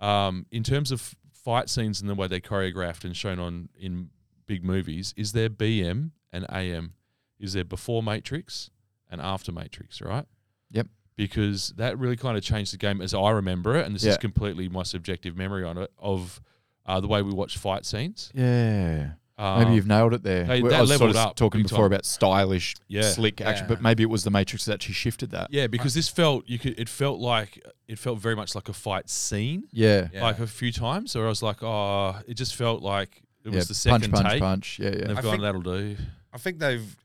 Speaker 1: um, in terms of fight scenes and the way they're choreographed and shown on in big movies, is there BM and AM? Is there before Matrix and after Matrix? Right.
Speaker 2: Yep.
Speaker 1: Because that really kind of changed the game as I remember it, and this is
Speaker 2: Yeah.
Speaker 1: completely my subjective memory on it of uh, the way we watch fight scenes
Speaker 2: mm, yeah. maybe you've nailed it there.
Speaker 1: They-
Speaker 2: We-
Speaker 1: that
Speaker 2: I was sort
Speaker 1: leveled
Speaker 2: of
Speaker 1: up
Speaker 2: talking
Speaker 1: big
Speaker 2: before
Speaker 1: time.
Speaker 2: about stylish,
Speaker 1: Yeah.
Speaker 2: slick action,
Speaker 1: Yeah.
Speaker 2: but maybe it was the Matrix that actually shifted that.
Speaker 1: Yeah, because this felt you could. It felt like it felt very much like a fight scene.
Speaker 2: Yeah. Yeah.
Speaker 1: like a few times, or I was like, oh, it just felt like it
Speaker 2: Yeah,
Speaker 1: was the
Speaker 2: punch,
Speaker 1: second
Speaker 2: punch,
Speaker 1: take.
Speaker 2: punch. Yeah, yeah.
Speaker 1: And
Speaker 2: I
Speaker 1: they've gone,
Speaker 3: think-
Speaker 1: that'll do.
Speaker 3: I think they've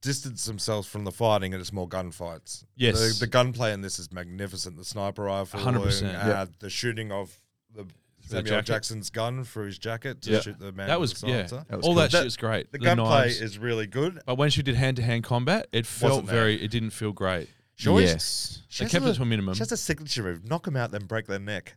Speaker 3: distanced themselves from the fighting and it's more gunfights.
Speaker 1: Yes.
Speaker 3: The, the gunplay in this is magnificent. The sniper rifle,
Speaker 1: 100%.
Speaker 3: uh,
Speaker 1: Yep.
Speaker 3: the shooting of the Samuel
Speaker 1: jacket.
Speaker 3: Jackson's gun through his jacket to
Speaker 1: Yeah.
Speaker 3: shoot the man.
Speaker 1: That
Speaker 3: with
Speaker 1: was
Speaker 3: the
Speaker 1: yeah.
Speaker 3: silencer.
Speaker 1: All that shit was great.
Speaker 3: The, gunplay
Speaker 1: knives.
Speaker 3: is really good.
Speaker 1: But when she did hand to hand combat, it felt
Speaker 3: Wasn't there.
Speaker 1: very. It didn't feel great.
Speaker 3: She always-
Speaker 1: they
Speaker 3: has
Speaker 1: kept
Speaker 3: a-
Speaker 1: it to a minimum.
Speaker 3: She has a signature move: knock them out, then break
Speaker 1: *laughs*
Speaker 3: their neck.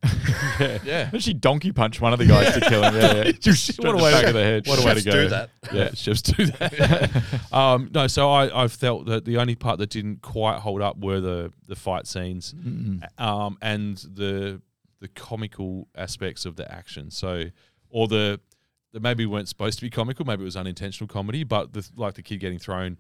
Speaker 1: yeah. yeah.
Speaker 2: Actually, donkey punched one of the guys to kill him. Yeah, yeah.
Speaker 1: Just
Speaker 2: What a
Speaker 1: in the
Speaker 2: way to-
Speaker 1: back of the head.
Speaker 2: What a way to
Speaker 1: Chefs
Speaker 2: go.
Speaker 1: do that.
Speaker 2: *laughs*
Speaker 1: Yeah, chefs do that. um, no, so I, I felt that the only part that didn't quite hold up were the the fight scenes,
Speaker 2: Mm.
Speaker 1: um, and the the comical aspects of the action. So, or the that maybe weren't supposed to be comical. Maybe it was unintentional comedy, but the, like the kid getting thrown.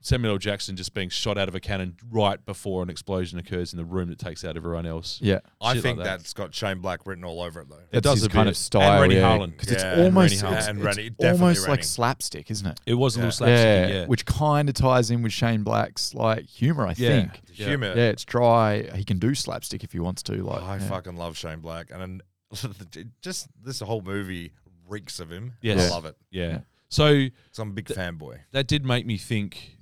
Speaker 1: Samuel L. Jackson just being shot out of a cannon right before an explosion occurs in the room that takes out everyone else.
Speaker 2: Yeah.
Speaker 3: I
Speaker 1: Shit like
Speaker 3: think
Speaker 1: that.
Speaker 3: that's got Shane Black written all over it though.
Speaker 1: It
Speaker 2: That's
Speaker 1: does
Speaker 2: his
Speaker 1: a
Speaker 2: kind
Speaker 1: bit.
Speaker 2: of style,
Speaker 1: And Rennie
Speaker 2: yeah.
Speaker 1: Harlan.
Speaker 2: 'Cause it's
Speaker 3: Yeah, and
Speaker 2: almost
Speaker 3: Rennie
Speaker 2: it's,
Speaker 3: Harlan. And
Speaker 2: it's
Speaker 3: Rennie- definitely
Speaker 2: almost like
Speaker 3: Rennie.
Speaker 2: slapstick, isn't it?
Speaker 1: It was a
Speaker 3: Yeah.
Speaker 1: little slapstick, yeah.
Speaker 2: which kind of ties in with Shane Black's like humor, I
Speaker 1: Yeah.
Speaker 2: think.
Speaker 1: Yeah.
Speaker 3: Humor.
Speaker 2: Yeah, it's dry. He can do slapstick if he wants to. Like,
Speaker 3: I
Speaker 2: yeah.
Speaker 3: fucking love Shane Black, and then *laughs* just this whole movie reeks of him.
Speaker 1: Yes.
Speaker 3: I love it.
Speaker 1: Yeah. So,
Speaker 3: So I'm a big
Speaker 1: th-
Speaker 3: fanboy.
Speaker 1: That did make me think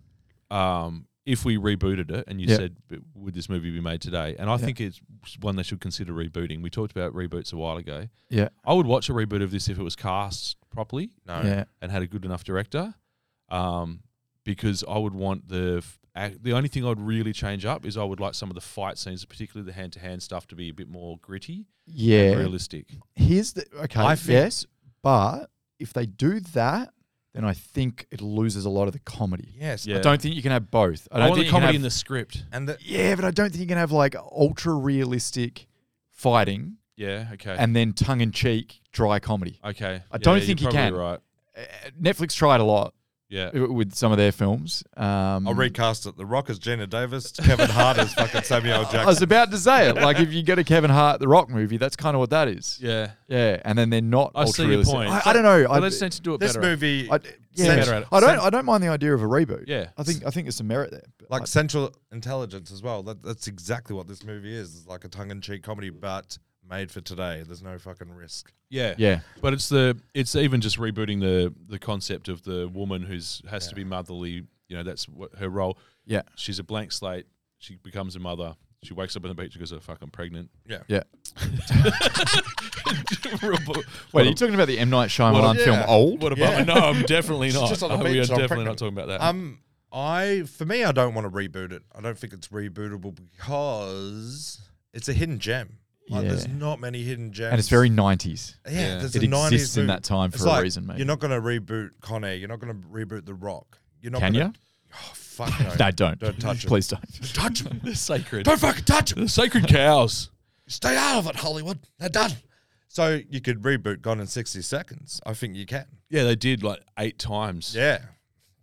Speaker 1: um, if we rebooted it and you
Speaker 2: Yeah.
Speaker 1: said, "But would this movie be made today? And I
Speaker 2: Yeah.
Speaker 1: think it's one they should consider rebooting. We talked about reboots a while ago.
Speaker 2: Yeah.
Speaker 1: I would watch a reboot of this if it was cast properly
Speaker 3: No.
Speaker 2: Yeah.
Speaker 1: and had a good enough director um, because I would want the. f- ac- The only thing I'd really change up is I would like some of the fight scenes, particularly the hand to hand stuff, to be a bit more gritty, and
Speaker 2: Yeah.
Speaker 1: realistic.
Speaker 2: Here's the okay.
Speaker 3: I think-
Speaker 2: yes, but if they do that, then I think it loses a lot of the comedy.
Speaker 3: Yes.
Speaker 1: Yeah.
Speaker 2: I don't think you can have both. I
Speaker 1: I,
Speaker 2: don't
Speaker 1: want
Speaker 2: think
Speaker 1: the
Speaker 2: you can
Speaker 1: comedy
Speaker 2: have-
Speaker 1: in the script.
Speaker 3: And the,
Speaker 2: Yeah, but I don't think you can have like ultra realistic fighting
Speaker 1: Yeah, okay,
Speaker 2: and then tongue in cheek dry comedy.
Speaker 1: okay.
Speaker 2: I don't
Speaker 1: Yeah,
Speaker 2: think you
Speaker 1: you're probably
Speaker 2: can.
Speaker 1: Right?
Speaker 2: Uh, Netflix tried a lot
Speaker 1: Yeah,
Speaker 2: uh, with some of their films. Um,
Speaker 3: I'll recast it. The Rock is Gina Davis. Kevin Hart is fucking Samuel Jackson.
Speaker 2: I was about to say it. Like if you go to Kevin Hart the Rock movie, that's kind of what that is.
Speaker 1: yeah.
Speaker 2: Yeah, and then they're not.
Speaker 1: I see
Speaker 2: ultra
Speaker 1: your
Speaker 2: realistic.
Speaker 1: point.
Speaker 2: I, I don't know.
Speaker 1: I
Speaker 2: I,
Speaker 1: just need to do it
Speaker 3: this
Speaker 1: better.
Speaker 3: movie,
Speaker 2: I, yeah,
Speaker 1: better at it.
Speaker 2: I don't. I don't mind the idea of a reboot.
Speaker 1: Yeah.
Speaker 2: I think. I think there's some merit there. but
Speaker 3: like
Speaker 2: I-
Speaker 3: Central Intelligence as well. That, that's exactly what this movie is. It's like a tongue-in-cheek comedy, but made for today. There's no fucking risk.
Speaker 1: Yeah,
Speaker 2: Yeah.
Speaker 1: But it's the it's even just rebooting the the concept of the woman who's has to be motherly. You know, that's what her role.
Speaker 2: yeah,
Speaker 1: She's a blank slate. She becomes a mother. She wakes up on the beach and goes, "Oh fuck, I'm pregnant." *laughs*
Speaker 3: Yeah.
Speaker 2: yeah.
Speaker 1: Real bu-
Speaker 2: Wait,
Speaker 1: what
Speaker 2: are
Speaker 1: a-
Speaker 2: you talking about the M Night Shyamalan
Speaker 3: Yeah.
Speaker 2: film Old?
Speaker 1: What a bummer.
Speaker 3: Yeah.
Speaker 1: No, I'm definitely
Speaker 3: *laughs* She's
Speaker 1: not.
Speaker 3: just on the
Speaker 1: Uh, we
Speaker 3: beach
Speaker 1: are
Speaker 3: and I'm
Speaker 1: definitely not
Speaker 3: pregnant.
Speaker 1: talking about that.
Speaker 3: Um, I for me, I don't want to reboot it. I don't think it's rebootable because it's a hidden gem. Like, There's
Speaker 2: Yeah.
Speaker 3: not many hidden gems,
Speaker 2: and it's very 90s.
Speaker 3: yeah.
Speaker 1: Yeah.
Speaker 3: There's
Speaker 2: It
Speaker 3: a 90s
Speaker 2: exists in
Speaker 3: movie.
Speaker 2: that time for
Speaker 3: It's
Speaker 2: a
Speaker 3: like,
Speaker 2: reason, mate.
Speaker 3: You're not going to reboot Con Air. You're not going to reboot The Rock. You're not
Speaker 2: Can
Speaker 3: gonna,
Speaker 2: you?
Speaker 3: Oh, fuck no.
Speaker 2: *laughs* No, don't.
Speaker 3: Don't touch it.
Speaker 2: Please *laughs* don't.
Speaker 3: touch him.
Speaker 1: They're *laughs* sacred.
Speaker 3: Don't fucking touch him.
Speaker 1: They're sacred cows.
Speaker 3: Stay out of it, Hollywood. They're done. So you could reboot Gone in 60 Seconds. I think you can.
Speaker 1: Yeah, they did like eight times.
Speaker 3: Yeah.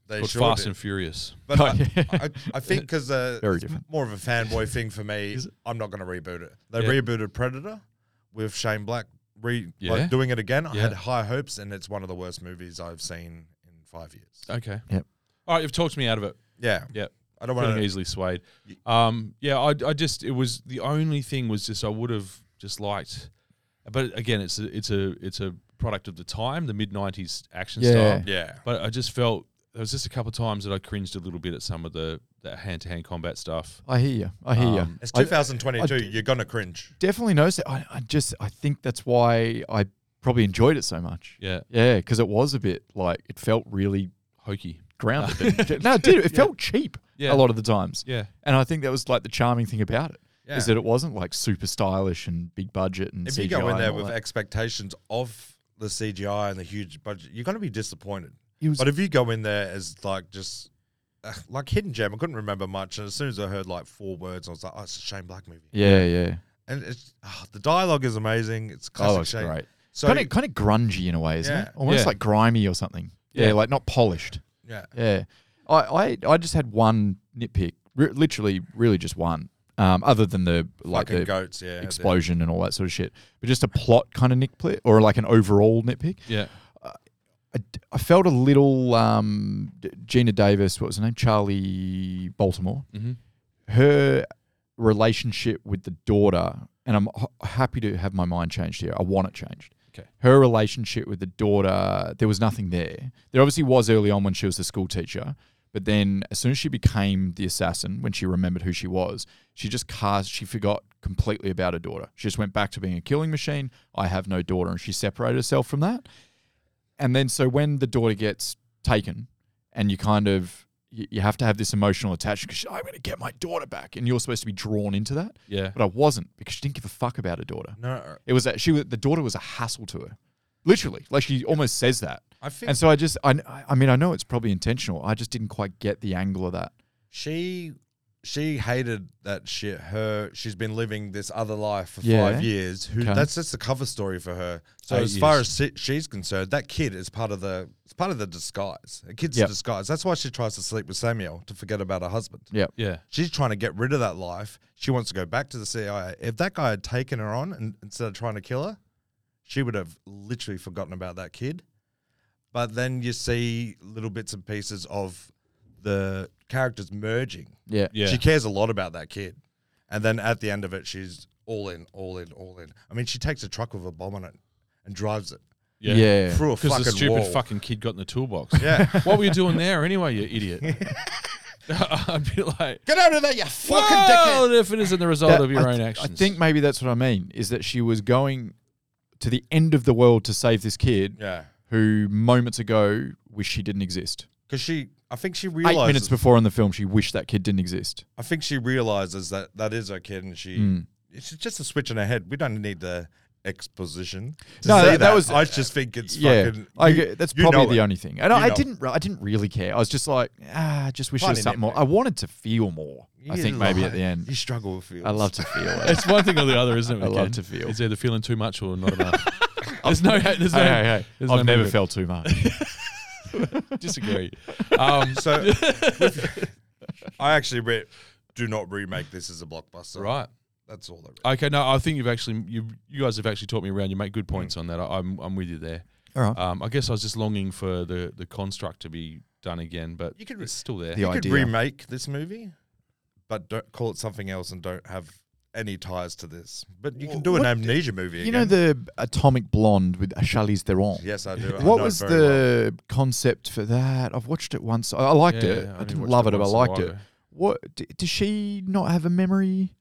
Speaker 3: They
Speaker 1: Called
Speaker 3: sure
Speaker 1: Fast
Speaker 3: did.
Speaker 1: and Furious.
Speaker 3: But
Speaker 2: Oh,
Speaker 3: I,
Speaker 2: yeah.
Speaker 3: *laughs* I, I think because uh,
Speaker 2: *laughs* Very
Speaker 3: it's
Speaker 2: different.
Speaker 3: more of
Speaker 2: *laughs*
Speaker 3: a fanboy thing for me, I'm not going to reboot it. They
Speaker 1: Yeah.
Speaker 3: rebooted Predator with Shane Black re,
Speaker 1: Yeah.
Speaker 3: like doing it again. I
Speaker 1: Yeah.
Speaker 3: had high hopes, and it's one of the worst movies I've seen in five years.
Speaker 1: Okay.
Speaker 2: Yep.
Speaker 1: All right, you've talked me out of it.
Speaker 3: Yeah.
Speaker 1: Yep.
Speaker 3: I don't want
Speaker 1: feeling
Speaker 3: to.
Speaker 1: easily swayed. Um, yeah, I, I just it was the only thing was just I would have just liked, but again, it's a, it's a it's a product of the time, the mid '90s action
Speaker 2: Yeah.
Speaker 1: style.
Speaker 3: Yeah.
Speaker 1: But I just felt there was just a couple of times that I cringed a little bit at some of the the hand to hand combat stuff.
Speaker 2: I hear you. I hear you.
Speaker 1: Um,
Speaker 3: It's
Speaker 2: I-
Speaker 3: 2022.
Speaker 2: I-
Speaker 3: you're going to cringe.
Speaker 2: Definitely noticed it. I, I just, I think that's why I probably enjoyed it so much.
Speaker 1: Yeah,
Speaker 2: Yeah, because it was a bit like, it felt really
Speaker 1: hokey.
Speaker 2: *laughs* grounded. no, it
Speaker 3: *laughs*
Speaker 2: did. It felt cheap
Speaker 1: Yeah.
Speaker 2: a lot of the times.
Speaker 1: Yeah,
Speaker 2: And I think that was like the charming thing about it is
Speaker 3: Yeah.
Speaker 2: that it wasn't like super stylish and big budget and
Speaker 3: If
Speaker 2: CGI
Speaker 3: you go in
Speaker 2: and
Speaker 3: there
Speaker 2: all
Speaker 3: with
Speaker 2: that.
Speaker 3: expectations of the CGI and the huge budget, you're going to be disappointed.
Speaker 2: It was-
Speaker 3: But if you go in there as like just uh, like Hidden Gem, I couldn't remember much. And as soon as I heard like four words, I was like, oh, it's a Shane Black movie.
Speaker 2: yeah, yeah.
Speaker 3: And it's ah, the dialogue is amazing. It's classic
Speaker 2: Oh, it's
Speaker 3: Shane.
Speaker 2: great.
Speaker 3: So
Speaker 2: kind of kind of grungy in a way, isn't
Speaker 3: Yeah.
Speaker 2: it? Almost
Speaker 1: Yeah.
Speaker 2: like grimy or something. Yeah.
Speaker 1: Yeah.
Speaker 2: like not polished.
Speaker 3: yeah,
Speaker 2: Yeah, I, I I just had one nitpick, re- literally, really just one. Um, other than the like
Speaker 3: fucking
Speaker 2: the
Speaker 3: goats. Yeah, the-
Speaker 2: explosion and all that sort of shit, but just a plot kind of nitpick or like an overall nitpick.
Speaker 1: yeah,
Speaker 2: I, d- I felt a little um, D- Gina Davis, what was her name? Charlie Baltimore.
Speaker 1: Mhm.
Speaker 2: Her relationship with the daughter, and I'm h- happy to have my mind changed here. I want it changed.
Speaker 1: Okay.
Speaker 2: Her relationship with the daughter, there was nothing there. There obviously was early on when she was the school teacher, but then as soon as she became the assassin, when she remembered who she was, she just cast, she forgot completely about her daughter. She just went back to being a killing machine. I have no daughter. And she separated herself from that and then so when the daughter gets taken and you kind of you you have to have this emotional attachment because I'm going to get my daughter back, and you're supposed to be drawn into that.
Speaker 1: Yeah.
Speaker 2: but I wasn't because she didn't give a fuck about her daughter.
Speaker 3: No.
Speaker 2: it was that she was, the daughter was a hassle to her, literally. Like she almost says that.
Speaker 3: I think-
Speaker 2: and so I just I I mean I know it's probably intentional. I just didn't quite get the angle of that.
Speaker 3: she she hated that shit. Her she's been living this other life for
Speaker 2: Yeah.
Speaker 3: five years. Who
Speaker 2: Okay.
Speaker 3: that's just the cover story for her. So
Speaker 1: Eight
Speaker 3: as far
Speaker 1: years.
Speaker 3: as she, she's concerned, that kid is part of the it's part of the disguise. A kid's
Speaker 2: Yep.
Speaker 3: disguise. That's why she tries to sleep with Samuel to forget about her husband.
Speaker 2: Yep.
Speaker 1: Yeah.
Speaker 3: She's trying to get rid of that life. She wants to go back to the CIA. If that guy had taken her on and, instead of trying to kill her, she would have literally forgotten about that kid. But then you see little bits and pieces of the characters merging.
Speaker 2: Yeah.
Speaker 1: Yeah.
Speaker 3: She cares a lot about that kid. And then at the end of it, she's all in, all in, all in. I mean, she takes a truck with a bomb on it and drives it.
Speaker 1: Yeah.
Speaker 2: Yeah.
Speaker 3: Through a
Speaker 1: Because
Speaker 3: fucking
Speaker 1: the stupid
Speaker 3: wall.
Speaker 1: fucking kid got in the toolbox.
Speaker 3: Yeah.
Speaker 1: *laughs* what were you doing there anyway, you
Speaker 3: *laughs*
Speaker 1: idiot? *laughs* I'd be like,
Speaker 3: Get out of there, you fucking dickhead.
Speaker 1: well, if it isn't the result
Speaker 2: That-
Speaker 1: of your
Speaker 2: I
Speaker 1: own
Speaker 2: th-
Speaker 1: actions.
Speaker 2: I think maybe that's what I mean is that she was going to the end of the world to save this kid
Speaker 3: Yeah.
Speaker 2: who moments ago wished she didn't exist.
Speaker 3: Because she, I think she
Speaker 2: Eight
Speaker 3: realizes.
Speaker 2: minutes before in the film, she wished that kid didn't exist.
Speaker 3: I think she realizes that that is her kid, and she
Speaker 2: Mm.
Speaker 3: it's just a switch in her head. We don't need the exposition. To
Speaker 2: No,
Speaker 3: no,
Speaker 2: that-
Speaker 3: that,
Speaker 2: that was-
Speaker 3: was. I just think it's
Speaker 2: yeah,
Speaker 3: fucking.
Speaker 2: I
Speaker 3: you-
Speaker 2: get- that's
Speaker 3: you know
Speaker 2: probably the
Speaker 3: it.
Speaker 2: only thing.
Speaker 3: You
Speaker 2: And I, I
Speaker 3: know it.
Speaker 2: didn't, re- I didn't really care. I was just like, ah, I just wish there was
Speaker 3: Funny
Speaker 2: something more. I wanted to feel more. I
Speaker 3: You
Speaker 2: think maybe at
Speaker 3: lie.
Speaker 2: the end,
Speaker 3: you struggle with feelings.
Speaker 2: I love to feel *laughs* it.
Speaker 1: it's one thing or the other, isn't it?
Speaker 2: *laughs* I love
Speaker 1: Ken?
Speaker 2: to feel.
Speaker 1: It's either feeling too much or not enough.
Speaker 2: *laughs*
Speaker 1: there's no. There's no.
Speaker 2: hey, hey, hey.
Speaker 1: there's
Speaker 2: I've
Speaker 1: no
Speaker 2: never
Speaker 1: movement.
Speaker 2: felt too much.
Speaker 1: Disagree. Um,
Speaker 3: So, with- I actually re- do not remake this as a blockbuster.
Speaker 1: right.
Speaker 3: That's all. I read.
Speaker 1: Okay. No, I think you've actually you you guys have actually taught me around. You make good
Speaker 2: Mm.
Speaker 1: points on that. I, I'm I'm with you there.
Speaker 2: *laughs* All right.
Speaker 1: Um, I guess I was just longing for the the construct to be done again, but
Speaker 3: You could
Speaker 1: it's still there.
Speaker 2: The
Speaker 3: you
Speaker 2: idea.
Speaker 3: could remake this movie, but don't call it something else and don't have any ties to this. But you can do an
Speaker 2: What-
Speaker 3: amnesia movie.
Speaker 2: you know
Speaker 3: again.
Speaker 2: the Atomic Blonde with Charlize Theron.
Speaker 3: Yes, I do. I
Speaker 2: What
Speaker 3: know it
Speaker 2: was
Speaker 3: very well.
Speaker 2: the concept for that? I've watched it once. I I liked
Speaker 1: Yeah,
Speaker 2: it.
Speaker 1: yeah, I
Speaker 2: I,
Speaker 1: only
Speaker 2: didn't
Speaker 1: watched
Speaker 2: love
Speaker 1: it
Speaker 2: it, but I
Speaker 1: once a
Speaker 2: liked
Speaker 1: while
Speaker 2: it.
Speaker 1: ago.
Speaker 2: What d- does she not have a memory,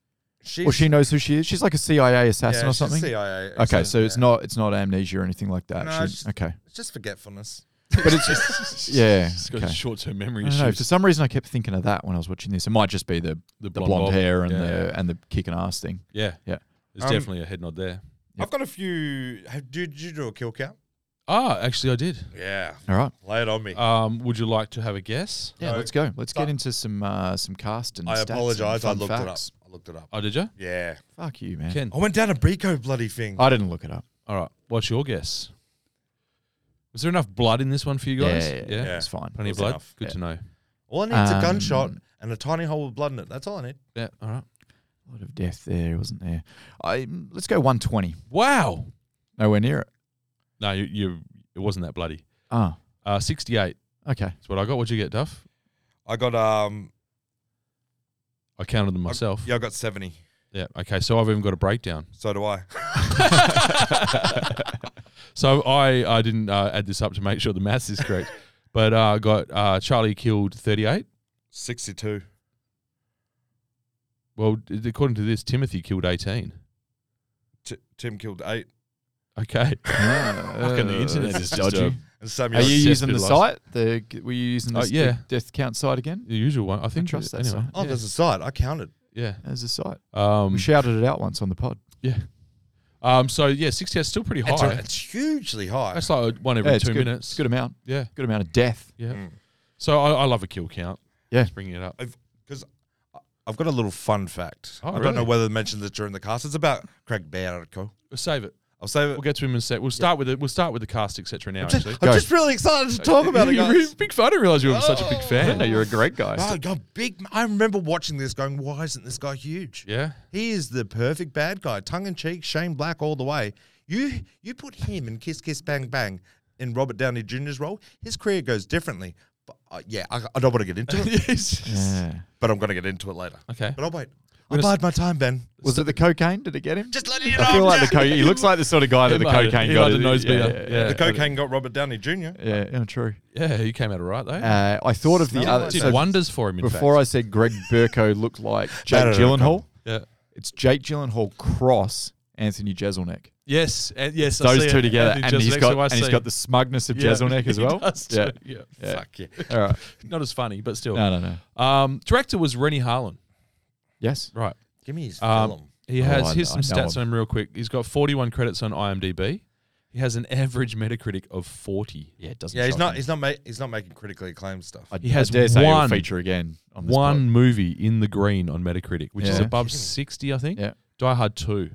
Speaker 3: She's,
Speaker 2: or she knows who she is? She's like a CIA assassin
Speaker 3: yeah,
Speaker 2: or
Speaker 3: she's
Speaker 2: something.
Speaker 3: CIA.
Speaker 2: okay, so it's
Speaker 3: yeah.
Speaker 2: not it's not amnesia or anything like that.
Speaker 3: No,
Speaker 2: She's-
Speaker 3: it's-
Speaker 1: *laughs*
Speaker 2: okay,
Speaker 3: It's just forgetfulness.
Speaker 2: but it's just yeah.
Speaker 1: It's got
Speaker 2: Okay.
Speaker 1: short term
Speaker 2: I
Speaker 1: memory
Speaker 2: don't know. For
Speaker 1: issues.
Speaker 2: some reason, I kept thinking of that when I was watching this. It might just be the
Speaker 1: The
Speaker 2: the
Speaker 1: blonde
Speaker 2: blonde,
Speaker 1: bob.
Speaker 2: hair and
Speaker 1: Yeah.
Speaker 2: the and the kicking ass thing.
Speaker 1: Yeah.
Speaker 2: Yeah.
Speaker 1: There's
Speaker 3: Um,
Speaker 1: definitely a head nod there.
Speaker 3: I've got a few. Have, did you do a kill count?
Speaker 1: Ah, actually, I did.
Speaker 3: Yeah.
Speaker 2: All right.
Speaker 3: Lay it on me.
Speaker 1: Um, would you like to have a guess?
Speaker 2: Yeah,
Speaker 3: No,
Speaker 2: let's go. Let's
Speaker 3: but-
Speaker 2: get into some uh, some cast and.
Speaker 3: I
Speaker 2: stats and
Speaker 3: apologize. I
Speaker 2: fun
Speaker 3: looked
Speaker 2: facts.
Speaker 3: it up. I looked it up.
Speaker 1: Oh, did you?
Speaker 3: Yeah.
Speaker 2: Fuck you, man.
Speaker 1: Ken.
Speaker 3: I went down a Brico bloody thing.
Speaker 2: I didn't look it up.
Speaker 1: All right. What's your guess? Was there enough blood in this one for you guys?
Speaker 2: Yeah, yeah, yeah, it's fine.
Speaker 1: Plenty of
Speaker 3: It was
Speaker 1: blood.
Speaker 3: enough.
Speaker 1: Good
Speaker 2: Yeah.
Speaker 1: to know.
Speaker 3: all I need is a gunshot
Speaker 2: Um,
Speaker 3: and a tiny hole with blood in it. That's all I need.
Speaker 1: Yeah. All right.
Speaker 2: A lot of death there, wasn't there? I let's go 120.
Speaker 1: Wow.
Speaker 2: Nowhere near it.
Speaker 1: No, you, you it wasn't that bloody.
Speaker 2: Ah,
Speaker 1: Uh, 68.
Speaker 2: okay.
Speaker 1: That's what I got. What'd you get, Duff?
Speaker 3: I got um.
Speaker 1: I counted them
Speaker 3: I-
Speaker 1: myself.
Speaker 3: yeah, I got seventy.
Speaker 1: Yeah. Okay. So I've even got a breakdown. *laughs*
Speaker 3: So do I. *laughs*
Speaker 1: So I, I didn't uh, add this up to make sure the maths is correct, but uh, I got uh, Charlie killed 38.
Speaker 3: Sixty-two.
Speaker 1: Well, d- according to this, Timothy killed 18.
Speaker 3: T- Tim killed eight.
Speaker 1: Okay. *laughs* Fucking
Speaker 2: Fucking
Speaker 1: the internet is just a-
Speaker 3: And
Speaker 2: Uh, Are
Speaker 3: Samuel.
Speaker 2: you
Speaker 1: Cesspit
Speaker 2: using the
Speaker 1: lies.
Speaker 2: site? The were you using
Speaker 1: Oh,
Speaker 2: the s- the
Speaker 1: yeah.
Speaker 2: death count site again?
Speaker 1: The usual one. I think.
Speaker 2: trust that
Speaker 1: anyway.
Speaker 2: song.
Speaker 3: oh, there's a side. I counted.
Speaker 1: Yeah.
Speaker 2: As a site,
Speaker 1: Um,
Speaker 2: we shouted it out once on the pod.
Speaker 1: yeah. Um, so, yeah, 68 is still pretty high.
Speaker 3: It's, a- it's hugely high.
Speaker 1: That's like one every
Speaker 2: yeah, it's
Speaker 1: two
Speaker 2: good.
Speaker 1: minutes.
Speaker 2: It's a good amount.
Speaker 1: Yeah.
Speaker 2: Good amount of death.
Speaker 1: Yeah.
Speaker 3: Mm.
Speaker 1: So I, I love a kill count.
Speaker 2: Yeah.
Speaker 1: Just bringing it up.
Speaker 3: because I've got a little fun fact.
Speaker 1: Oh,
Speaker 3: I don't
Speaker 1: really?
Speaker 3: know whether to mention this during the cast. It's about Craig Barrico.
Speaker 1: We'll save it.
Speaker 3: I'll save it.
Speaker 1: We'll get to him in a sec. We'll start with it. We'll start with the cast, etc. Now, actually. *laughs*
Speaker 3: I'm
Speaker 2: Go.
Speaker 3: just really excited to talk
Speaker 2: *laughs*
Speaker 3: about it,
Speaker 1: You're
Speaker 3: guys.
Speaker 1: a big fan. I didn't realize you were such a big
Speaker 2: I
Speaker 1: fan.
Speaker 2: didn't
Speaker 1: *laughs*
Speaker 2: know you're a great guy.
Speaker 3: Oh, God, big! I remember watching this, going, "Why isn't this guy huge?
Speaker 1: Yeah.
Speaker 3: He is the perfect bad guy, tongue in cheek, Shane Black all the way. You you put him in Kiss Kiss Bang Bang, in Robert Downey Jr.'s role, his career goes differently. But uh, yeah, I, I don't want to
Speaker 2: *laughs*
Speaker 3: get into it. But I'm going to get into it later.
Speaker 1: Okay.
Speaker 3: But I'll wait. I
Speaker 2: We're gonna
Speaker 3: bide my time, Ben.
Speaker 2: Was it the cocaine? Did it get him?
Speaker 3: *laughs* Just let it
Speaker 2: I feel like the co- he looks like the sort of guy that
Speaker 1: He
Speaker 2: the
Speaker 1: might have-
Speaker 2: cocaine
Speaker 1: he might
Speaker 2: got.
Speaker 1: have
Speaker 2: it.
Speaker 1: nosebeater. Yeah.
Speaker 3: The cocaine got Robert Downey Jr.
Speaker 2: Yeah, yeah, true.
Speaker 1: Yeah, he came out all right, though.
Speaker 2: Uh, I thought of the
Speaker 1: Smell
Speaker 2: other.
Speaker 1: like Did wonders for him, in
Speaker 2: before
Speaker 1: fact.
Speaker 2: I said Greg Burko looked *laughs* like Jake
Speaker 1: no, no,
Speaker 2: Gyllenhaal.
Speaker 1: come. Yeah.
Speaker 2: it's Jake Gyllenhaal cross Anthony Jeselnik.
Speaker 1: Yes, and yes, I see
Speaker 2: those
Speaker 1: it.
Speaker 2: two together,
Speaker 1: Anthony
Speaker 2: and he's
Speaker 1: Jeselnik,
Speaker 2: got
Speaker 1: so I
Speaker 2: and he's
Speaker 1: see
Speaker 2: got
Speaker 1: it.
Speaker 2: the smugness of
Speaker 1: Yeah, *laughs*
Speaker 2: Jeselnik as
Speaker 1: he
Speaker 2: well.
Speaker 1: does too, yeah. Fuck yeah.
Speaker 2: All right.
Speaker 1: *laughs* Not as funny, but still.
Speaker 2: No, no,
Speaker 1: no. Um, director was Rennie Harlan.
Speaker 2: Yes.
Speaker 1: Right. Um,
Speaker 3: Give me his film.
Speaker 1: He
Speaker 2: Oh,
Speaker 1: has
Speaker 2: I-
Speaker 1: here's
Speaker 2: I
Speaker 1: some
Speaker 2: know
Speaker 1: stats on him real quick. He's got 41 credits on IMDb. He has an average Metacritic of 40.
Speaker 2: Yeah, it doesn't.
Speaker 3: Yeah, he's not. He's not. Ma- he's not making critically acclaimed stuff.
Speaker 1: He has
Speaker 2: I dare say he'll
Speaker 1: one
Speaker 2: feature again on this
Speaker 1: one movie in the green on Metacritic, which is
Speaker 2: Yeah.
Speaker 3: *laughs*
Speaker 1: above 60, I think.
Speaker 2: Yeah.
Speaker 1: Die Hard 2.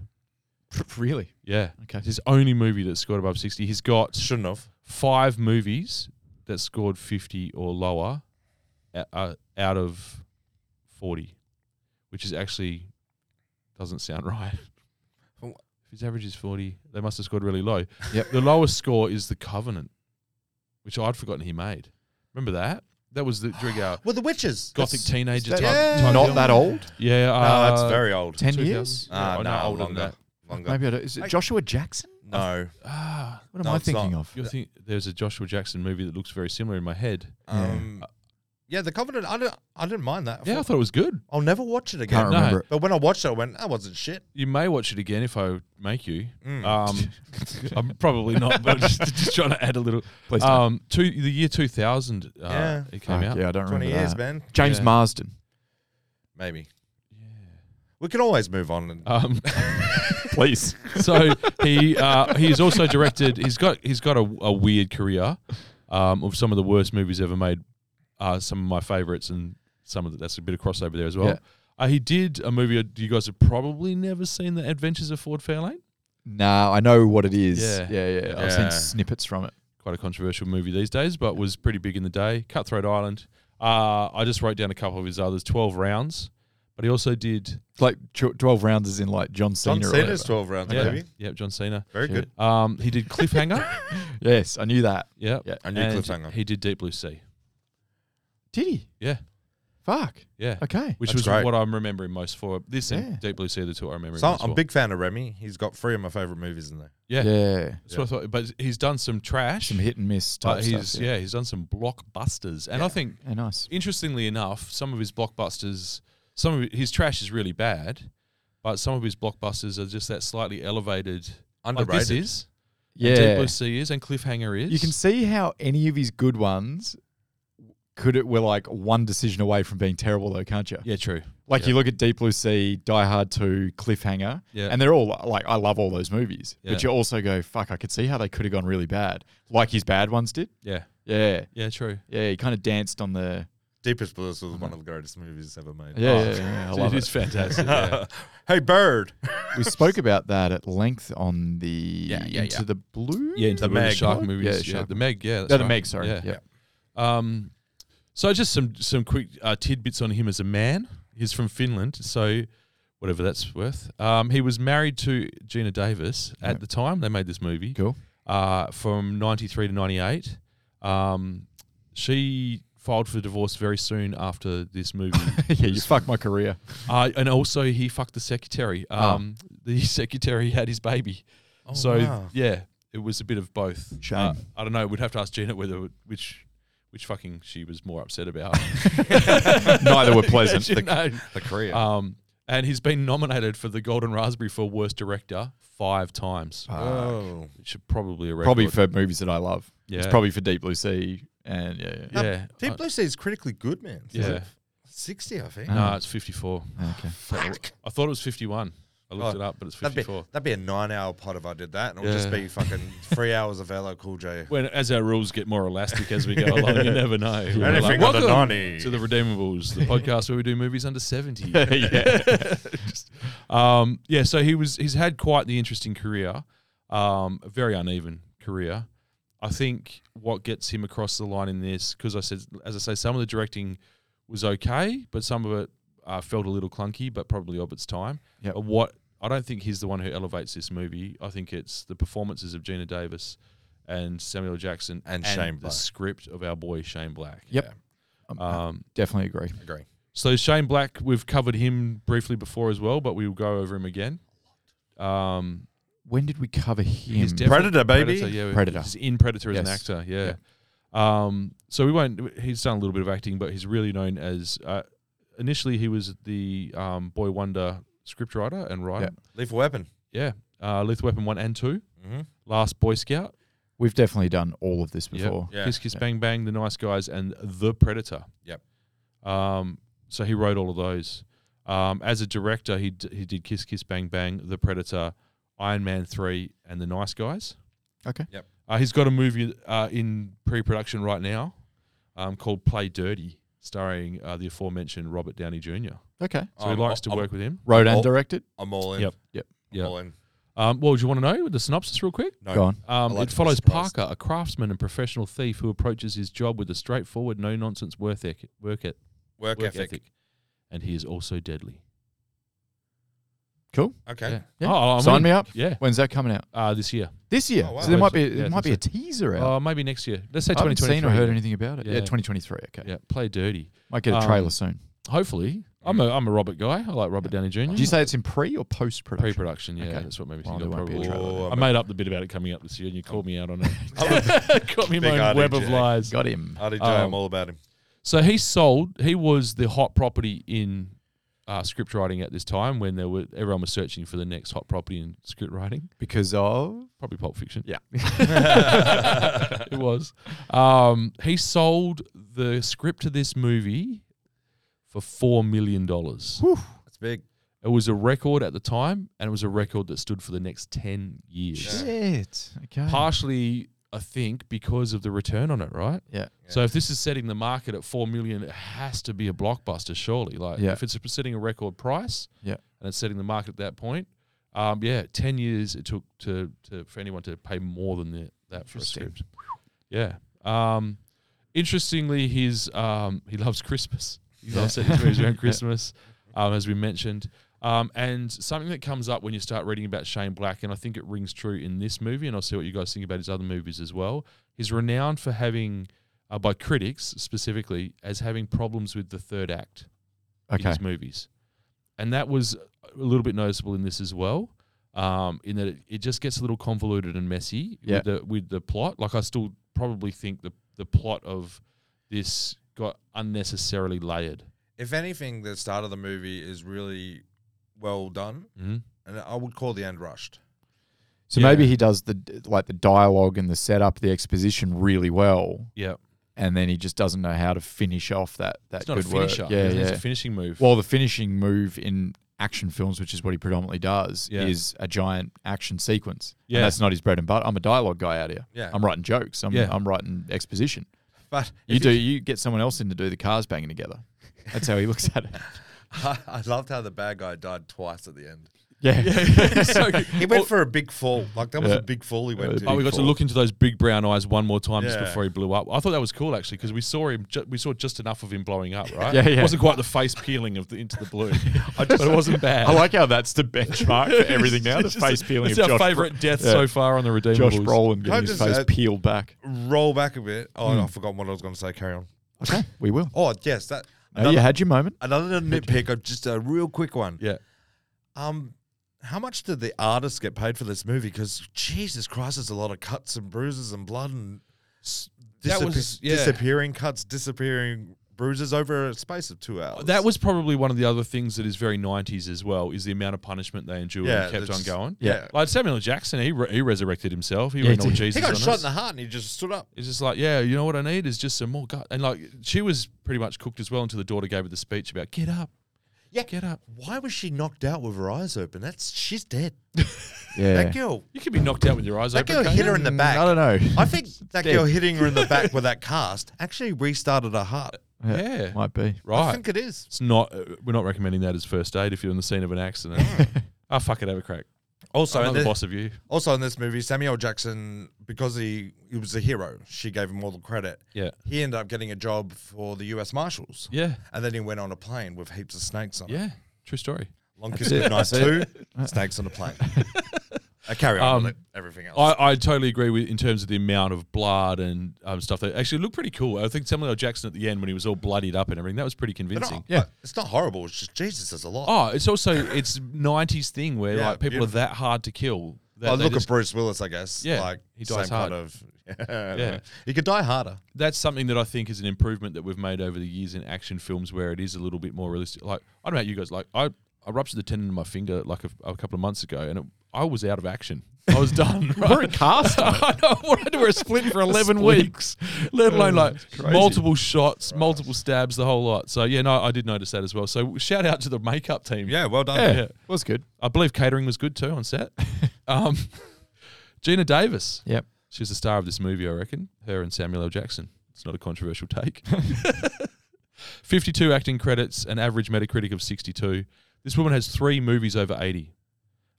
Speaker 2: *laughs* really.
Speaker 1: Yeah.
Speaker 2: Okay.
Speaker 1: It's his only movie that scored above 60. He's got
Speaker 3: shouldn't have
Speaker 1: five movies that scored 50 or lower o- uh, out of 40, which is actually doesn't sound *laughs* right.
Speaker 3: Oh.
Speaker 1: If his average is 40, they must have scored really low.
Speaker 2: Yep.
Speaker 1: The lowest score is The Covenant, which I'd forgotten he made. Remember that? That was
Speaker 3: *sighs*
Speaker 1: the Drigger
Speaker 3: Well, The Witches.
Speaker 1: gothic
Speaker 3: That's-
Speaker 1: teenager
Speaker 3: that-
Speaker 1: type,
Speaker 3: Yeah.
Speaker 1: type
Speaker 2: Not
Speaker 1: film.
Speaker 2: that old?
Speaker 1: Yeah.
Speaker 3: No,
Speaker 1: uh,
Speaker 3: that's very old.
Speaker 2: 10
Speaker 1: 2000.
Speaker 2: years?
Speaker 3: Ah,
Speaker 1: Yeah,
Speaker 3: no,
Speaker 1: older than
Speaker 3: longer.
Speaker 1: that.
Speaker 3: Longer.
Speaker 2: Maybe I don't, is it Joshua Jackson?
Speaker 3: no.
Speaker 1: Ah,
Speaker 2: What am
Speaker 3: No,
Speaker 2: I
Speaker 3: it's
Speaker 2: thinking
Speaker 3: not.
Speaker 2: of?
Speaker 1: you think there's a Joshua Jackson movie that looks very similar in my head.
Speaker 3: Um, yeah, The Covenant. I don't. I didn't mind that.
Speaker 1: Yeah, I thought it was good.
Speaker 3: I'll never watch it again.
Speaker 2: Can't
Speaker 1: No.
Speaker 2: remember it.
Speaker 3: But when I watched it, I went, "That wasn't shit." Mm,
Speaker 1: You may watch it again if I make
Speaker 2: *laughs*
Speaker 1: you. Um, I'm probably not, but just, just trying to add a little.
Speaker 2: Please don't.
Speaker 1: Um, two, the year 2000, uh,
Speaker 3: Yeah.
Speaker 1: it came
Speaker 2: Fuck,
Speaker 1: out.
Speaker 2: Yeah, I don't remember.
Speaker 3: 20 years,
Speaker 2: that.
Speaker 3: man.
Speaker 2: James
Speaker 1: Yeah.
Speaker 2: Marsden.
Speaker 3: Maybe. Yeah. We can always move on. And,
Speaker 2: *laughs*
Speaker 1: Um,
Speaker 2: Please.
Speaker 1: so he uh, he's also directed. He's got he's got a, a weird career um, of some of the worst movies ever made. Uh, some of my favorites, and some of the, that's a bit of crossover there as well.
Speaker 2: Yeah.
Speaker 1: Uh, he did a movie. uh, You guys have probably never seen the Adventures of Ford Fairlane.
Speaker 2: *laughs* Nah, I know what it is.
Speaker 1: Yeah.
Speaker 2: Yeah, yeah. I've
Speaker 3: Yeah.
Speaker 2: seen snippets from it.
Speaker 1: Quite a controversial movie these days, but was pretty big in the day. Cutthroat Island. Uh, I just wrote down a couple of his others. Twelve Rounds, but he also did.
Speaker 2: It's like tw- 12 rounds is in like John Cena.
Speaker 3: John
Speaker 2: or
Speaker 3: Cena's
Speaker 2: whatever.
Speaker 3: twelve rounds,
Speaker 1: Yeah,
Speaker 3: maybe.
Speaker 1: yeah, John Cena.
Speaker 3: Very good.
Speaker 1: Um, he did
Speaker 3: *laughs*
Speaker 1: Cliffhanger.
Speaker 2: Yes, I knew that.
Speaker 1: yeah,
Speaker 2: Yeah.
Speaker 3: I knew
Speaker 1: and
Speaker 3: Cliffhanger.
Speaker 1: He did Deep Blue Sea.
Speaker 2: Did he?
Speaker 1: Yeah.
Speaker 2: Fuck.
Speaker 1: Yeah.
Speaker 2: Okay.
Speaker 1: Which
Speaker 3: That's
Speaker 1: was
Speaker 3: great.
Speaker 1: what I'm remembering most for. This
Speaker 2: Yeah.
Speaker 1: and Deep Blue Sea are the two I remember.
Speaker 3: So
Speaker 1: most
Speaker 3: I'm a
Speaker 1: for.
Speaker 3: big fan of Remy. He's got three of my favorite movies in there.
Speaker 1: Yeah.
Speaker 2: yeah.
Speaker 1: That's what I thought. But he's done some trash.
Speaker 2: Some hit and miss type
Speaker 1: but he's,
Speaker 2: stuff.
Speaker 1: yeah. he's done some blockbusters. And I think,
Speaker 2: Yeah, nice.
Speaker 1: interestingly enough, some of his blockbusters, some of his trash is really bad, but some of his blockbusters are just that slightly elevated. Like this
Speaker 3: Underrated.
Speaker 1: is. and Deep
Speaker 2: Yeah.
Speaker 1: Blue Sea is, and Cliffhanger is.
Speaker 2: You can see how any of his good ones could it were like one decision away from being terrible though, can't you?
Speaker 1: Yeah, true.
Speaker 2: Like you look at Deep Blue Sea, Die Hard 2, Cliffhanger,
Speaker 1: Yeah.
Speaker 2: and they're all like, I love all those movies.
Speaker 1: Yeah.
Speaker 2: But you also go, fuck, I could see how they could have gone really bad. Like his bad ones did.
Speaker 1: Yeah.
Speaker 2: Yeah.
Speaker 1: Yeah, true.
Speaker 2: Yeah. He kind of danced on the.
Speaker 3: Deepest Blues was one of the greatest movies ever made. Oh.
Speaker 2: Yeah. yeah, yeah, I love
Speaker 1: it is
Speaker 2: it.
Speaker 1: *laughs* fantastic. yeah.
Speaker 3: Hey, Bird.
Speaker 2: we spoke about that at length on the.
Speaker 1: yeah,
Speaker 2: Into
Speaker 1: yeah.
Speaker 2: the Blue?
Speaker 1: Yeah, into
Speaker 3: The
Speaker 1: the, Meg.
Speaker 3: Meg.
Speaker 1: shark
Speaker 2: Yeah,
Speaker 1: movies. Yeah,
Speaker 2: Shark
Speaker 1: the
Speaker 2: Mo-
Speaker 1: Meg. Yeah, that's
Speaker 2: No, the
Speaker 1: right.
Speaker 2: Meg, sorry.
Speaker 1: Yeah.
Speaker 2: Yeah.
Speaker 1: Um, so just some some quick uh, tidbits on him as a man. He's from Finland, so whatever that's worth. Um, he was married to Gina Davis at
Speaker 2: Right.
Speaker 1: the time they made this movie.
Speaker 2: Cool. *laughs*
Speaker 1: Uh, from ninety three to ninety eight, um, she filed for divorce very soon after this movie.
Speaker 2: yeah, you fucked my career. *laughs*
Speaker 1: uh, and also he fucked the secretary. Um, The *laughs* secretary had his baby. so
Speaker 3: wow.
Speaker 1: yeah, it was a bit of both.
Speaker 2: Shame.
Speaker 1: Uh, I don't know. We'd have to ask Gina whether it- which which fucking she was more upset about. *laughs*
Speaker 2: Neither were pleasant.
Speaker 1: She knows.
Speaker 3: the career.
Speaker 1: um, and he's been nominated for the Golden Raspberry for worst director five times.
Speaker 3: oh.
Speaker 1: Which should probably a record.
Speaker 2: probably for movies that I love. It's
Speaker 1: Yeah.
Speaker 2: probably for Deep Blue Sea and yeah, yeah.
Speaker 1: yeah.
Speaker 3: Deep
Speaker 1: I-
Speaker 3: Blue Sea is critically good, man. It's
Speaker 1: yeah.
Speaker 3: like 60, I think.
Speaker 1: No, it's fifty four.
Speaker 2: Ah, Okay.
Speaker 3: Fuck.
Speaker 1: I thought it was fifty one. I looked
Speaker 3: Oh,
Speaker 1: it up, but it's
Speaker 3: That'd
Speaker 1: fifty
Speaker 3: be,
Speaker 1: four.
Speaker 3: that'd be a nine hour pot if I did that. And it'll just
Speaker 1: Yeah.
Speaker 3: be fucking three hours of LL
Speaker 1: *laughs*
Speaker 3: Cool J.
Speaker 1: When as our rules get more elastic as we
Speaker 3: *laughs*
Speaker 1: go along, you never know. We're
Speaker 3: Anything under
Speaker 1: Welcome
Speaker 3: 90."
Speaker 1: to the Redeemables, the podcast where we do movies under
Speaker 3: *laughs*
Speaker 1: seventy.
Speaker 2: yeah.
Speaker 1: *laughs* Um, yeah, so he was he's had quite the interesting career, um, a very uneven career. I think what gets him across the line in this, because I said, as I say, some of the directing was okay, but some of it uh, felt a little clunky, but probably of its time.
Speaker 2: Yep.
Speaker 1: But what I don't think he's the one who elevates this movie. I think it's the performances of Gina Davis and Samuel L. Jackson
Speaker 3: And Shane
Speaker 1: the
Speaker 3: Black.
Speaker 1: script of our boy Shane Black.
Speaker 2: Yep. uh,
Speaker 1: Yeah. Um,
Speaker 2: Definitely agree.
Speaker 3: Agree.
Speaker 1: so Shane Black, we've covered him briefly before as well, but we'll go over him again. Um,
Speaker 2: When did we cover him?
Speaker 1: he's definitely-
Speaker 3: Predator, baby.
Speaker 1: Predator, yeah,
Speaker 2: Predator.
Speaker 1: He's in Predator as an
Speaker 2: Yes.
Speaker 1: actor, yeah. Um, so we won't. He's done a little bit of acting, but he's really known as. Uh, initially, he was the um, Boy Wonder scriptwriter and writer.
Speaker 3: Lethal Weapon.
Speaker 1: Yeah, uh, Lethal Weapon one and 2
Speaker 3: Mhm.
Speaker 1: Last Boy Scout.
Speaker 2: We've definitely done all of this
Speaker 1: Yep.
Speaker 2: before.
Speaker 3: Yeah.
Speaker 1: Kiss Kiss
Speaker 2: Yeah.
Speaker 1: Bang Bang, The Nice Guys, and The Predator.
Speaker 3: Yep.
Speaker 1: Um, so he wrote all of those. Um, as a director, he d- he did Kiss Kiss Bang Bang, The Predator, Iron Man three, and The Nice Guys.
Speaker 2: Okay.
Speaker 3: Yep.
Speaker 1: Uh, he's got a movie uh, in pre-production right now um, called Play Dirty, starring uh, the aforementioned Robert Downey Jr.
Speaker 2: Okay.
Speaker 1: So he
Speaker 3: I'm-
Speaker 1: likes to
Speaker 3: I'm-
Speaker 1: work with him.
Speaker 2: Wrote and
Speaker 3: Oh.
Speaker 2: directed.
Speaker 3: I'm all in.
Speaker 1: Yep.
Speaker 2: Yep.
Speaker 3: I'm
Speaker 1: Yep.
Speaker 3: all in.
Speaker 1: Um, well, do you want to know the synopsis real quick?
Speaker 3: No.
Speaker 2: Go on.
Speaker 1: Um,
Speaker 3: I like
Speaker 1: it
Speaker 3: to be
Speaker 1: follows
Speaker 3: surprised.
Speaker 1: Parker, a craftsman and professional thief who approaches his job with a straightforward, no nonsense work, ec- work, et-
Speaker 3: Work,
Speaker 1: work
Speaker 3: ethic.
Speaker 1: ethic. And he is also deadly.
Speaker 2: Cool.
Speaker 3: Okay.
Speaker 1: Yeah.
Speaker 2: Yeah.
Speaker 1: Oh, I'm
Speaker 2: Sign
Speaker 1: in.
Speaker 2: me up.
Speaker 1: Yeah.
Speaker 2: When's that coming out?
Speaker 1: Uh, this year.
Speaker 2: This year.
Speaker 3: Oh, wow.
Speaker 2: So there might be
Speaker 1: Yeah,
Speaker 2: there
Speaker 1: I
Speaker 2: might be a
Speaker 1: think
Speaker 2: teaser out.
Speaker 1: Uh, maybe next year. Let's say
Speaker 2: I haven't
Speaker 1: 2023.
Speaker 2: seen or heard anything about it. Yeah,
Speaker 1: Yeah.
Speaker 2: 2023. Okay.
Speaker 1: Yeah, play dirty.
Speaker 2: Might get a
Speaker 1: Um,
Speaker 2: trailer soon.
Speaker 1: Hopefully. I'm a, I'm a Robert guy. I like Robert Downey Jr.
Speaker 2: Did you say it's in pre or post production?
Speaker 1: Pre-production, yeah,
Speaker 2: Okay.
Speaker 1: that's what made me
Speaker 2: Well,
Speaker 1: think.
Speaker 2: there
Speaker 1: I,
Speaker 2: won't be a
Speaker 1: probably,
Speaker 2: trailer.
Speaker 3: Oh,
Speaker 1: I
Speaker 3: I'm
Speaker 1: made up the bit about it coming up this year, and you called me out on
Speaker 2: *laughs*
Speaker 1: it.
Speaker 3: I'm-
Speaker 1: *laughs* Caught me in
Speaker 3: Big
Speaker 1: my own web
Speaker 3: RDJ.
Speaker 1: of lies.
Speaker 2: Got him.
Speaker 3: RDJ,
Speaker 1: Um,
Speaker 3: I'm all about him.
Speaker 1: So he sold. He was the hot property in uh, script writing at this time when there were everyone was searching for the next hot property in script writing.
Speaker 2: Because of
Speaker 1: Probably Pulp Fiction.
Speaker 2: *laughs* yeah.
Speaker 1: *laughs* it was. Um, he sold the script to this movie for four million dollars.
Speaker 3: That's big.
Speaker 1: It was a record at the time, and it was a record that stood for the next ten years.
Speaker 2: Shit. Okay.
Speaker 1: Partially, I think, because of the return on it. Right.
Speaker 2: yeah.
Speaker 1: So if this is setting the market at four million, it has to be a blockbuster, surely. Like
Speaker 2: Yeah.
Speaker 1: if it's setting a record price,
Speaker 2: Yeah.
Speaker 1: and it's setting the market at that point, um, yeah, ten years it took to, to for anyone to pay more than the, that for a
Speaker 2: Interesting.
Speaker 1: script. Yeah. Um, interestingly, his um, he loves Christmas. He loves setting his
Speaker 2: *laughs*
Speaker 1: movies around Christmas, um, as we mentioned. Um, and something that comes up when you start reading about Shane Black, and I think it rings true in this movie, and I'll see what you guys think about his other movies as well. He's renowned for having, uh, by critics specifically, as having problems with the third act in
Speaker 2: Okay.
Speaker 1: his movies. And that was a little bit noticeable in this as well, um, in that it, it just gets a little convoluted and messy
Speaker 2: Yeah.
Speaker 1: with, the, with the plot. Like, I still probably think the, the plot of this got unnecessarily layered.
Speaker 3: If anything, the start of the movie is really well done,
Speaker 1: Mm-hmm.
Speaker 3: and I would call the end rushed.
Speaker 2: So
Speaker 1: Yeah.
Speaker 2: maybe he does the like the dialogue and the setup, the exposition really well,
Speaker 1: Yeah.
Speaker 2: and then he just doesn't know how to finish off that that
Speaker 1: It's not a
Speaker 2: good work.
Speaker 1: finisher.
Speaker 2: Yeah,
Speaker 1: it's,
Speaker 2: yeah.
Speaker 1: it's a finishing move.
Speaker 2: well, *laughs* the finishing move in action films, which is what he predominantly does,
Speaker 1: Yeah.
Speaker 2: is a giant action sequence.
Speaker 1: Yeah.
Speaker 2: and that's not his bread and butter. I'm a dialogue guy out here.
Speaker 3: Yeah.
Speaker 2: I'm writing jokes. I'm
Speaker 1: Yeah.
Speaker 2: I'm writing exposition.
Speaker 3: But
Speaker 2: You
Speaker 3: if
Speaker 2: do you get someone else in to do the cars banging together. That's how he looks
Speaker 1: *laughs*
Speaker 2: at it.
Speaker 3: I, *laughs* I loved how the bad guy died twice at the end.
Speaker 2: *laughs*
Speaker 1: *laughs*
Speaker 2: Yeah,
Speaker 1: so good.
Speaker 3: He went for a big fall. Like that was
Speaker 2: Yeah.
Speaker 3: a big fall he
Speaker 2: That was
Speaker 3: went
Speaker 2: a
Speaker 3: to.
Speaker 1: Oh, we got to look into those big brown eyes one more time just
Speaker 3: Yeah.
Speaker 1: before he blew up. I thought that was cool actually because we saw him. Ju- we saw just enough of him blowing up, right?
Speaker 2: *laughs* Yeah, yeah.
Speaker 1: It wasn't quite the face peeling of the into the
Speaker 2: *laughs*
Speaker 1: blue, but
Speaker 2: just-
Speaker 1: it wasn't bad.
Speaker 2: I like how that's the benchmark for everything now.
Speaker 1: *laughs*
Speaker 2: The
Speaker 1: It's just-
Speaker 2: face peeling
Speaker 1: It's
Speaker 2: of
Speaker 1: our
Speaker 2: Josh Bro-
Speaker 1: favourite death
Speaker 2: Yeah.
Speaker 1: so far on the Redeemables.
Speaker 2: Josh Brolin
Speaker 3: I
Speaker 2: getting his
Speaker 3: just
Speaker 2: face
Speaker 3: add-
Speaker 2: peeled back.
Speaker 3: Roll back a bit. Oh,
Speaker 1: Hmm.
Speaker 3: no, I forgot what I was going to say. Carry on.
Speaker 2: Okay, we will.
Speaker 3: Oh, yes, that
Speaker 1: Uh,
Speaker 2: Now you
Speaker 3: another,
Speaker 2: had your moment.
Speaker 3: another little nitpick. Of just a real quick one.
Speaker 1: Yeah.
Speaker 3: Um, how much did the artists get paid for this movie? Because Jesus Christ, there's a lot of cuts and bruises and blood and s-
Speaker 1: That was-
Speaker 3: disappear-
Speaker 1: yeah.
Speaker 3: disappearing cuts, disappearing bruises over a space of two hours.
Speaker 1: That was probably one of the other things that is very 90s as well is the amount of punishment they endured
Speaker 3: Yeah,
Speaker 1: and kept on
Speaker 3: that's-
Speaker 1: going.
Speaker 3: yeah.
Speaker 1: Like Samuel L. Jackson, he, re- he resurrected himself. He
Speaker 2: Yeah,
Speaker 1: went
Speaker 2: he
Speaker 1: all
Speaker 2: did.
Speaker 1: Jesus
Speaker 3: He got
Speaker 1: on
Speaker 3: shot
Speaker 1: us.
Speaker 3: in the heart and he just stood up.
Speaker 1: It's just like, yeah, you know what I need is just some more gut. And like, she was pretty much cooked as well until the daughter gave her the speech about get up,
Speaker 3: Yeah.
Speaker 1: get up.
Speaker 3: Why was she knocked out with her eyes open? That's
Speaker 1: *laughs*
Speaker 3: she's dead.
Speaker 2: Yeah.
Speaker 3: That girl.
Speaker 1: You can be knocked out with your eyes
Speaker 3: That
Speaker 1: open.
Speaker 3: girl
Speaker 1: can't
Speaker 3: hit
Speaker 1: you?
Speaker 3: her in the back.
Speaker 2: I don't know.
Speaker 3: I think that
Speaker 2: Dead.
Speaker 3: girl hitting her in the
Speaker 1: *laughs*
Speaker 3: back with that cast actually restarted her heart.
Speaker 1: Yeah.
Speaker 2: might be.
Speaker 3: I
Speaker 1: Right.
Speaker 3: think it is.
Speaker 1: it's not. Uh, we're not recommending that as first aid if you're in the scene of an accident. *laughs* Ah, fuck it, have a crack.
Speaker 3: Also,
Speaker 1: I'm
Speaker 3: in
Speaker 1: not
Speaker 3: thi-
Speaker 1: the boss of you.
Speaker 3: also in this movie, Samuel Jackson, because he, he was a hero, she gave him all the credit.
Speaker 1: Yeah.
Speaker 3: He ended up getting a job for the U.S. Marshals.
Speaker 1: Yeah.
Speaker 3: And then he went on a plane with heaps of snakes on it.
Speaker 1: Yeah. True story. *laughs*
Speaker 3: Long Kiss Goodnight 2, snakes on a plane. Uh, carry on with
Speaker 1: Um,
Speaker 3: it, everything else.
Speaker 1: I, I totally agree with in terms of the amount of blood and um, stuff. That actually looked pretty cool. I think Samuel L. Jackson at the end when he was all bloodied up and everything that was pretty
Speaker 3: They're
Speaker 1: convincing.
Speaker 3: not- uh, It's not horrible. It's just Jesus is a lot.
Speaker 1: Oh, it's also it's '90s thing where
Speaker 3: Yeah,
Speaker 1: like people
Speaker 3: beautiful.
Speaker 1: are that hard to kill. That
Speaker 3: Well,
Speaker 1: they
Speaker 3: look
Speaker 1: just-
Speaker 3: at Bruce Willis, I guess.
Speaker 1: Yeah,
Speaker 3: like
Speaker 1: he dies
Speaker 3: same
Speaker 1: hard.
Speaker 3: Kind of, *laughs*
Speaker 1: Yeah.
Speaker 3: yeah, he could die harder.
Speaker 1: that's something that I think is an improvement that we've made over the years in action films where it is a little bit more realistic. Like, I don't know about you guys, like, I, I ruptured the tendon in my finger like a, a couple of months ago and it, I was out of action. I was done. right?
Speaker 2: *laughs* We're a cast.
Speaker 1: *laughs* I know, I had to wear a splint for
Speaker 2: *laughs* A
Speaker 1: 11
Speaker 2: splint.
Speaker 1: weeks, let alone
Speaker 2: Oh,
Speaker 1: like
Speaker 2: that's crazy.
Speaker 1: multiple shots, multiple stabs, the whole lot. So, yeah, no, I did notice that as well. So, shout out to the makeup team.
Speaker 3: Yeah, well done.
Speaker 1: Yeah,
Speaker 2: Yeah, was good.
Speaker 1: I believe catering was good too on
Speaker 2: *laughs*
Speaker 1: set. um, Gina Davis.
Speaker 2: Yep.
Speaker 1: She's the star of this movie, I reckon. Her and Samuel L. Jackson. It's not a controversial
Speaker 2: *laughs*
Speaker 1: take. 52 acting credits, an average Metacritic of 62. This woman has three movies over 80.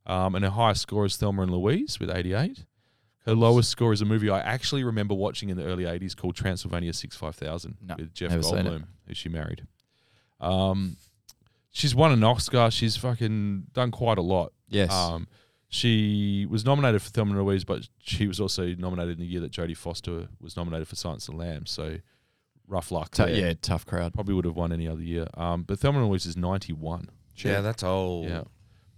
Speaker 1: Um, and her highest score is Thelma and Louise with 88. Her lowest score is a movie I actually remember watching in the early 80s called Transylvania 65000
Speaker 2: No,
Speaker 1: with Jeff
Speaker 2: never seen it.
Speaker 1: Goldblum, who she married. Um, she's won an Oscar. She's fucking done quite a lot.
Speaker 2: Yes.
Speaker 1: Um, she was nominated for Thelma and Louise, but she was also nominated in the year that Jodie Foster was nominated for Silence of the Lambs. So rough luck.
Speaker 2: Tou-
Speaker 1: there.
Speaker 2: yeah, tough crowd.
Speaker 1: Probably would have won any other year. Um, but Thelma and Louise is 91.
Speaker 3: Yeah, that's old.
Speaker 1: Yeah.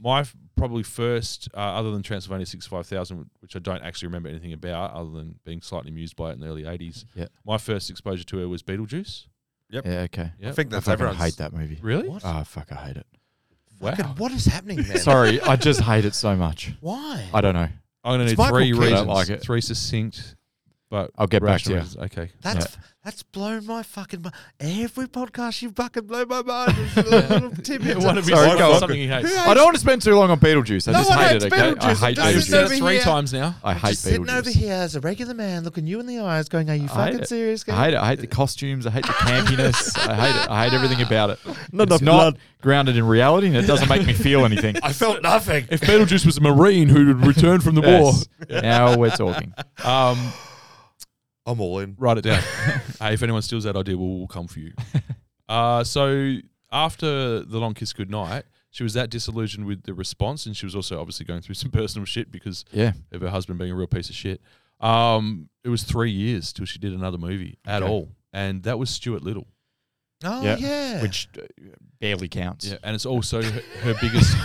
Speaker 1: My f- probably first, uh, other than Transylvania 65000, which I don't actually remember anything about other than being slightly amused by it in the early 80s.
Speaker 2: Yeah.
Speaker 1: My first exposure to her was Beetlejuice.
Speaker 3: Yep.
Speaker 2: Yeah, okay.
Speaker 1: Yeah.
Speaker 3: I think that's
Speaker 2: I fucking
Speaker 3: everyone's.
Speaker 2: hate that movie.
Speaker 1: Really?
Speaker 3: What?
Speaker 2: Ah, fuck, I hate it.
Speaker 3: Fucking what is happening there?
Speaker 2: Sorry, I just hate it so much.
Speaker 3: Why?
Speaker 2: I don't know.
Speaker 1: I'm going to
Speaker 3: It's
Speaker 1: need
Speaker 3: Michael
Speaker 1: three
Speaker 3: Keaton.
Speaker 1: reasons.
Speaker 2: I don't like it.
Speaker 1: Three succinct, but
Speaker 2: I'll get back
Speaker 1: rational
Speaker 2: to you.
Speaker 1: reasons. Okay.
Speaker 3: That's
Speaker 2: Yeah.
Speaker 3: that's blown my fucking mind. Every podcast you fucking blow
Speaker 2: *laughs*
Speaker 3: my mind. with a little tidbit.
Speaker 1: *laughs* One of his
Speaker 2: Sorry, go on.
Speaker 1: something he hates.
Speaker 2: I don't want to spend too long on Beetlejuice. I
Speaker 3: No
Speaker 2: just
Speaker 3: one
Speaker 2: hate it,
Speaker 3: hates
Speaker 2: okay? I
Speaker 3: Beetlejuice.
Speaker 2: hate
Speaker 3: It doesn't
Speaker 1: You've said it
Speaker 2: Beetlejuice.
Speaker 3: deserve Sitting
Speaker 1: three
Speaker 3: over
Speaker 1: times now.
Speaker 2: I hate
Speaker 3: Just sitting over
Speaker 2: Beetlejuice.
Speaker 3: here as a regular man, looking you in the eyes, going, "Are you
Speaker 2: I hate
Speaker 3: fucking
Speaker 2: it.
Speaker 3: serious?"
Speaker 2: I hate it. I hate the costumes. I hate the campiness. I hate it. I hate everything about it.
Speaker 3: Not
Speaker 2: it's
Speaker 3: enough
Speaker 2: not
Speaker 3: blood.
Speaker 2: grounded in reality, and it doesn't make me feel anything.
Speaker 3: I felt nothing.
Speaker 1: If Beetlejuice was a Marine who had returned from the
Speaker 2: Yes. *laughs* Now we're talking.
Speaker 1: war, um,
Speaker 3: I'm all in.
Speaker 1: write it *laughs* down. hey, if anyone steals that idea, we'll, we'll come for you. Uh, so after the long kiss goodnight, she was that disillusioned with the response, and she was also obviously going through *laughs* some personal shit because
Speaker 2: Yeah.
Speaker 1: of her husband being a real piece of shit. Um, it was three years till she did another movie at
Speaker 2: Okay.
Speaker 1: all, and that was Stuart Little.
Speaker 3: Oh
Speaker 2: Yeah.
Speaker 3: yeah.
Speaker 2: Which uh, barely counts. *laughs*
Speaker 1: Yeah, and it's also her, her *laughs* biggest.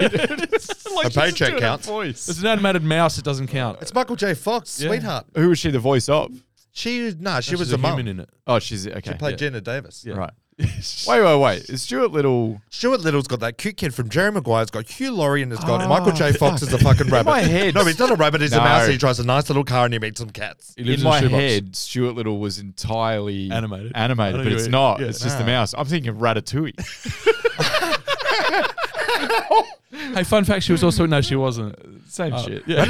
Speaker 3: a paycheck counts.
Speaker 1: it's an animated mouse. It doesn't count.
Speaker 3: It's Michael J. Fox,
Speaker 1: Yeah.
Speaker 3: sweetheart.
Speaker 2: Who was she the voice of?
Speaker 3: She was no, she
Speaker 1: She's
Speaker 3: was a, mum.
Speaker 1: human in it.
Speaker 2: Oh, she's okay.
Speaker 3: She played Gina Davis.
Speaker 1: Yeah.
Speaker 2: Right. Wait, wait, wait. Is Stuart Little?
Speaker 3: Stuart Little's got that cute kid from Jerry Maguire's got Hugh Laurie and has got Michael J. Fox is a fucking rabbit.
Speaker 2: my head.
Speaker 3: No, he's not a rabbit. He's
Speaker 2: No.
Speaker 3: a mouse. He drives a nice little car and he meets some cats.
Speaker 1: He lives
Speaker 2: In
Speaker 1: a
Speaker 2: my
Speaker 1: shoebox.
Speaker 2: head, Stuart Little was entirely
Speaker 1: Animated. I
Speaker 2: Animated,
Speaker 1: don't
Speaker 2: but
Speaker 1: know
Speaker 2: it's
Speaker 1: it-
Speaker 2: not.
Speaker 1: yeah.
Speaker 2: It's just the
Speaker 3: Ah.
Speaker 2: mouse. I'm thinking of Ratatouille.
Speaker 1: *laughs* *laughs* Hey, fun fact: she was also no, she wasn't.
Speaker 2: Same
Speaker 1: Uh,
Speaker 2: *laughs* shit.
Speaker 1: yeah.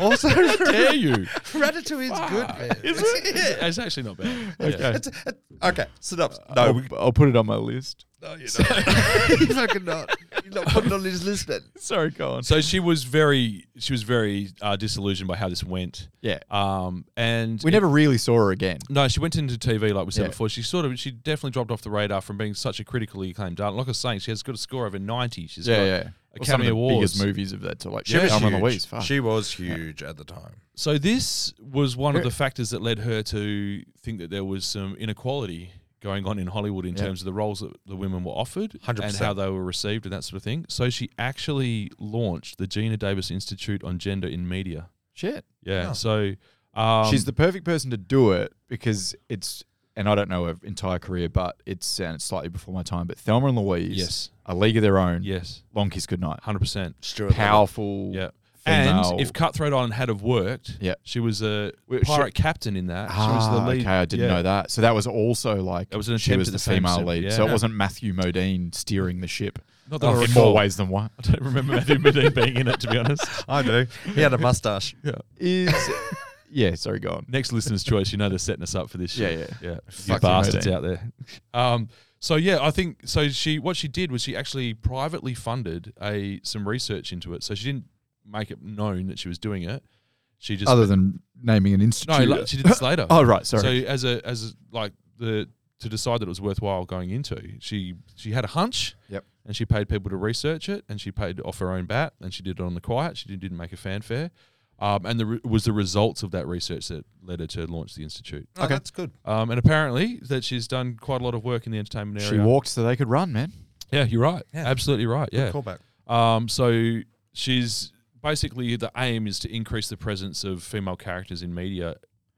Speaker 3: Also, *laughs*
Speaker 1: Dare
Speaker 2: *laughs*
Speaker 1: you?
Speaker 3: Ratatouille's good. Man.
Speaker 1: Is it? It's actually not bad. Okay.
Speaker 3: It's, it, okay, synopsis. No,
Speaker 2: I'll,
Speaker 3: we,
Speaker 2: Uh, I'll put it on my list.
Speaker 3: no, you're not. you're fucking not. You're not putting on his list, man.
Speaker 2: Sorry, go on.
Speaker 1: So she was very, she was very uh, disillusioned by how this went.
Speaker 2: Yeah.
Speaker 1: Um, and
Speaker 2: we
Speaker 1: it-
Speaker 2: never really saw
Speaker 1: *laughs*
Speaker 2: her again.
Speaker 1: No, she went into TV like we said
Speaker 2: Yeah.
Speaker 1: before. She sort of, she definitely dropped off the radar from being such a critically acclaimed darling. Like I was saying, she has got a score over ninety. She's got
Speaker 2: Well, some of
Speaker 1: Academy
Speaker 2: the
Speaker 1: Awards.
Speaker 2: biggest movies of that to like
Speaker 3: She was
Speaker 2: Thelma and
Speaker 3: huge.
Speaker 2: Louise. Fuck.
Speaker 3: She was huge at the time.
Speaker 1: So this was one of
Speaker 2: Yeah.
Speaker 1: the factors that led her to think that there was some inequality going on in Hollywood in
Speaker 2: Yeah.
Speaker 1: terms of the roles that the women were offered and
Speaker 3: 100%.
Speaker 1: how they were received and that sort of thing. So she actually launched the Gina Davis Institute on Gender in Media.
Speaker 2: Shit.
Speaker 1: Yeah.
Speaker 3: Oh.
Speaker 1: So um,
Speaker 2: She's the perfect person to do it because it's, and I don't know her entire career, but it's and it's slightly before my time. But Thelma and Louise,
Speaker 1: Yes.
Speaker 2: A League of Their Own,
Speaker 1: yes,
Speaker 2: Long Kiss Goodnight,
Speaker 1: hundred percent.
Speaker 3: Stuart Little.
Speaker 2: powerful.
Speaker 1: Yeah.
Speaker 2: female-
Speaker 1: And if Cutthroat Island had have worked,
Speaker 2: Yeah.
Speaker 1: she was a
Speaker 2: Well, she-
Speaker 1: pirate captain in that.
Speaker 2: Ah,
Speaker 1: she was the lead.
Speaker 2: okay, I didn't
Speaker 1: yeah.
Speaker 2: know that. So that was also like
Speaker 1: That was an
Speaker 2: she
Speaker 1: attempt
Speaker 2: was
Speaker 1: at
Speaker 2: the
Speaker 1: the same
Speaker 2: female
Speaker 1: sim-
Speaker 2: lead,
Speaker 1: yeah.
Speaker 2: so it
Speaker 1: Yeah.
Speaker 2: wasn't Matthew Modine steering the ship.
Speaker 1: Not that I
Speaker 2: in
Speaker 1: recall.
Speaker 2: more Oh, ways than one.
Speaker 1: *laughs* I don't remember Matthew Modine being in it, to be honest.
Speaker 2: *laughs*
Speaker 3: I do. He had a *laughs* mustache.
Speaker 2: Is *laughs* yeah, sorry, go on.
Speaker 1: Um, next listener's choice. You know they're setting us up for this
Speaker 2: Yeah,
Speaker 1: shit.
Speaker 2: yeah.
Speaker 1: yeah. You
Speaker 2: Fucking
Speaker 1: bastards
Speaker 2: right.
Speaker 1: out there. Um, so yeah, I think so. She what she did was she actually privately funded a some research into it. So she didn't make it known that she was doing it. She just
Speaker 2: Other than naming an
Speaker 1: no,
Speaker 2: institute, *laughs*
Speaker 1: like, she did this later.
Speaker 2: oh right, sorry.
Speaker 1: So as a as a, like the to decide that it was worthwhile going into. She she had a hunch.
Speaker 2: Yep.
Speaker 1: And she paid people to research it, and she paid off her own bat, and she did it on the quiet. She didn't, didn't make a fanfare. Um, and the re- it was the results of that research that led her to launch the institute.
Speaker 3: Oh, Okay. that's good.
Speaker 1: Um, and apparently that she's done quite a lot of work in the entertainment
Speaker 2: She
Speaker 1: area.
Speaker 2: walked so they could run, man.
Speaker 1: Yeah, you're right.
Speaker 2: Yeah.
Speaker 1: Absolutely right.
Speaker 2: Good
Speaker 1: Yeah.
Speaker 2: callback.
Speaker 1: Um, so she's basically the aim is to increase the presence of female characters in media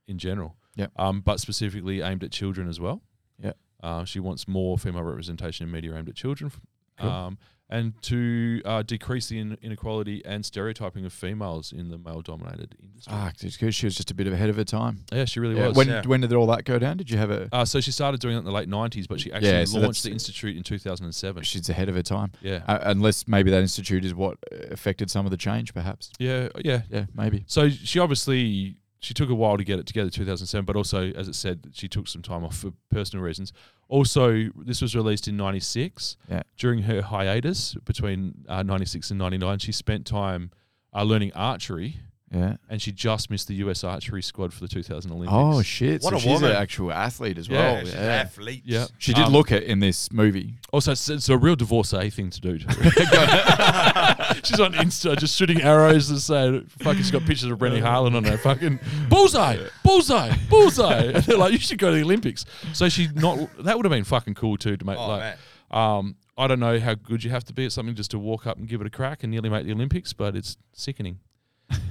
Speaker 1: in general.
Speaker 2: Yep.
Speaker 1: Um, but specifically aimed at children as well.
Speaker 2: Yeah.
Speaker 1: Uh, she wants more female representation in media aimed at children.
Speaker 2: Cool.
Speaker 1: Um, and to uh, decrease the in- inequality and stereotyping of females in the male dominated industry.
Speaker 2: Ah, because she was just a bit ahead of her time.
Speaker 1: Yeah, she really was.
Speaker 2: When
Speaker 1: Yeah.
Speaker 2: when did all that go down? Did you have a?
Speaker 1: Uh, so she started doing it in the late 90s, but she actually
Speaker 2: Yeah, so
Speaker 1: launched
Speaker 2: that's-
Speaker 1: the institute in 2007.
Speaker 2: She's ahead of her time.
Speaker 1: Oh. Yeah.
Speaker 2: Uh, unless maybe that institute is what uh, affected some of the change, perhaps.
Speaker 1: Yeah, yeah,
Speaker 2: Yeah, maybe.
Speaker 1: So she obviously she took a while to get it together, 2007. But also, as it said, she took some time off for personal reasons. Also, this was released in '96.
Speaker 2: Yeah.
Speaker 1: During her hiatus between uh, '96 and '99, she spent time uh, learning archery.
Speaker 2: Yeah.
Speaker 1: And she just missed the U.S. archery squad for the 2000 Olympics.
Speaker 2: Oh shit! so she's an actual athlete as
Speaker 3: Oh,
Speaker 2: well.
Speaker 1: Yeah.
Speaker 2: Yeah.
Speaker 1: Yeah.
Speaker 2: She did
Speaker 1: Um,
Speaker 2: look it in this movie.
Speaker 1: Also, it's, it's a real divorcee thing to do. *laughs* she's on *laughs* Insta just shooting arrows and saying, fucking, she's got pictures of Rennie Harlan on her fucking bullseye, bullseye, bullseye. And they're like, you should go to the Olympics. So she not, that would have been fucking cool too to make
Speaker 3: Oh,
Speaker 1: like, um, I don't know how good you have to be at something just to walk up and give it a crack and nearly make the Olympics, but it's sickening.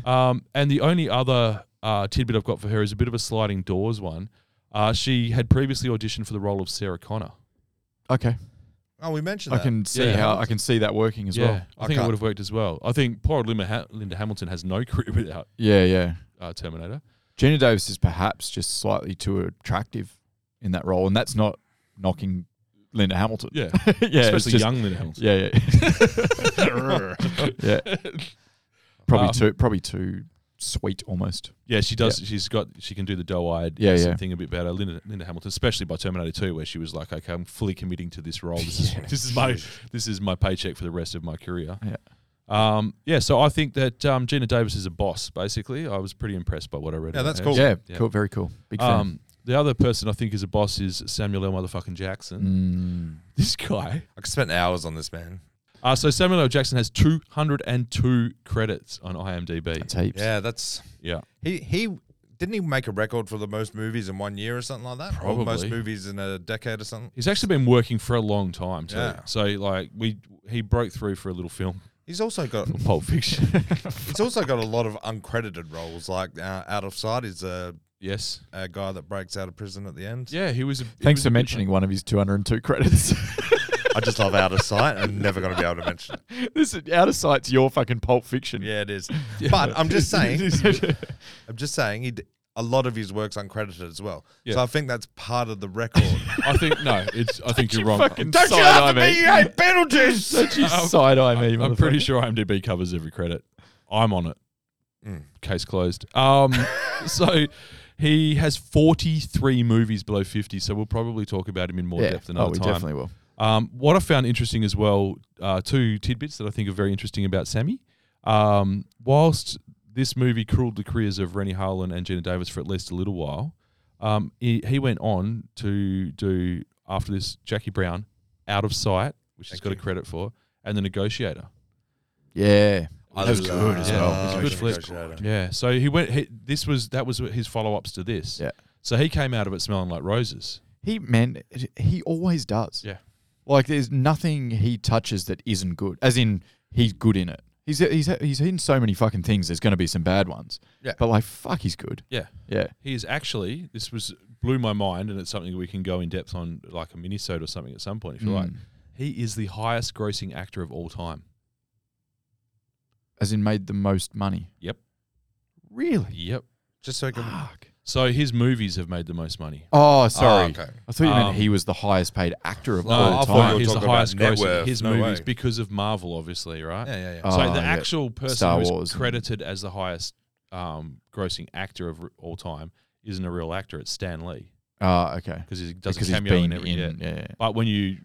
Speaker 1: Um, and the only other uh, tidbit I've got for her is a bit of a sliding doors one. Uh, she had previously auditioned for the role of Sarah Connor.
Speaker 2: Okay.
Speaker 3: Oh, we mentioned
Speaker 2: I
Speaker 3: that.
Speaker 2: can see
Speaker 1: Yeah.
Speaker 2: how I can see that working as
Speaker 1: Yeah,
Speaker 2: well.
Speaker 1: I think it would have worked as well. I think poor old Linda, ha- Linda Hamilton has no *laughs* career without
Speaker 2: Yeah, yeah.
Speaker 1: uh, Terminator.
Speaker 2: Gina Davis is perhaps just slightly too attractive in that role, and that's not knocking Linda Hamilton.
Speaker 1: *laughs* Yeah.
Speaker 2: yeah, it's
Speaker 1: Especially young Linda Hamilton.
Speaker 2: Yeah, yeah, yeah. Probably
Speaker 1: Um,
Speaker 2: too, probably too sweet almost.
Speaker 1: Yeah, she does. She's got. She can do the doe-eyed
Speaker 2: Yeah,
Speaker 1: innocent
Speaker 2: yeah.
Speaker 1: thing a bit better. Linda, Linda Hamilton, especially by Terminator Two, where she was like, "Okay, I'm fully committing to this role. This is this *laughs* is my this is my paycheck for the rest of my career."
Speaker 2: Yeah.
Speaker 1: Um, yeah, so I think that um, Gina Davis is a boss. Basically, I was pretty impressed by what I read.
Speaker 2: Yeah,
Speaker 1: about
Speaker 2: that's
Speaker 1: her. Um,
Speaker 2: cool. Yeah, cool, very cool. Big fan.
Speaker 1: the other person I think is a boss is Samuel L. Motherfucking Mm.
Speaker 2: Mm,
Speaker 1: Jackson. *laughs* This guy.
Speaker 3: I spent hours on this man.
Speaker 1: Uh, so Samuel L. Jackson has 202 credits on IMDb. That's
Speaker 2: heaps.
Speaker 3: Yeah, that's
Speaker 1: Yeah.
Speaker 3: He he didn't he make a record for the most movies in one year or something like that. Or most
Speaker 1: Probably.
Speaker 3: movies in a decade or something.
Speaker 1: He's actually been working for a long time too.
Speaker 3: Yeah.
Speaker 1: So like we he broke through for a little film.
Speaker 3: He's also got
Speaker 1: Pulp Fiction.
Speaker 2: *laughs*
Speaker 3: He's also got a lot of uncredited roles, like uh, Out of Sight is a
Speaker 1: yes
Speaker 3: a guy that breaks out of prison at the end.
Speaker 1: Yeah, he was. A,
Speaker 2: Thanks for mentioning one of his 202 *laughs* credits.
Speaker 3: *laughs* I just love Out of Sight. I'm never going to be able to mention it.
Speaker 2: this is, out of sight's your fucking Pulp Fiction.
Speaker 3: *laughs* Yeah, it is. But I'm
Speaker 2: *laughs*
Speaker 3: just saying, I'm just saying, he d- a lot of his works uncredited as well.
Speaker 1: Yeah.
Speaker 3: So I think that's part of the *laughs* record.
Speaker 1: I think no, it's I think
Speaker 2: *laughs*
Speaker 1: you're wrong.
Speaker 3: Don't you laugh at me? You hate Beetlejuice.
Speaker 2: Don't you side-eye me,
Speaker 1: I'm, I'm pretty
Speaker 2: motherfucker.
Speaker 1: sure IMDb covers every credit. I'm on it.
Speaker 3: Mm.
Speaker 1: Case closed.
Speaker 2: *laughs*
Speaker 1: Um, so he has 43 movies below 50. So we'll probably talk about him in more
Speaker 2: Yeah.
Speaker 1: depth
Speaker 2: Oh,
Speaker 1: another
Speaker 2: we
Speaker 1: time.
Speaker 2: definitely will.
Speaker 1: Um, what I found interesting as well, uh, two tidbits that I think are very interesting about Sammy. Um, whilst this movie cooled the careers of Rennie Harlan and Gina Davis for at least a little while, um, he, he went on to do, after this, Jackie Brown, Out of Sight, which he's got a credit for, and The Negotiator.
Speaker 2: Yeah.
Speaker 3: I
Speaker 2: That was
Speaker 3: love
Speaker 2: good as
Speaker 1: Yeah,
Speaker 3: Uh,
Speaker 2: well.
Speaker 1: it was a good flick. Yeah, so he went. He, this was that was his follow ups to this.
Speaker 2: Yeah.
Speaker 1: So he came out of it smelling like roses.
Speaker 2: He man, he always does.
Speaker 1: Yeah.
Speaker 2: Like there's nothing he touches that isn't good. As in, he's good in it. He's he's he's in so many fucking things. There's going to be some bad ones.
Speaker 1: Yeah.
Speaker 2: But like, fuck, he's good.
Speaker 1: Yeah.
Speaker 2: Yeah.
Speaker 1: He is actually this was blew my mind and it's something we can go in depth on like a minisode or something at some point if you like.
Speaker 2: Mm.
Speaker 1: He is the highest grossing actor of all time.
Speaker 2: As in, made the most money.
Speaker 1: Yep.
Speaker 2: Really?
Speaker 1: Yep.
Speaker 3: Just so I can
Speaker 1: So his movies have made the most money.
Speaker 2: Oh, sorry.
Speaker 1: okay.
Speaker 2: I thought you meant
Speaker 1: Um,
Speaker 2: he was the highest paid actor of
Speaker 1: No,
Speaker 2: all
Speaker 1: I
Speaker 2: time.
Speaker 1: thought he's the highest grossing his
Speaker 3: No
Speaker 1: movies
Speaker 3: way.
Speaker 1: because of Marvel, obviously, right?
Speaker 3: Yeah, yeah, yeah.
Speaker 1: So
Speaker 2: Oh,
Speaker 1: the
Speaker 2: yeah.
Speaker 1: actual person
Speaker 2: Star
Speaker 1: who's
Speaker 2: Wars and-
Speaker 1: credited as the highest um, grossing actor of r- all time isn't a real actor; it's Stan Lee.
Speaker 2: Ah, okay.
Speaker 1: Because he does
Speaker 2: Because
Speaker 1: a
Speaker 2: he's
Speaker 1: cameo
Speaker 2: been
Speaker 1: in every
Speaker 2: in,
Speaker 1: yeah.
Speaker 2: yeah, yeah.
Speaker 1: But when you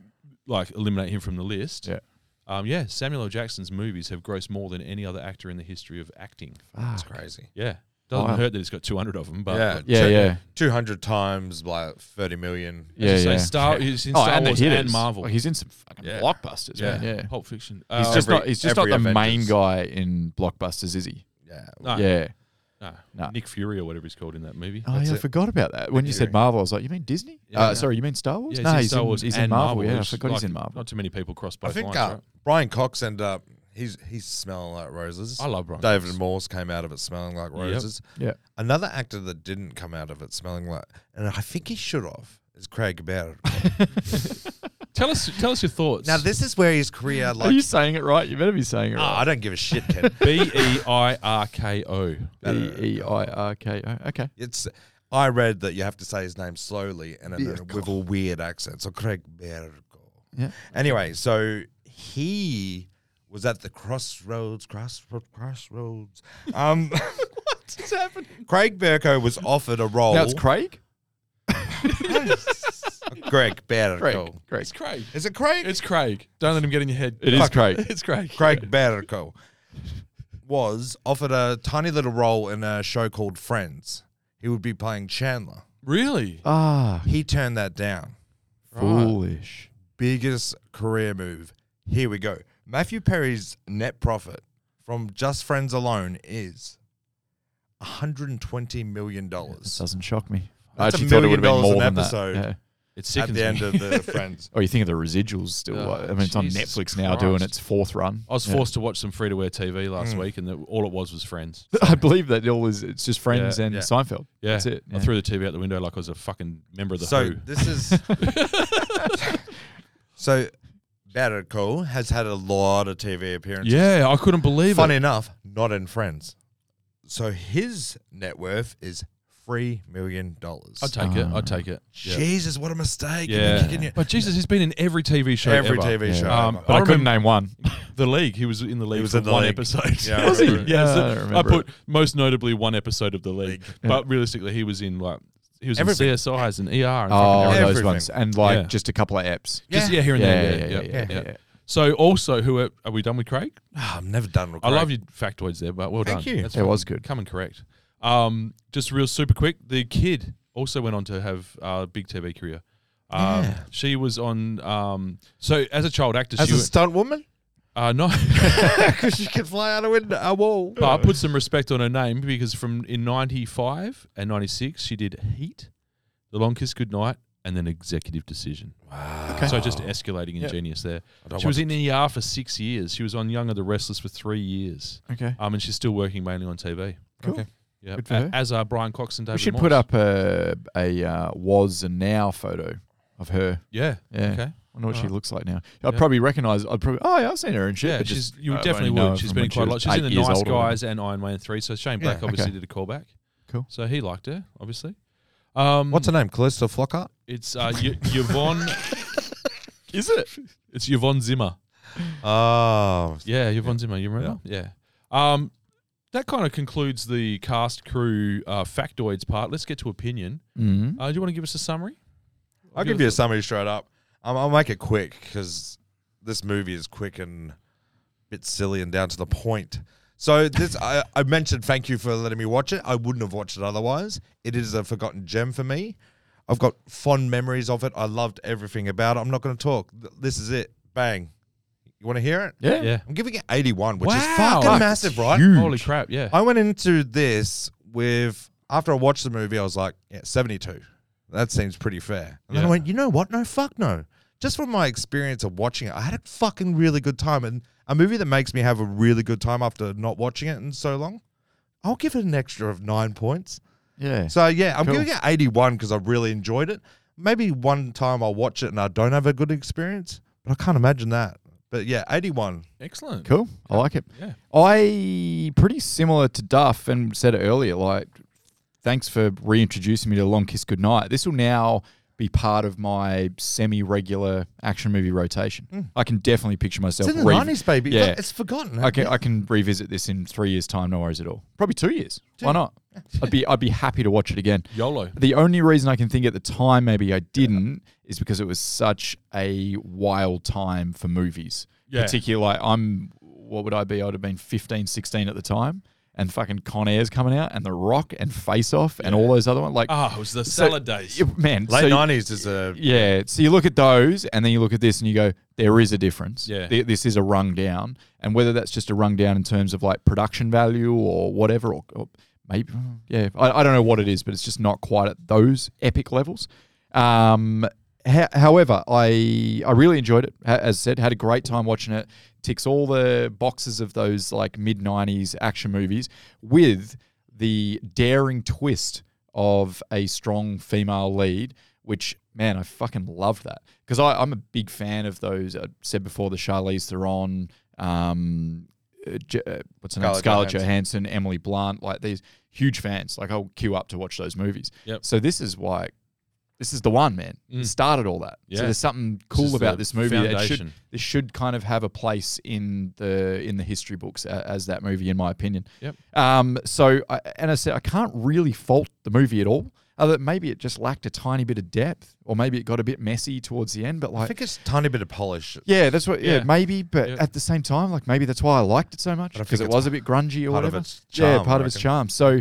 Speaker 1: like eliminate him from the list,
Speaker 2: Yeah.
Speaker 1: um, yeah, Samuel L. Jackson's movies have grossed more than any other actor in the history of acting.
Speaker 2: That's
Speaker 3: crazy.
Speaker 1: Yeah, Doesn't
Speaker 2: Wow.
Speaker 1: hurt that it's got 200 of them, but
Speaker 3: yeah,
Speaker 2: Yeah, yeah.
Speaker 3: two hundred times like thirty million.
Speaker 2: Yeah,
Speaker 1: As you say,
Speaker 2: yeah.
Speaker 1: Star- he's in
Speaker 2: Oh,
Speaker 1: Star
Speaker 2: and the
Speaker 1: Wars and
Speaker 2: hitters.
Speaker 1: Marvel.
Speaker 2: Oh, he's in some fucking blockbusters, man. Yeah.
Speaker 1: Pulp Fiction.
Speaker 2: He's
Speaker 1: Uh,
Speaker 2: just
Speaker 1: every-
Speaker 2: not. He's just
Speaker 1: every
Speaker 2: not the main
Speaker 1: Avengers.
Speaker 2: guy in blockbusters, is he?
Speaker 3: Yeah.
Speaker 1: No.
Speaker 2: Yeah.
Speaker 1: No.
Speaker 2: No.
Speaker 1: Nick Fury or whatever he's called in that movie.
Speaker 2: Oh yeah, I forgot about that. When you said Marvel, I was like, "You mean Disney?
Speaker 1: Yeah,
Speaker 2: uh,
Speaker 1: yeah.
Speaker 2: Sorry, you mean Star Wars?
Speaker 1: Yeah,
Speaker 2: no,
Speaker 1: he's in
Speaker 2: he's
Speaker 1: Star Wars
Speaker 2: in, he's in
Speaker 1: and
Speaker 2: Marvel. Yeah, I
Speaker 1: which,
Speaker 2: forgot he's
Speaker 1: like,
Speaker 2: in Marvel.
Speaker 1: Not too many people cross both
Speaker 3: I think
Speaker 1: lines,
Speaker 3: uh,
Speaker 1: right?
Speaker 3: Brian Cox and uh, he's he's smelling like roses.
Speaker 1: I love Brian
Speaker 3: David
Speaker 1: Cox.
Speaker 3: Morse came out of it smelling like roses.
Speaker 2: Yeah.
Speaker 3: Another actor that didn't come out of it smelling like, and I think he should have, is Craig Barrett.
Speaker 1: Tell us, tell us your thoughts.
Speaker 3: now this is where his career
Speaker 2: Are
Speaker 3: like.
Speaker 2: you saying it right? You better be saying it
Speaker 3: *laughs* Ah,
Speaker 2: right.
Speaker 3: I don't give a shit, Ken.
Speaker 1: *laughs* B e i r k
Speaker 3: *laughs*
Speaker 1: o.
Speaker 2: B e i r k o. Okay.
Speaker 3: it's. I read that you have to say his name slowly and in a,
Speaker 2: Bierko.
Speaker 3: with a weird accent. So Craig Barrett.
Speaker 2: Yeah.
Speaker 3: Anyway, so he was at the crossroads, crossroads, crossroads. Um,
Speaker 2: What's happened?
Speaker 3: Craig Berko was offered a role.
Speaker 2: Now it's Craig.
Speaker 3: Greg Berko.
Speaker 2: Craig. Craig.
Speaker 1: It's Craig.
Speaker 3: Is it Craig?
Speaker 1: It's Craig. Don't let him get in your head.
Speaker 2: It is
Speaker 3: Fuck.
Speaker 2: Craig.
Speaker 1: It's Craig.
Speaker 3: Craig Berko was offered a tiny little role in a show called Friends. He would be playing Chandler.
Speaker 1: Really?
Speaker 2: Ah,
Speaker 3: He turned that down.
Speaker 2: foolish.
Speaker 3: biggest career move. Here we go. Matthew Perry's net profit from just friends alone is $120 million
Speaker 2: That doesn't shock me. I
Speaker 3: That's a
Speaker 2: actually thought it would
Speaker 3: million
Speaker 2: have been
Speaker 3: dollars
Speaker 2: more
Speaker 3: an
Speaker 2: than
Speaker 3: episode.
Speaker 2: that. Yeah.
Speaker 1: It's
Speaker 3: at
Speaker 1: sickens
Speaker 3: the end
Speaker 1: me.
Speaker 3: of the friends.
Speaker 2: Oh, you think of the residuals still?
Speaker 1: Oh,
Speaker 2: uh, I mean, it's on
Speaker 1: Jesus
Speaker 2: Netflix now, doing
Speaker 1: Christ.
Speaker 2: its fourth run.
Speaker 1: *laughs* I was
Speaker 2: Yeah. *laughs*
Speaker 1: forced to watch some free to air TV last
Speaker 3: Mm.
Speaker 1: week, and the, all it was was Friends.
Speaker 2: I believe that it all is. It's just Friends
Speaker 1: Yeah.
Speaker 2: and
Speaker 3: Yeah.
Speaker 2: Seinfeld.
Speaker 1: Yeah,
Speaker 2: That's it.
Speaker 1: I
Speaker 2: Yeah.
Speaker 1: threw the TV out the window like I was a fucking member of the
Speaker 3: So
Speaker 1: Who.
Speaker 3: this is
Speaker 1: *laughs*
Speaker 3: so Better Call has had a lot of TV appearances.
Speaker 1: yeah, I couldn't believe
Speaker 3: Funny
Speaker 1: it.
Speaker 3: enough, not in Friends. So his net worth is three million dollars.
Speaker 1: I'd take it. I'd take it. Yeah.
Speaker 3: Jesus, what a mistake!
Speaker 1: Yeah.
Speaker 3: Kicking you-
Speaker 1: But Jesus, he's been in every TV show.
Speaker 3: Every
Speaker 1: ever.
Speaker 3: TV show.
Speaker 1: Um,
Speaker 3: ever.
Speaker 2: But I,
Speaker 1: I
Speaker 2: couldn't
Speaker 1: remember-
Speaker 2: name one.
Speaker 1: The League. He was in the league
Speaker 3: was
Speaker 1: for
Speaker 3: in The
Speaker 1: one
Speaker 3: League.
Speaker 1: episode.
Speaker 3: Yeah,
Speaker 1: *laughs*
Speaker 3: I
Speaker 1: was he?
Speaker 3: remember
Speaker 2: it.
Speaker 1: Yeah.
Speaker 2: Yeah,
Speaker 1: so
Speaker 2: I
Speaker 1: I,
Speaker 2: remember
Speaker 1: put most notably one episode of the league,
Speaker 2: Yeah.
Speaker 1: but realistically, he was in like he was
Speaker 3: Everything.
Speaker 1: in CSIs and ER. And
Speaker 2: Oh,
Speaker 1: fucking everything.
Speaker 2: those
Speaker 3: Everything.
Speaker 2: ones, and like
Speaker 1: Yeah.
Speaker 2: just a couple of apps.
Speaker 1: just yeah, here and
Speaker 2: Yeah,
Speaker 1: there.
Speaker 2: yeah,
Speaker 1: Yeah,
Speaker 2: yeah,
Speaker 1: yeah,
Speaker 2: yeah,
Speaker 1: yeah.
Speaker 2: yeah.
Speaker 1: So also, who are, are we done with Craig?
Speaker 3: Ah, I'm never done with.
Speaker 1: I love
Speaker 3: Craig.
Speaker 1: your factoids there, but well
Speaker 3: Thank
Speaker 1: done.
Speaker 3: you.
Speaker 2: It was good.
Speaker 1: Coming correct. Um, just real super quick. The kid also went on to have a big TV career. Um,
Speaker 3: Yeah.
Speaker 1: She was on. Um, so as a child actor,
Speaker 3: As
Speaker 1: she
Speaker 3: a
Speaker 1: wa-
Speaker 3: stunt woman,
Speaker 1: uh, no,
Speaker 3: because you can fly out a window, a wall.
Speaker 1: *laughs* but I put some respect on her name because from in '95 and '96 she did Heat, The Long Kiss Goodnight, and then Executive Decision. Wow. So just escalating and
Speaker 2: Yep.
Speaker 1: genius there.
Speaker 3: don't
Speaker 1: She was in ER for six years. She was on Young and the Restless for three years.
Speaker 2: Okay.
Speaker 1: Um, and she's still working mainly on TV.
Speaker 2: Cool.
Speaker 1: Yeah,
Speaker 2: Good for
Speaker 1: a-
Speaker 2: her.
Speaker 1: as are Brian Cox and David.
Speaker 2: We should
Speaker 1: Morse.
Speaker 2: put up a a uh, was and now photo of her.
Speaker 1: Yeah.
Speaker 2: Yeah.
Speaker 1: Okay.
Speaker 2: I wonder what she
Speaker 1: Alright.
Speaker 2: looks like now. I
Speaker 1: Yeah.
Speaker 2: would probably recognise. I'd probably. Oh yeah, I've seen her and shit.
Speaker 1: Yeah,
Speaker 2: but
Speaker 1: she's
Speaker 2: just-
Speaker 1: you
Speaker 2: I
Speaker 1: definitely
Speaker 2: only know her
Speaker 1: would. She's
Speaker 2: from
Speaker 1: been
Speaker 2: when
Speaker 1: in
Speaker 2: she
Speaker 1: quite a
Speaker 2: was
Speaker 1: lot. She's
Speaker 2: eight
Speaker 1: in the
Speaker 2: years
Speaker 1: Nice
Speaker 2: old or whatever.
Speaker 1: Guys and Iron Man three. So Shane Black
Speaker 3: Yeah,
Speaker 1: obviously
Speaker 2: okay.
Speaker 1: did a callback.
Speaker 2: Cool.
Speaker 1: So he liked her, obviously. Um,
Speaker 3: What's her name? Calista Flockhart.
Speaker 1: It's uh, y- Yvonne.
Speaker 2: *laughs* Is it?
Speaker 1: it's Yvonne Zimmer.
Speaker 3: Oh,
Speaker 1: Yeah, Yvonne Zimmer. You remember? Yeah. Um, that kind of concludes the cast crew uh, factoids part. Let's get to opinion.
Speaker 2: hmm
Speaker 1: Uh, do you want to give us a summary?
Speaker 3: I'll give you a summary straight up. Um, I'll make it quick because this movie is quick and a bit silly and down to the point. So this, I, I mentioned. Thank you for letting me watch it. I wouldn't have watched it otherwise. It is a forgotten gem for me. I've got fond memories of it. I loved everything about it. I'm not going to talk. Th- This is it. Bang. You want to hear it?
Speaker 2: Yeah.
Speaker 1: Yeah.
Speaker 3: I'm giving it 81, which is
Speaker 1: Wow.
Speaker 3: fucking
Speaker 1: Fuck,
Speaker 3: massive, right?
Speaker 1: Holy crap! Yeah.
Speaker 3: I went into this with after I watched the movie, I was like, yeah, seventy two. That seems pretty fair. And then
Speaker 1: Yeah.
Speaker 3: I went, you know what? No, fuck no. Just from my experience of watching it, I had a fucking really good time. And a movie that makes me have a really good time after not watching it in so long, I'll give it an extra of nine points.
Speaker 2: Yeah.
Speaker 3: So yeah, I'm
Speaker 2: Cool.
Speaker 3: giving it 81 because I really enjoyed it. Maybe one time I'll watch it and I don't have a good experience, but I can't imagine that. But yeah, 81.
Speaker 1: Excellent.
Speaker 2: Cool. I like it.
Speaker 1: Yeah.
Speaker 2: I pretty similar to Duff and said it earlier. Like, thanks for reintroducing me to Long Kiss Goodnight. This will now be part of my semi-regular action movie rotation. I can definitely picture myself.
Speaker 3: Hmm. It's in the
Speaker 2: re-
Speaker 3: 90s, baby.
Speaker 2: Yeah.
Speaker 3: It's forgotten.
Speaker 2: I can I can revisit this in three years' time. No worries at all. Probably two years. Why
Speaker 3: *laughs*
Speaker 2: not? I'd be I'd be happy to watch it again.
Speaker 1: YOLO.
Speaker 2: The only reason I can think at the time maybe I didn't is because it was such a wild time for movies.
Speaker 1: Yeah.
Speaker 2: Particularly, like I'm, what would I be? I'd have been 15, 16 at the time. and fucking Con Air's coming out, and The Rock and Face Off, and all those other ones. Like,
Speaker 1: Ah, it was the
Speaker 2: so-
Speaker 1: salad days.
Speaker 2: yeah, man.
Speaker 1: Late
Speaker 2: so you-
Speaker 1: 90s is a-
Speaker 2: yeah. So you look at those, and then you look at this, and you go, there is a difference.
Speaker 1: Yeah.
Speaker 2: Th- this is a rung down, and whether that's just a rung down in terms of like production value or whatever, or, or maybe yeah, I, I don't know what it is, but it's just not quite at those epic levels. Um, ho- however, I I really enjoyed it. Ha- As I said, had a great time watching it. Ticks all the boxes of those like mid '90s action movies with the daring twist of a strong female lead, which man, I fucking love that because I'm a big fan of those. I said before the Charlize Theron, um, uh, J- uh, what's her name,
Speaker 1: Scarlett
Speaker 2: Scarlett
Speaker 1: Johansson.
Speaker 2: Johansson, Emily Blunt, like these huge fans. Like I'll queue up to watch those movies.
Speaker 1: Yep.
Speaker 2: So this is why, this is the one man. It
Speaker 1: Mm.
Speaker 2: started all that.
Speaker 1: Yeah.
Speaker 2: So there's something
Speaker 1: This is
Speaker 2: cool
Speaker 1: the
Speaker 2: about this movie. It should,
Speaker 1: foundation.
Speaker 2: this should kind of have a place in the in the history books a- as that movie, in my opinion.
Speaker 1: Yep.
Speaker 2: Um. So, I, and I said I can't really fault the movie at all. Other than maybe it just lacked a tiny bit of depth, or maybe it got a bit messy towards the end. But like,
Speaker 3: I think it's a tiny bit of polish.
Speaker 2: yeah, that's what. Yeah,
Speaker 3: Yeah.
Speaker 2: maybe, but
Speaker 3: Yeah.
Speaker 2: at the same time, like maybe that's why I liked it so much
Speaker 3: But I
Speaker 2: because
Speaker 3: think
Speaker 2: it
Speaker 3: it's
Speaker 2: was a bit grungy or
Speaker 3: part of
Speaker 2: whatever.
Speaker 3: its charm,
Speaker 2: yeah,
Speaker 3: I
Speaker 2: part of its
Speaker 3: reckon.
Speaker 2: charm. So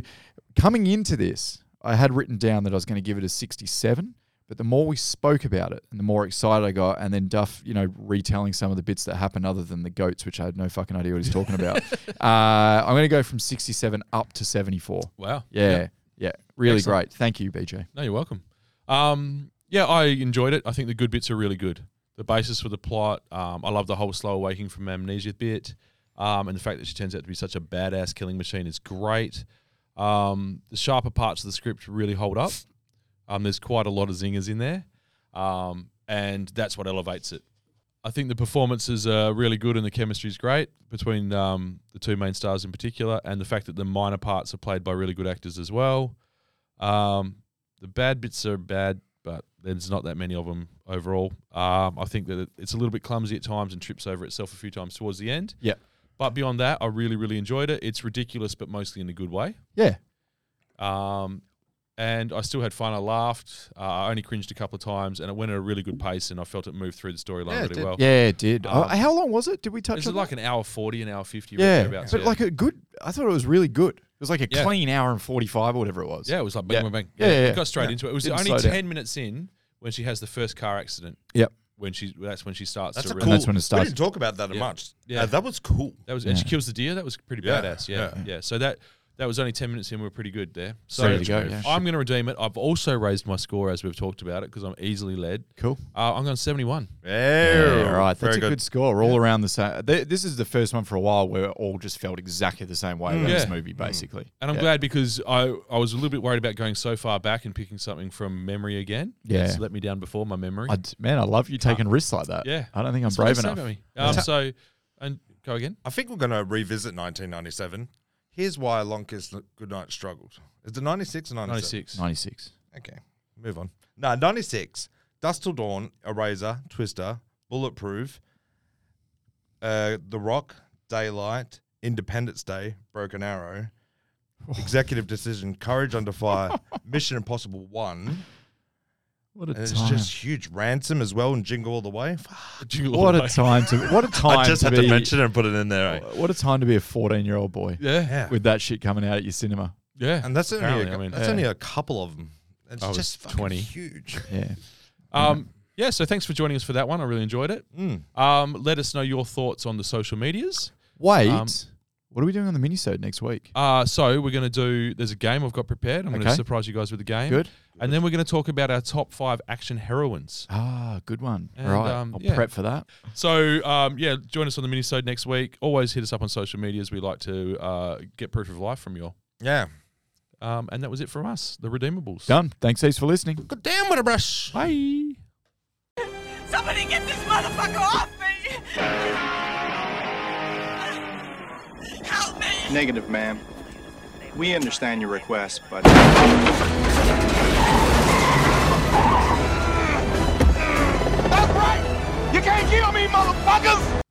Speaker 2: coming into this, I had written down that I was going to give it a sixty-seven. But the more we spoke about it, and the more excited I got, and then Duff, you know, retelling some of the bits that happened, other than the goats, which I had no fucking idea what he's talking
Speaker 3: *laughs*
Speaker 2: about. uh, I'm going to go from sixty-seven up to seventy-four.
Speaker 1: Wow.
Speaker 2: Yeah.
Speaker 1: Yeah.
Speaker 2: Yeah. Really
Speaker 1: Excellent.
Speaker 2: great. Thank you, BJ.
Speaker 1: No, you're welcome. Um, yeah, I enjoyed it. I think the good bits are really good. The basis for the plot. Um, I love the whole slow awaking from amnesia bit, um, and the fact that she turns out to be such a badass killing machine is great. Um, the sharper parts of the script really hold up. Um, there's quite a lot of zingers in there, um, and that's what elevates it. I think the performances are really good and the chemistry is great between um, the two main stars in particular, and the fact that the minor parts are played by really good actors as well. Um, the bad bits are bad, but there's not that many of them overall. Um, I think that it- it's a little bit clumsy at times and trips over itself a few times towards the end.
Speaker 2: Yeah.
Speaker 1: But beyond that, I really, really enjoyed it. It's ridiculous, but mostly in a good way.
Speaker 2: Yeah.
Speaker 1: Um, and I still had fun. I laughed. Uh, I only cringed a couple of times, and it went at a really good pace, and I felt it moved through the storyline
Speaker 2: Yeah, it
Speaker 1: really
Speaker 2: did.
Speaker 1: well.
Speaker 2: Yeah, it did.
Speaker 1: Um,
Speaker 2: Uh, how long was it? Did we touch
Speaker 1: Is
Speaker 2: on
Speaker 1: it
Speaker 2: that?
Speaker 1: like an hour 40, an hour 50?
Speaker 2: yeah,
Speaker 1: thereabouts,
Speaker 2: but
Speaker 1: yeah.
Speaker 2: like a good. I thought it was really good. It was like a
Speaker 1: Yeah.
Speaker 2: clean hour and forty-five or whatever it was.
Speaker 1: Yeah, it was like bang,
Speaker 2: yeah.
Speaker 1: bang, bang.
Speaker 2: Yeah, yeah, yeah.
Speaker 1: It got straight
Speaker 2: Yeah.
Speaker 1: into it. It was
Speaker 2: Didn't
Speaker 1: only
Speaker 2: slow down.
Speaker 1: 10 minutes in when she has the first car accident.
Speaker 2: Yep.
Speaker 1: When she that's when she starts
Speaker 3: That's
Speaker 1: to
Speaker 3: a
Speaker 1: really-
Speaker 3: cool.
Speaker 2: that's when it starts.
Speaker 3: We didn't talk about that much.
Speaker 1: Yeah.
Speaker 3: Yeah, that was cool.
Speaker 1: That was and she kills the deer. That was pretty
Speaker 3: Yeah,
Speaker 1: badass. Yeah, yeah. So that that was only ten minutes in. We were pretty good there. So
Speaker 2: Ready to go, yeah.
Speaker 1: I'm going to redeem it. I've also raised my score as we've talked about it because I'm easily led.
Speaker 2: Cool.
Speaker 1: Uh, I'm going 71.
Speaker 3: Yeah,
Speaker 2: Yeah, all right. That's
Speaker 3: very
Speaker 2: a good, score. We're all around the same. Th- This is the first one for a while where all just felt exactly the same way about this
Speaker 1: Yeah.
Speaker 2: movie, basically.
Speaker 1: And I'm
Speaker 2: Yeah.
Speaker 1: glad because I, I was a little bit worried about going so far back and picking something from memory again.
Speaker 2: Yeah.
Speaker 1: It's let me down before my memory.
Speaker 2: I d- man, I love you taking risks like that.
Speaker 1: yeah.
Speaker 2: I don't think I'm
Speaker 1: That's what they
Speaker 2: brave
Speaker 1: say
Speaker 2: enough.
Speaker 1: about me. Um, So, and go again.
Speaker 3: I think we're going to revisit 1997. Here's why Long Kiss Goodnight struggled. Is it 96 or 97?
Speaker 1: 96.
Speaker 2: Ninety-six.
Speaker 3: Okay, move on. No, 96. Dust Till Dawn, Eraser, Twister, Bulletproof, uh, The Rock, Daylight, Independence Day, Broken *laughs* Arrow, Executive Decision, Courage Under Fire, *laughs* Mission Impossible 1.
Speaker 2: What a
Speaker 3: and it's
Speaker 2: time.
Speaker 3: just huge. Ransom as well and Jingle All the Way. *laughs* Fuck.
Speaker 2: What a time to. What a time.
Speaker 3: I just
Speaker 2: to
Speaker 3: had
Speaker 2: be,
Speaker 3: to mention it and put it in there. eh?
Speaker 2: What a time to be a fourteen-year-old boy.
Speaker 1: Yeah.
Speaker 3: Yeah.
Speaker 2: With that shit coming out at your cinema.
Speaker 1: Yeah.
Speaker 3: And that's only,
Speaker 1: Apparently,
Speaker 3: a,
Speaker 1: I mean-
Speaker 3: that's
Speaker 1: Yeah.
Speaker 3: only a couple of them. It's
Speaker 1: I was
Speaker 3: just fucking
Speaker 1: 20.
Speaker 3: huge.
Speaker 2: Yeah.
Speaker 1: Um, yeah, so thanks for joining us for that one. I really enjoyed it.
Speaker 3: Mm.
Speaker 1: Um, let us know your thoughts on the social medias.
Speaker 2: Wait.
Speaker 1: Um,
Speaker 2: what are we doing on the minisode next week?
Speaker 1: Uh, so we're going to do. There's a game I've got prepared. I'm going
Speaker 2: Okay.
Speaker 1: to surprise you guys with the game.
Speaker 2: Good.
Speaker 1: And then we're going to talk about our top five action heroines.
Speaker 2: Ah, good one.
Speaker 1: And,
Speaker 2: All right.
Speaker 1: um,
Speaker 2: I'll
Speaker 1: yeah.
Speaker 2: prep for that.
Speaker 1: So um, yeah, join us on the minisode next week. Always hit us up on social medias. We like to uh, get proof of life from you all.
Speaker 3: Yeah.
Speaker 1: Um, and that was it from us, the Redeemables.
Speaker 2: Done. Thanks, heaps, for listening.
Speaker 3: God damn, what a brush.
Speaker 1: Bye.
Speaker 8: Somebody get this motherfucker off me!
Speaker 13: Negative, ma'am. We understand your request, but.
Speaker 8: You can't kill me, motherfuckers!